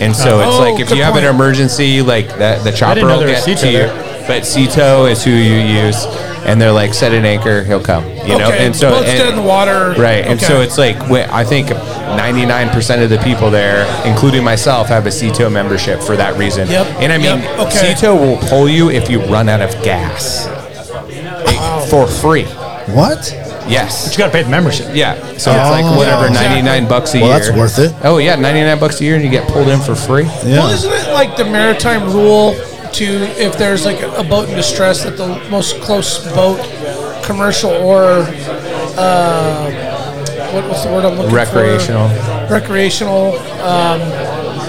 Speaker 2: and so it's
Speaker 3: Oh,
Speaker 2: like if
Speaker 3: good
Speaker 2: you have an
Speaker 3: point.
Speaker 2: emergency, like that the chopper
Speaker 6: know
Speaker 2: will
Speaker 6: there
Speaker 2: get
Speaker 6: was
Speaker 2: to
Speaker 6: CETO
Speaker 2: you,
Speaker 6: there.
Speaker 2: but CETO is who you use. and they're like, set an anchor, he'll come. You know,
Speaker 3: Okay,
Speaker 2: and so
Speaker 3: boat's
Speaker 2: and-
Speaker 3: dead in the water.
Speaker 2: right? And so
Speaker 3: Okay.
Speaker 2: it's like wh- I think 99% of the people there, including myself, have a CETO membership for that reason.
Speaker 3: Yep,
Speaker 2: And I mean,
Speaker 3: yep, okay.
Speaker 2: CETO will pull you if you run out of gas It- for free.
Speaker 1: What?
Speaker 2: Yes.
Speaker 6: you got to pay the membership.
Speaker 2: Yeah. So it's
Speaker 3: Oh,
Speaker 2: like whatever, 99 bucks a
Speaker 1: Well,
Speaker 2: year.
Speaker 1: that's worth it.
Speaker 2: Oh, yeah, 99 bucks a year and you get pulled in for free.
Speaker 3: Well, isn't it like the maritime rule to if there's like a boat in distress that the most close boat, commercial or uh, what, what's the word I'm looking
Speaker 2: Recreational.
Speaker 3: for? Recreational. um,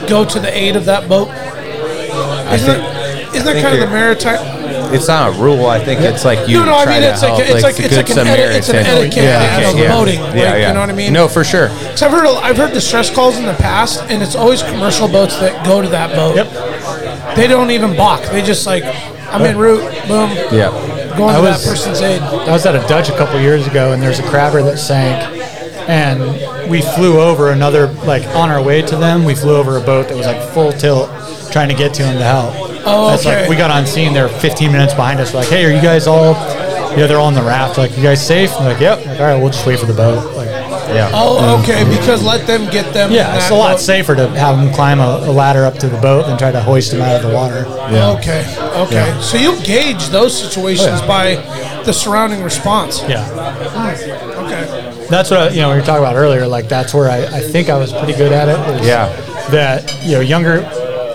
Speaker 3: go to the aid of that boat. Isn't
Speaker 2: think-
Speaker 3: that, isn't that
Speaker 2: think
Speaker 3: kind of the
Speaker 2: you're-
Speaker 3: maritime?
Speaker 2: It's not a rule. I think it's like you
Speaker 3: No, no, I
Speaker 2: try
Speaker 3: mean
Speaker 2: to
Speaker 3: it's like,
Speaker 2: help,
Speaker 3: a, it's like
Speaker 2: the
Speaker 3: it's
Speaker 2: good
Speaker 3: like an, edi- it's an
Speaker 2: Samaritan.
Speaker 3: etiquette
Speaker 2: Yeah,
Speaker 3: yeah, of
Speaker 2: yeah.
Speaker 3: boating. like,
Speaker 2: Yeah, yeah.
Speaker 3: You know what I mean?
Speaker 2: No, for sure.
Speaker 3: So I've heard I've heard distress calls in the past, and it's always commercial boats that go to that boat. Yep. They don't even balk. They just like, I'm en route. Boom.
Speaker 2: Yeah.
Speaker 3: Going
Speaker 6: I
Speaker 3: to
Speaker 6: was-
Speaker 3: that person's aid.
Speaker 6: I was at a Dutch a couple years ago, and there's a crabber that sank, and we flew over another. Like on our way to them, we flew over a boat that was like full tilt, trying to get to him to help.
Speaker 3: Oh,
Speaker 6: That's
Speaker 3: okay.
Speaker 6: like we got on scene. They're 15 minutes behind us. We're like, hey, are you guys all? Yeah, they're all on the raft. Like, you guys safe? And they're like, yep. Like, all right, we'll just wait for the boat. Like, yeah.
Speaker 3: Oh, okay. Because let them get them.
Speaker 6: Yeah,
Speaker 3: in
Speaker 6: it's
Speaker 3: that
Speaker 6: a lot
Speaker 3: boat.
Speaker 6: safer to have them climb a, a ladder up to the boat than try to hoist them out of the water.
Speaker 3: Okay. Okay. So you gauge those situations
Speaker 6: Oh,
Speaker 3: by the surrounding response.
Speaker 6: Yeah,
Speaker 3: Okay.
Speaker 6: that's what I, you know we were talking about earlier. Like that's where I, I think I was pretty good at it. was
Speaker 2: Yeah.
Speaker 6: that you know younger,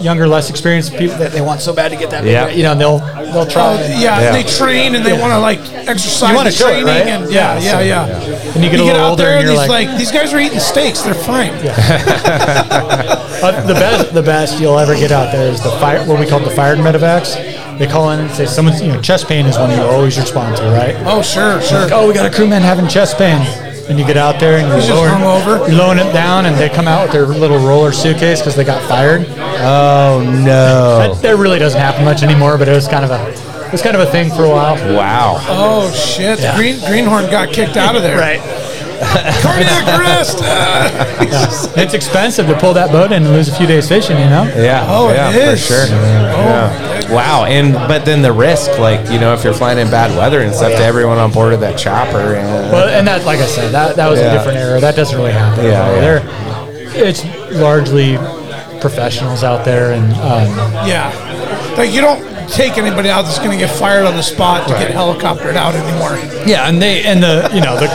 Speaker 6: younger, less experienced people that they want so bad to get that.
Speaker 2: Yeah.
Speaker 6: you know and they'll they'll try.
Speaker 3: Oh, yeah, They train and they want to like exercise.
Speaker 6: You wanna
Speaker 3: the
Speaker 6: show it,
Speaker 3: training
Speaker 6: right?
Speaker 3: and yeah, yeah,
Speaker 6: Yeah, so-
Speaker 3: yeah,
Speaker 6: And you get a little
Speaker 3: out
Speaker 6: older
Speaker 3: there and
Speaker 6: and you're
Speaker 3: these
Speaker 6: like-
Speaker 3: like these guys are eating steaks. They're fine.
Speaker 6: But "Uh, the best the best you'll ever get out there is the fire what we call the fired medevacs. They call in and say someone's you know chest pain is one you always respond to, right?
Speaker 3: Oh sure, sure.
Speaker 6: Like, oh, we got a crewman having chest pain. And you get out there and you
Speaker 3: just
Speaker 6: lower,
Speaker 3: hungover.
Speaker 6: you're lowering it down, and they come out with their little roller suitcase because they got fired. Oh no! That, that really doesn't happen much anymore, but it was kind of a it was kind of a thing for a while.
Speaker 2: Wow.
Speaker 3: Oh shit! Green Greenhorn got kicked out of there. Cardiac arrest.
Speaker 6: Yeah. It's expensive to pull that boat in and lose a few days fishing, you know.
Speaker 2: Yeah.
Speaker 3: Oh, it
Speaker 2: yeah,
Speaker 3: is.
Speaker 2: for sure. Yeah. Wow. And but then the risk, like you know, if you're flying in bad weather and stuff, to everyone on board of that chopper. And,
Speaker 6: Well, and that, like I said, that that was
Speaker 2: Yeah.
Speaker 6: a different era. That doesn't really happen.
Speaker 2: Yeah, yeah.
Speaker 6: They're, it's largely professionals out there, and um,
Speaker 3: yeah, like you don't take anybody out that's going to get fired on the spot to get helicoptered out anymore.
Speaker 6: Yeah, and they and the you know the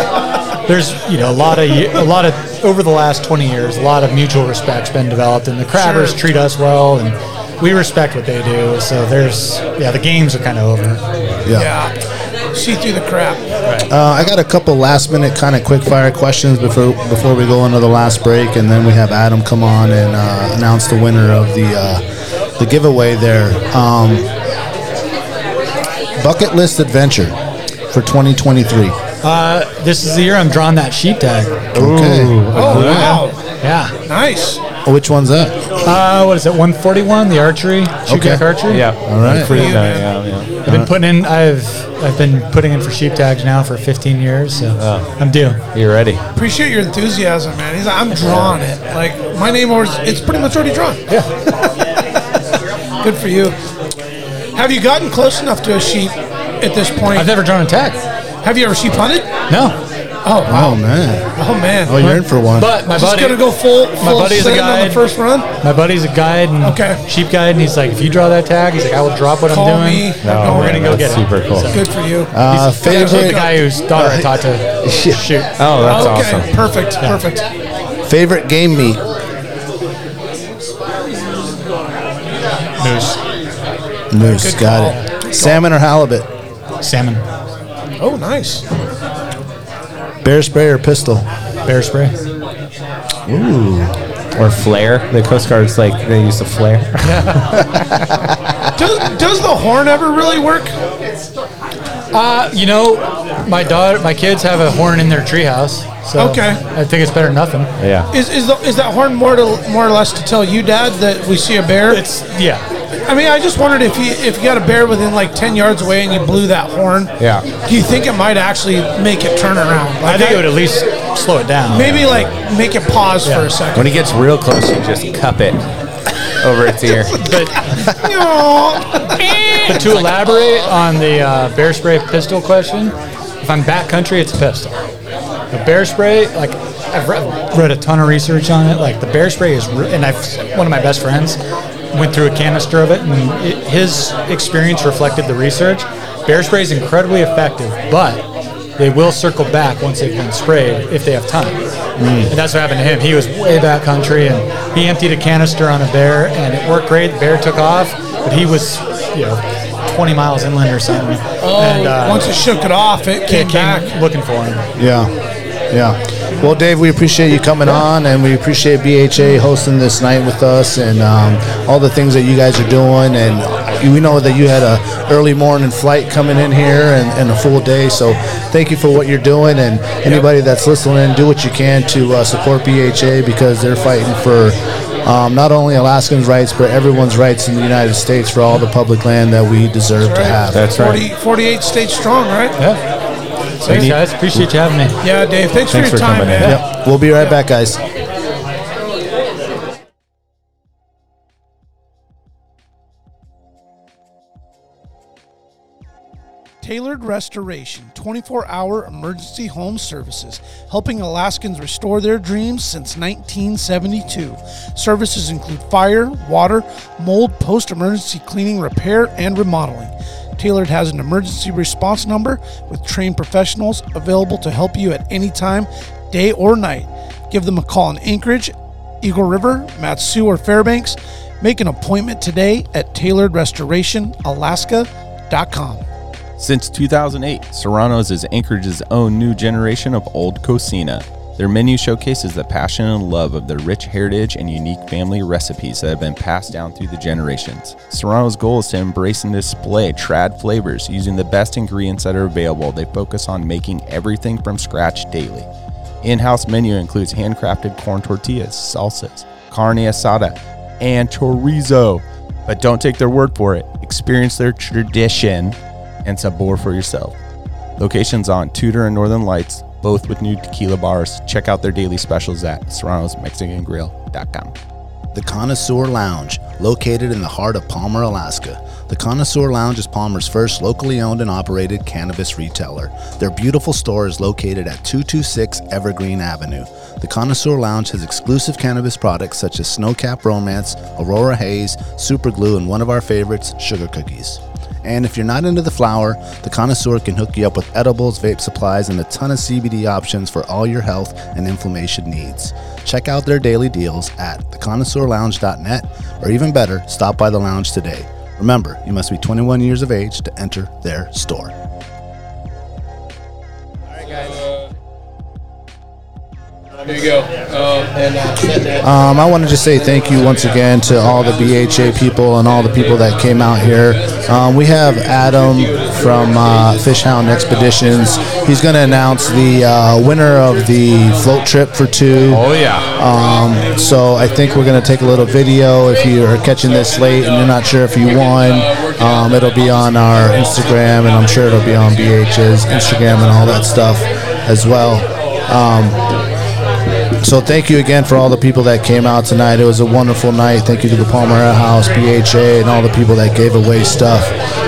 Speaker 6: there's you know a lot of ye- a lot of over the last twenty years, a lot of mutual respect's been developed, and the crabbers
Speaker 3: Sure.
Speaker 6: treat us well, and we respect what they do. So there's yeah, the games are kind of over.
Speaker 3: Yeah, see through the crap.
Speaker 1: Uh, I got a couple last minute kind of quick fire questions before before we go into the last break, and then we have Adam come on and uh, announce the winner of the uh, the giveaway there. Um, bucket list adventure for 2023.
Speaker 6: Uh, this is the year I'm drawing that sheet tag.
Speaker 1: Okay,
Speaker 3: Oh wow,
Speaker 6: Yeah.
Speaker 3: nice.
Speaker 1: Oh, which one's that?
Speaker 6: Uh, what is it? 141, the archery, shoot
Speaker 1: Okay. Uh-huh.
Speaker 6: back archery.
Speaker 2: yeah.
Speaker 1: All right.
Speaker 2: Pretty- yeah, yeah.
Speaker 6: I've been putting in. I've I've been putting in for sheep tags now for 15 years. So
Speaker 1: Oh.
Speaker 6: I'm due.
Speaker 2: You're ready.
Speaker 3: Appreciate your enthusiasm, man. He's like, I'm drawing it. Like my name or it's pretty much already drawn. Yeah. Good for you. Have you gotten close enough to a sheep at this point?
Speaker 6: I've never drawn a tag.
Speaker 3: Have you ever sheep hunted?
Speaker 6: No.
Speaker 3: Oh wow.
Speaker 1: Oh man!
Speaker 3: Oh man.
Speaker 1: Oh, you're in for one.
Speaker 6: But my
Speaker 3: Just
Speaker 6: buddy.
Speaker 3: gonna go full, full
Speaker 6: buddy's a
Speaker 3: send on
Speaker 6: guide.
Speaker 3: the first run.
Speaker 6: My buddy's a guide and
Speaker 3: Okay.
Speaker 6: sheep guide, and he's like, if you draw that tag, he's like, I will drop what
Speaker 3: Call
Speaker 6: I'm
Speaker 3: me.
Speaker 6: doing.
Speaker 3: No,
Speaker 6: Oh, we're
Speaker 3: man,
Speaker 6: gonna go get
Speaker 2: that's
Speaker 6: it.
Speaker 2: super cool.
Speaker 3: Good for you.
Speaker 1: Uh,
Speaker 6: He's the
Speaker 1: favorite
Speaker 6: guy whose daughter
Speaker 3: Uh,
Speaker 6: I taught to shoot.
Speaker 2: Oh, that's
Speaker 3: okay.
Speaker 2: awesome.
Speaker 3: Perfect. Perfect.
Speaker 1: favorite game meat.
Speaker 6: Moose,
Speaker 1: Moose,
Speaker 3: Good
Speaker 1: got
Speaker 3: call.
Speaker 1: it. Salmon or halibut.
Speaker 6: salmon,
Speaker 3: Oh nice.
Speaker 1: Bear spray or pistol.
Speaker 6: bear spray.
Speaker 2: Or flare. The Coast Guard's like they use the flare.
Speaker 3: Does, does the horn ever really work?
Speaker 6: Uh, you know, my daughter, my kids have a horn in their treehouse, so
Speaker 3: Okay.
Speaker 6: I think it's better than nothing.
Speaker 2: yeah.
Speaker 3: Is is, the, is that horn more to more or less to tell you, Dad, that we see a bear?
Speaker 6: It's yeah,
Speaker 3: I mean, I just wondered if you if you got a bear within like ten yards away and you blew that horn.
Speaker 2: Yeah.
Speaker 3: Do you think it might actually make it turn around? Like
Speaker 6: I think it would at least slow it down.
Speaker 3: maybe like make it pause for a second.
Speaker 2: When it gets real close, you just cup it over its ear.
Speaker 6: but
Speaker 3: Aw.
Speaker 6: But to elaborate on the uh, bear spray pistol question, if I'm backcountry, it's a pistol. The bear spray, like I've re- read a ton of research on it. Like the bear spray is, re- and I've one of my best friends went through a canister of it, and it, his experience reflected the research. Bear spray is incredibly effective, but they will circle back once they've been sprayed if they have time. And that's what happened to him. He was way back country and he emptied a canister on a bear and it worked great. The bear took off, but he was, you know, 20 miles inland or something. Oh, and uh,
Speaker 3: Once it shook it off, it
Speaker 6: it
Speaker 3: came
Speaker 6: came
Speaker 3: back.
Speaker 6: looking for him.
Speaker 1: Yeah, yeah. Well, Dave, we appreciate you coming on, and we appreciate BHA hosting this night with us, and um, all the things that you guys are doing. And we know that you had a early morning flight coming in here and, and a full day. So thank you for what you're doing, and anybody that's listening, do what you can to uh, support BHA because they're fighting for. Um, not only Alaskans' rights, but everyone's rights in the United States for all the public land that we deserve to have.
Speaker 5: That's right.
Speaker 3: 40, 48 states strong, right?
Speaker 6: Yeah. Thanks,
Speaker 5: need-
Speaker 6: guys. Appreciate you having me.
Speaker 3: Yeah, Dave. Thanks,
Speaker 5: Thanks
Speaker 3: for your
Speaker 5: for
Speaker 3: time,
Speaker 5: coming in.
Speaker 3: man.
Speaker 1: Yep. We'll be right back, guys.
Speaker 3: Tailored Restoration, 24 hour emergency home services, helping Alaskans restore their dreams since 1972. Services include fire, water, mold, post emergency cleaning, repair, and remodeling. Tailored has an emergency response number with trained professionals available to help you at any time, day or night. Give them a call in Anchorage, Eagle River, Matsu, or Fairbanks. Make an appointment today at tailoredrestorationalaska.com.
Speaker 5: Since 2008, Serrano's is Anchorage's own new generation of old cocina. Their menu showcases the passion and love of their rich heritage and unique family recipes that have been passed down through the generations. Serrano's goal is to embrace and display trad flavors using the best ingredients that are available. They focus on making everything from scratch daily. In-house menu includes handcrafted corn tortillas, salsas, carne asada, and chorizo. But don't take their word for it. Experience their tradition and Sabor for yourself. Locations on Tudor and Northern Lights, both with new tequila bars. Check out their daily specials at serranosmexicangrill.com.
Speaker 1: The Connoisseur Lounge, located in the heart of Palmer, Alaska. The Connoisseur Lounge is Palmer's first locally owned and operated cannabis retailer. Their beautiful store is located at 226 Evergreen Avenue. The Connoisseur Lounge has exclusive cannabis products such as Snowcap Romance, Aurora Haze, Super Glue, and one of our favorites, Sugar Cookies. And if you're not into the flower, the connoisseur can hook you up with edibles, vape supplies, and a ton of CBD options for all your health and inflammation needs. Check out their daily deals at theconnoisseurlounge.net, or even better, stop by the lounge today. Remember, you must be 21 years of age to enter their store.
Speaker 2: There you go. Um, and uh,
Speaker 1: Um, I want to just say thank you once again to all the BHA people and all the people that came out here. Um, we have Adam from uh, Fishhound Expeditions. He's going to announce the uh, winner of the float trip for two.
Speaker 2: oh yeah.
Speaker 1: Um, so I think we're going to take a little video. If you are catching this late and you're not sure if you won, um, it'll be on our Instagram, and I'm sure it'll be on BH's Instagram and all that stuff as well. Um, so thank you again for all the people that came out tonight. It was a wonderful night. Thank you to the Palmer Ale House, BHA, and all the people that gave away stuff.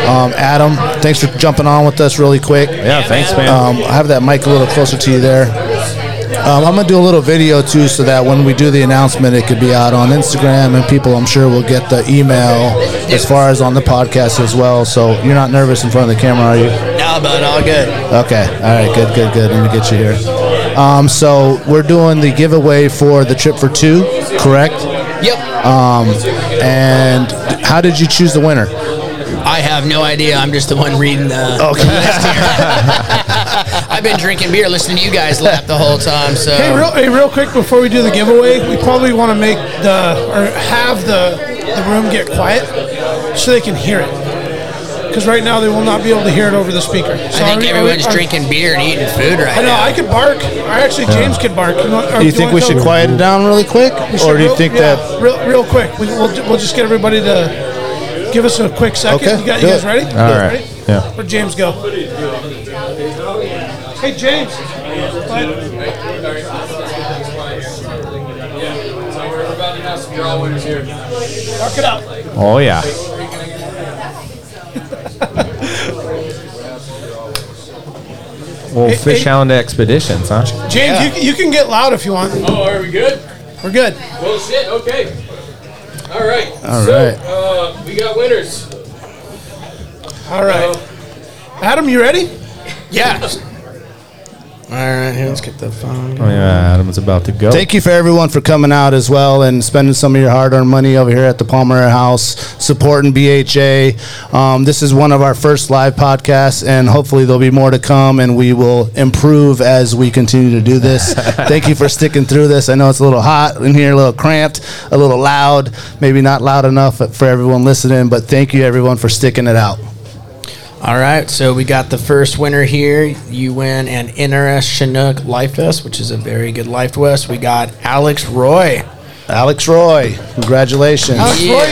Speaker 1: Um, Adam, thanks for jumping on with us really quick.
Speaker 5: Oh, Yeah, thanks, man.
Speaker 1: Um, I have that mic a little closer to you there. Um, I'm gonna do a little video too, so that when we do the announcement, it could be out on Instagram, and people, I'm sure, will get the email as far as on the podcast as well. So you're not nervous in front of the camera, are you?
Speaker 8: No, but all good.
Speaker 1: Okay. All right. Good. Good. Good. Let me get you here. Um, so we're doing the giveaway for the trip for two, correct?
Speaker 8: Yep.
Speaker 1: Um, and how did you choose the winner?
Speaker 8: I have no idea. I'm just the one reading the, the list here. I've been drinking beer, listening to you guys laugh the whole time. So
Speaker 1: um,
Speaker 3: Hey, real, hey, real quick before we do the giveaway, we probably want to make the or have the the room get quiet so they can hear it. Because right now they will not be able to hear it over the speaker.
Speaker 8: I
Speaker 3: So
Speaker 8: think
Speaker 3: are we-
Speaker 8: everyone's
Speaker 3: are-
Speaker 8: drinking beer and eating food right
Speaker 3: I know
Speaker 8: now.
Speaker 3: I could bark. I actually James could bark. You want- or
Speaker 1: Do you think
Speaker 3: wanna
Speaker 1: we
Speaker 3: go-
Speaker 1: should quiet it down really quick,
Speaker 3: we should
Speaker 1: or do you
Speaker 3: real-
Speaker 1: think
Speaker 3: yeah,
Speaker 1: that?
Speaker 3: real real quick? We, we'll ju- we'll just get everybody to give us a quick second.
Speaker 1: Okay,
Speaker 3: you, got,
Speaker 1: do
Speaker 3: you guys
Speaker 1: it.
Speaker 3: ready?
Speaker 5: All right, yeah.
Speaker 3: Where James go? Hey James. What?
Speaker 5: Oh yeah. Well,
Speaker 3: Hey,
Speaker 5: Fish
Speaker 3: hey.
Speaker 5: Hound Expeditions, huh? Oh,
Speaker 3: James, you, you can get loud if you want.
Speaker 9: Oh, are we good?
Speaker 3: We're good.
Speaker 9: Well, shit. Okay. All right.
Speaker 1: All
Speaker 9: so,
Speaker 1: right.
Speaker 9: Uh, we got winners.
Speaker 3: All right. Adam, you ready?
Speaker 8: Yeah.
Speaker 3: All right, here, let's get the phone.
Speaker 5: Oh, yeah, Adam's about to go.
Speaker 1: Thank you for everyone for coming out as well and spending some of your hard-earned money over here at the Palmer House supporting BHA. Um, this is one of our first live podcasts, and hopefully there'll be more to come, and we will improve as we continue to do this. Thank you for sticking through this. I know it's a little hot in here, a little cramped, a little loud, maybe not loud enough for everyone listening, but thank you everyone for sticking it out.
Speaker 8: All right, so we got the first winner here. You win an NRS Chinook Life Vest, which is a very good Life Vest. We got Alex Roy.
Speaker 1: Alex Roy, congratulations.
Speaker 3: Alex
Speaker 8: Yeah.
Speaker 3: Roy,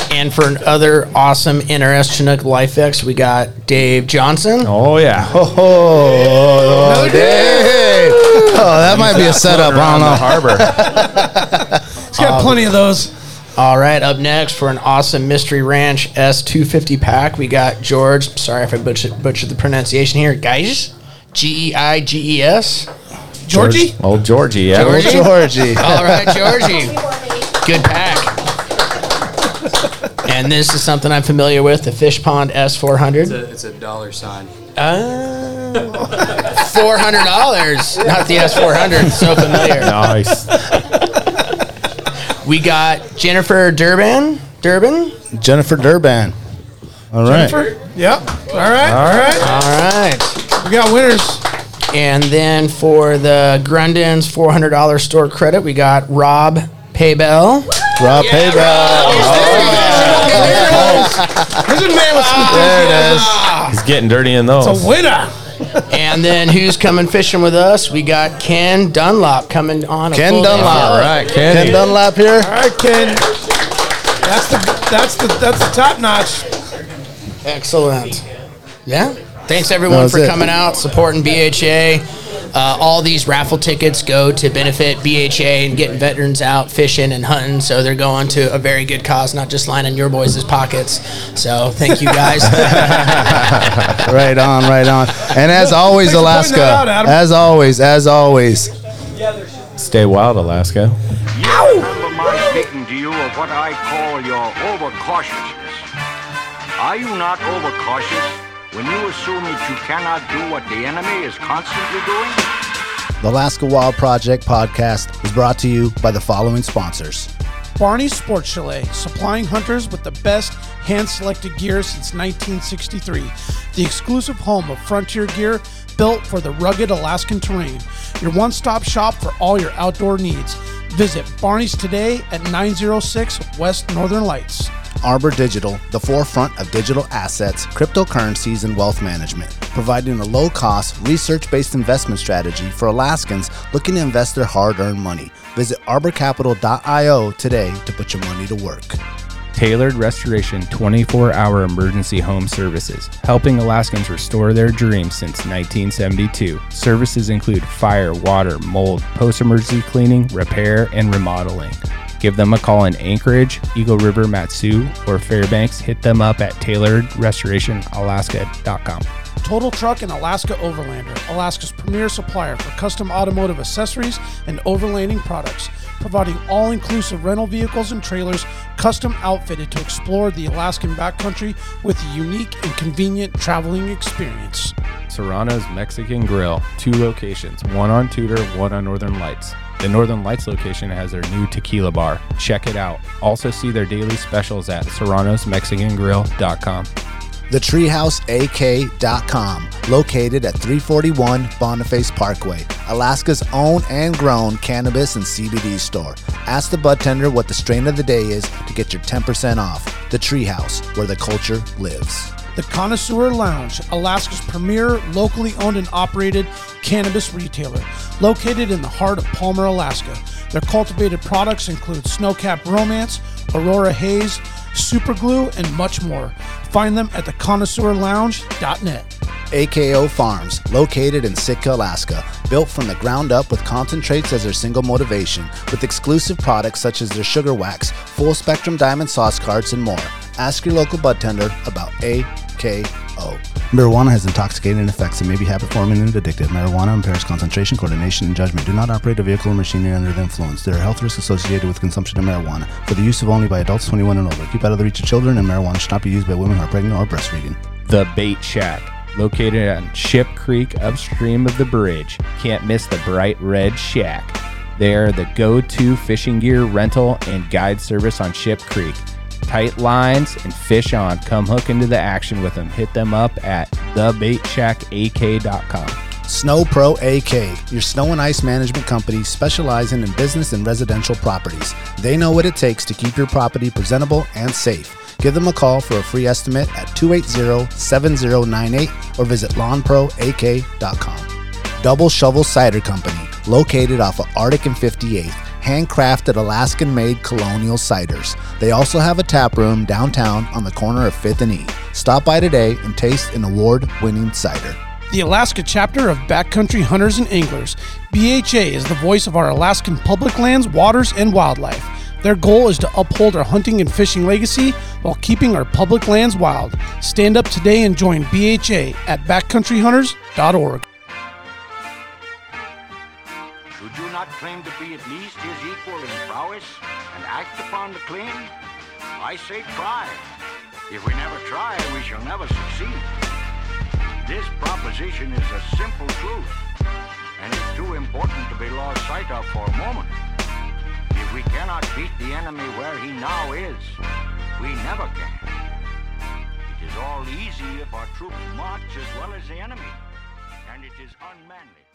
Speaker 3: you here?
Speaker 8: And for another awesome NRS Chinook Life Vest, we got Dave Johnson.
Speaker 5: Oh, yeah.
Speaker 1: Oh, oh, oh, hey. oh that might be a setup. I don't know.
Speaker 5: harbor.
Speaker 3: He's
Speaker 1: Uh,
Speaker 3: got plenty of those.
Speaker 8: All right, up next for an awesome Mystery Ranch S250 pack, we got George. Sorry if I butchered, butchered the pronunciation here. Geiges? G E I G E S.
Speaker 3: Georgie?
Speaker 5: Old Georgie, yeah.
Speaker 8: George-
Speaker 1: Georgie. Georgie.
Speaker 8: All right, Georgie. Good pack. And this is something I'm familiar with the Fish Pond S400.
Speaker 9: It's a dollar sign.
Speaker 8: Oh. $400, not the S400. So familiar.
Speaker 5: Nice.
Speaker 8: We got Jennifer Durbin. Durbin.
Speaker 1: Jennifer Durban. All right.
Speaker 3: Yep. All right. All right.
Speaker 8: All right.
Speaker 3: We got winners.
Speaker 8: And then for the Grundon's $400 store credit, we got Rob Paybell.
Speaker 1: Rob Pedro.
Speaker 3: There's a man with some.
Speaker 1: There it is.
Speaker 5: He's getting dirty in those.
Speaker 3: It's a winner.
Speaker 8: And then who's coming fishing with us? We got Ken Dunlop coming on. A
Speaker 1: Ken
Speaker 8: full day.
Speaker 1: Dunlop.
Speaker 5: All right, Kenny.
Speaker 1: Ken Dunlap here.
Speaker 3: All right, Ken. That's the that's the that's the top notch.
Speaker 8: Excellent. Yeah. Thanks everyone
Speaker 1: That's
Speaker 8: for
Speaker 1: it.
Speaker 8: coming out, supporting BHA. Uh, all these raffle tickets go to benefit BHA and getting veterans out fishing and hunting. So they're going to a very good cause, not just lining your boys' pockets. So thank you guys.
Speaker 1: Right on, right on. And as always,
Speaker 3: Thanks for pointing that
Speaker 1: Alaska.
Speaker 3: out, Adam.
Speaker 1: As always, as always.
Speaker 5: Stay wild, Alaska.
Speaker 10: remember my speaking to you of what I call your overcautiousness. Are you not overcautious when you assume that you cannot do what the enemy is constantly doing?
Speaker 1: The Alaska Wild Project podcast is brought to you by the following sponsors.
Speaker 3: Barney Sports Chalet, supplying hunters with the best hand selected gear since 1963. The exclusive home of frontier gear built for the rugged Alaskan terrain. Your one stop shop for all your outdoor needs. Visit Barney's today at 906 West Northern Lights.
Speaker 1: Arbor Digital, the forefront of digital assets, cryptocurrencies, and wealth management, providing a low cost, research based investment strategy for Alaskans looking to invest their hard earned money. Visit arborcapital.io today to put your money to work.
Speaker 5: Tailored Restoration 24 hour emergency home services, helping Alaskans restore their dreams since 1972. Services include fire, water, mold, post emergency cleaning, repair, and remodeling. Give them a call in Anchorage, Eagle River, Matsu, or Fairbanks. Hit them up at tailoredrestorationalaska.com.
Speaker 3: Total Truck and Alaska Overlander, Alaska's premier supplier for custom automotive accessories and overlanding products, providing all inclusive rental vehicles and trailers custom outfitted to explore the Alaskan backcountry with a unique and convenient traveling experience.
Speaker 5: Serrano's Mexican Grill, two locations, one on Tudor, one on Northern Lights. The Northern Lights location has their new tequila bar. Check it out. Also see their daily specials at serranosmexicangrill.com.
Speaker 1: TheTreehouseAK.com, located at 341 Boniface Parkway, Alaska's own and grown cannabis and CBD store. Ask the bud tender what the strain of the day is to get your 10% off. The Treehouse, where the culture lives.
Speaker 3: The Connoisseur Lounge, Alaska's premier locally owned and operated cannabis retailer, located in the heart of Palmer, Alaska. Their cultivated products include Snowcap Romance, Aurora Haze, Superglue, and much more. Find them at theconnoisseurlounge.net.
Speaker 1: AKO Farms, located in Sitka, Alaska, built from the ground up with concentrates as their single motivation, with exclusive products such as their sugar wax, full spectrum diamond sauce carts, and more. Ask your local bud tender about AKO. Marijuana has intoxicating effects and may be habit forming and addictive. Marijuana impairs concentration, coordination, and judgment. Do not operate a vehicle or machinery under the influence. There are health risks associated with consumption of marijuana for the use of only by adults 21 and over. Keep out of the reach of children, and marijuana should not be used by women who are pregnant or breastfeeding.
Speaker 2: The Bait Shack, located on Ship Creek upstream of the bridge. Can't miss the bright red shack. They are the go to fishing gear rental and guide service on Ship Creek. Tight lines and fish on. Come hook into the action with them. Hit them up at thebaitshackak.com.
Speaker 1: Snow Pro AK, your snow and ice management company specializing in business and residential properties. They know what it takes to keep your property presentable and safe. Give them a call for a free estimate at 280 7098 or visit lawnproak.com. Double Shovel Cider Company, located off of Arctic and 58th, handcrafted Alaskan made colonial ciders. They also have a tap room downtown on the corner of 5th and E. Stop by today and taste an award winning cider.
Speaker 3: the Alaska chapter of Backcountry Hunters and Anglers. BHA is the voice of our Alaskan public lands, waters, and wildlife. Their goal is to uphold our hunting and fishing legacy while keeping our public lands wild. Stand up today and join BHA at backcountryhunters.org.
Speaker 10: Should you not claim to be at least his equal in prowess and act upon the claim? I say try. If we never try, we shall never succeed. This proposition is a simple truth, and is too important to be lost sight of for a moment. If we cannot beat the enemy where he now is, we never can. It is all easy if our troops march as well as the enemy, and it is unmanly.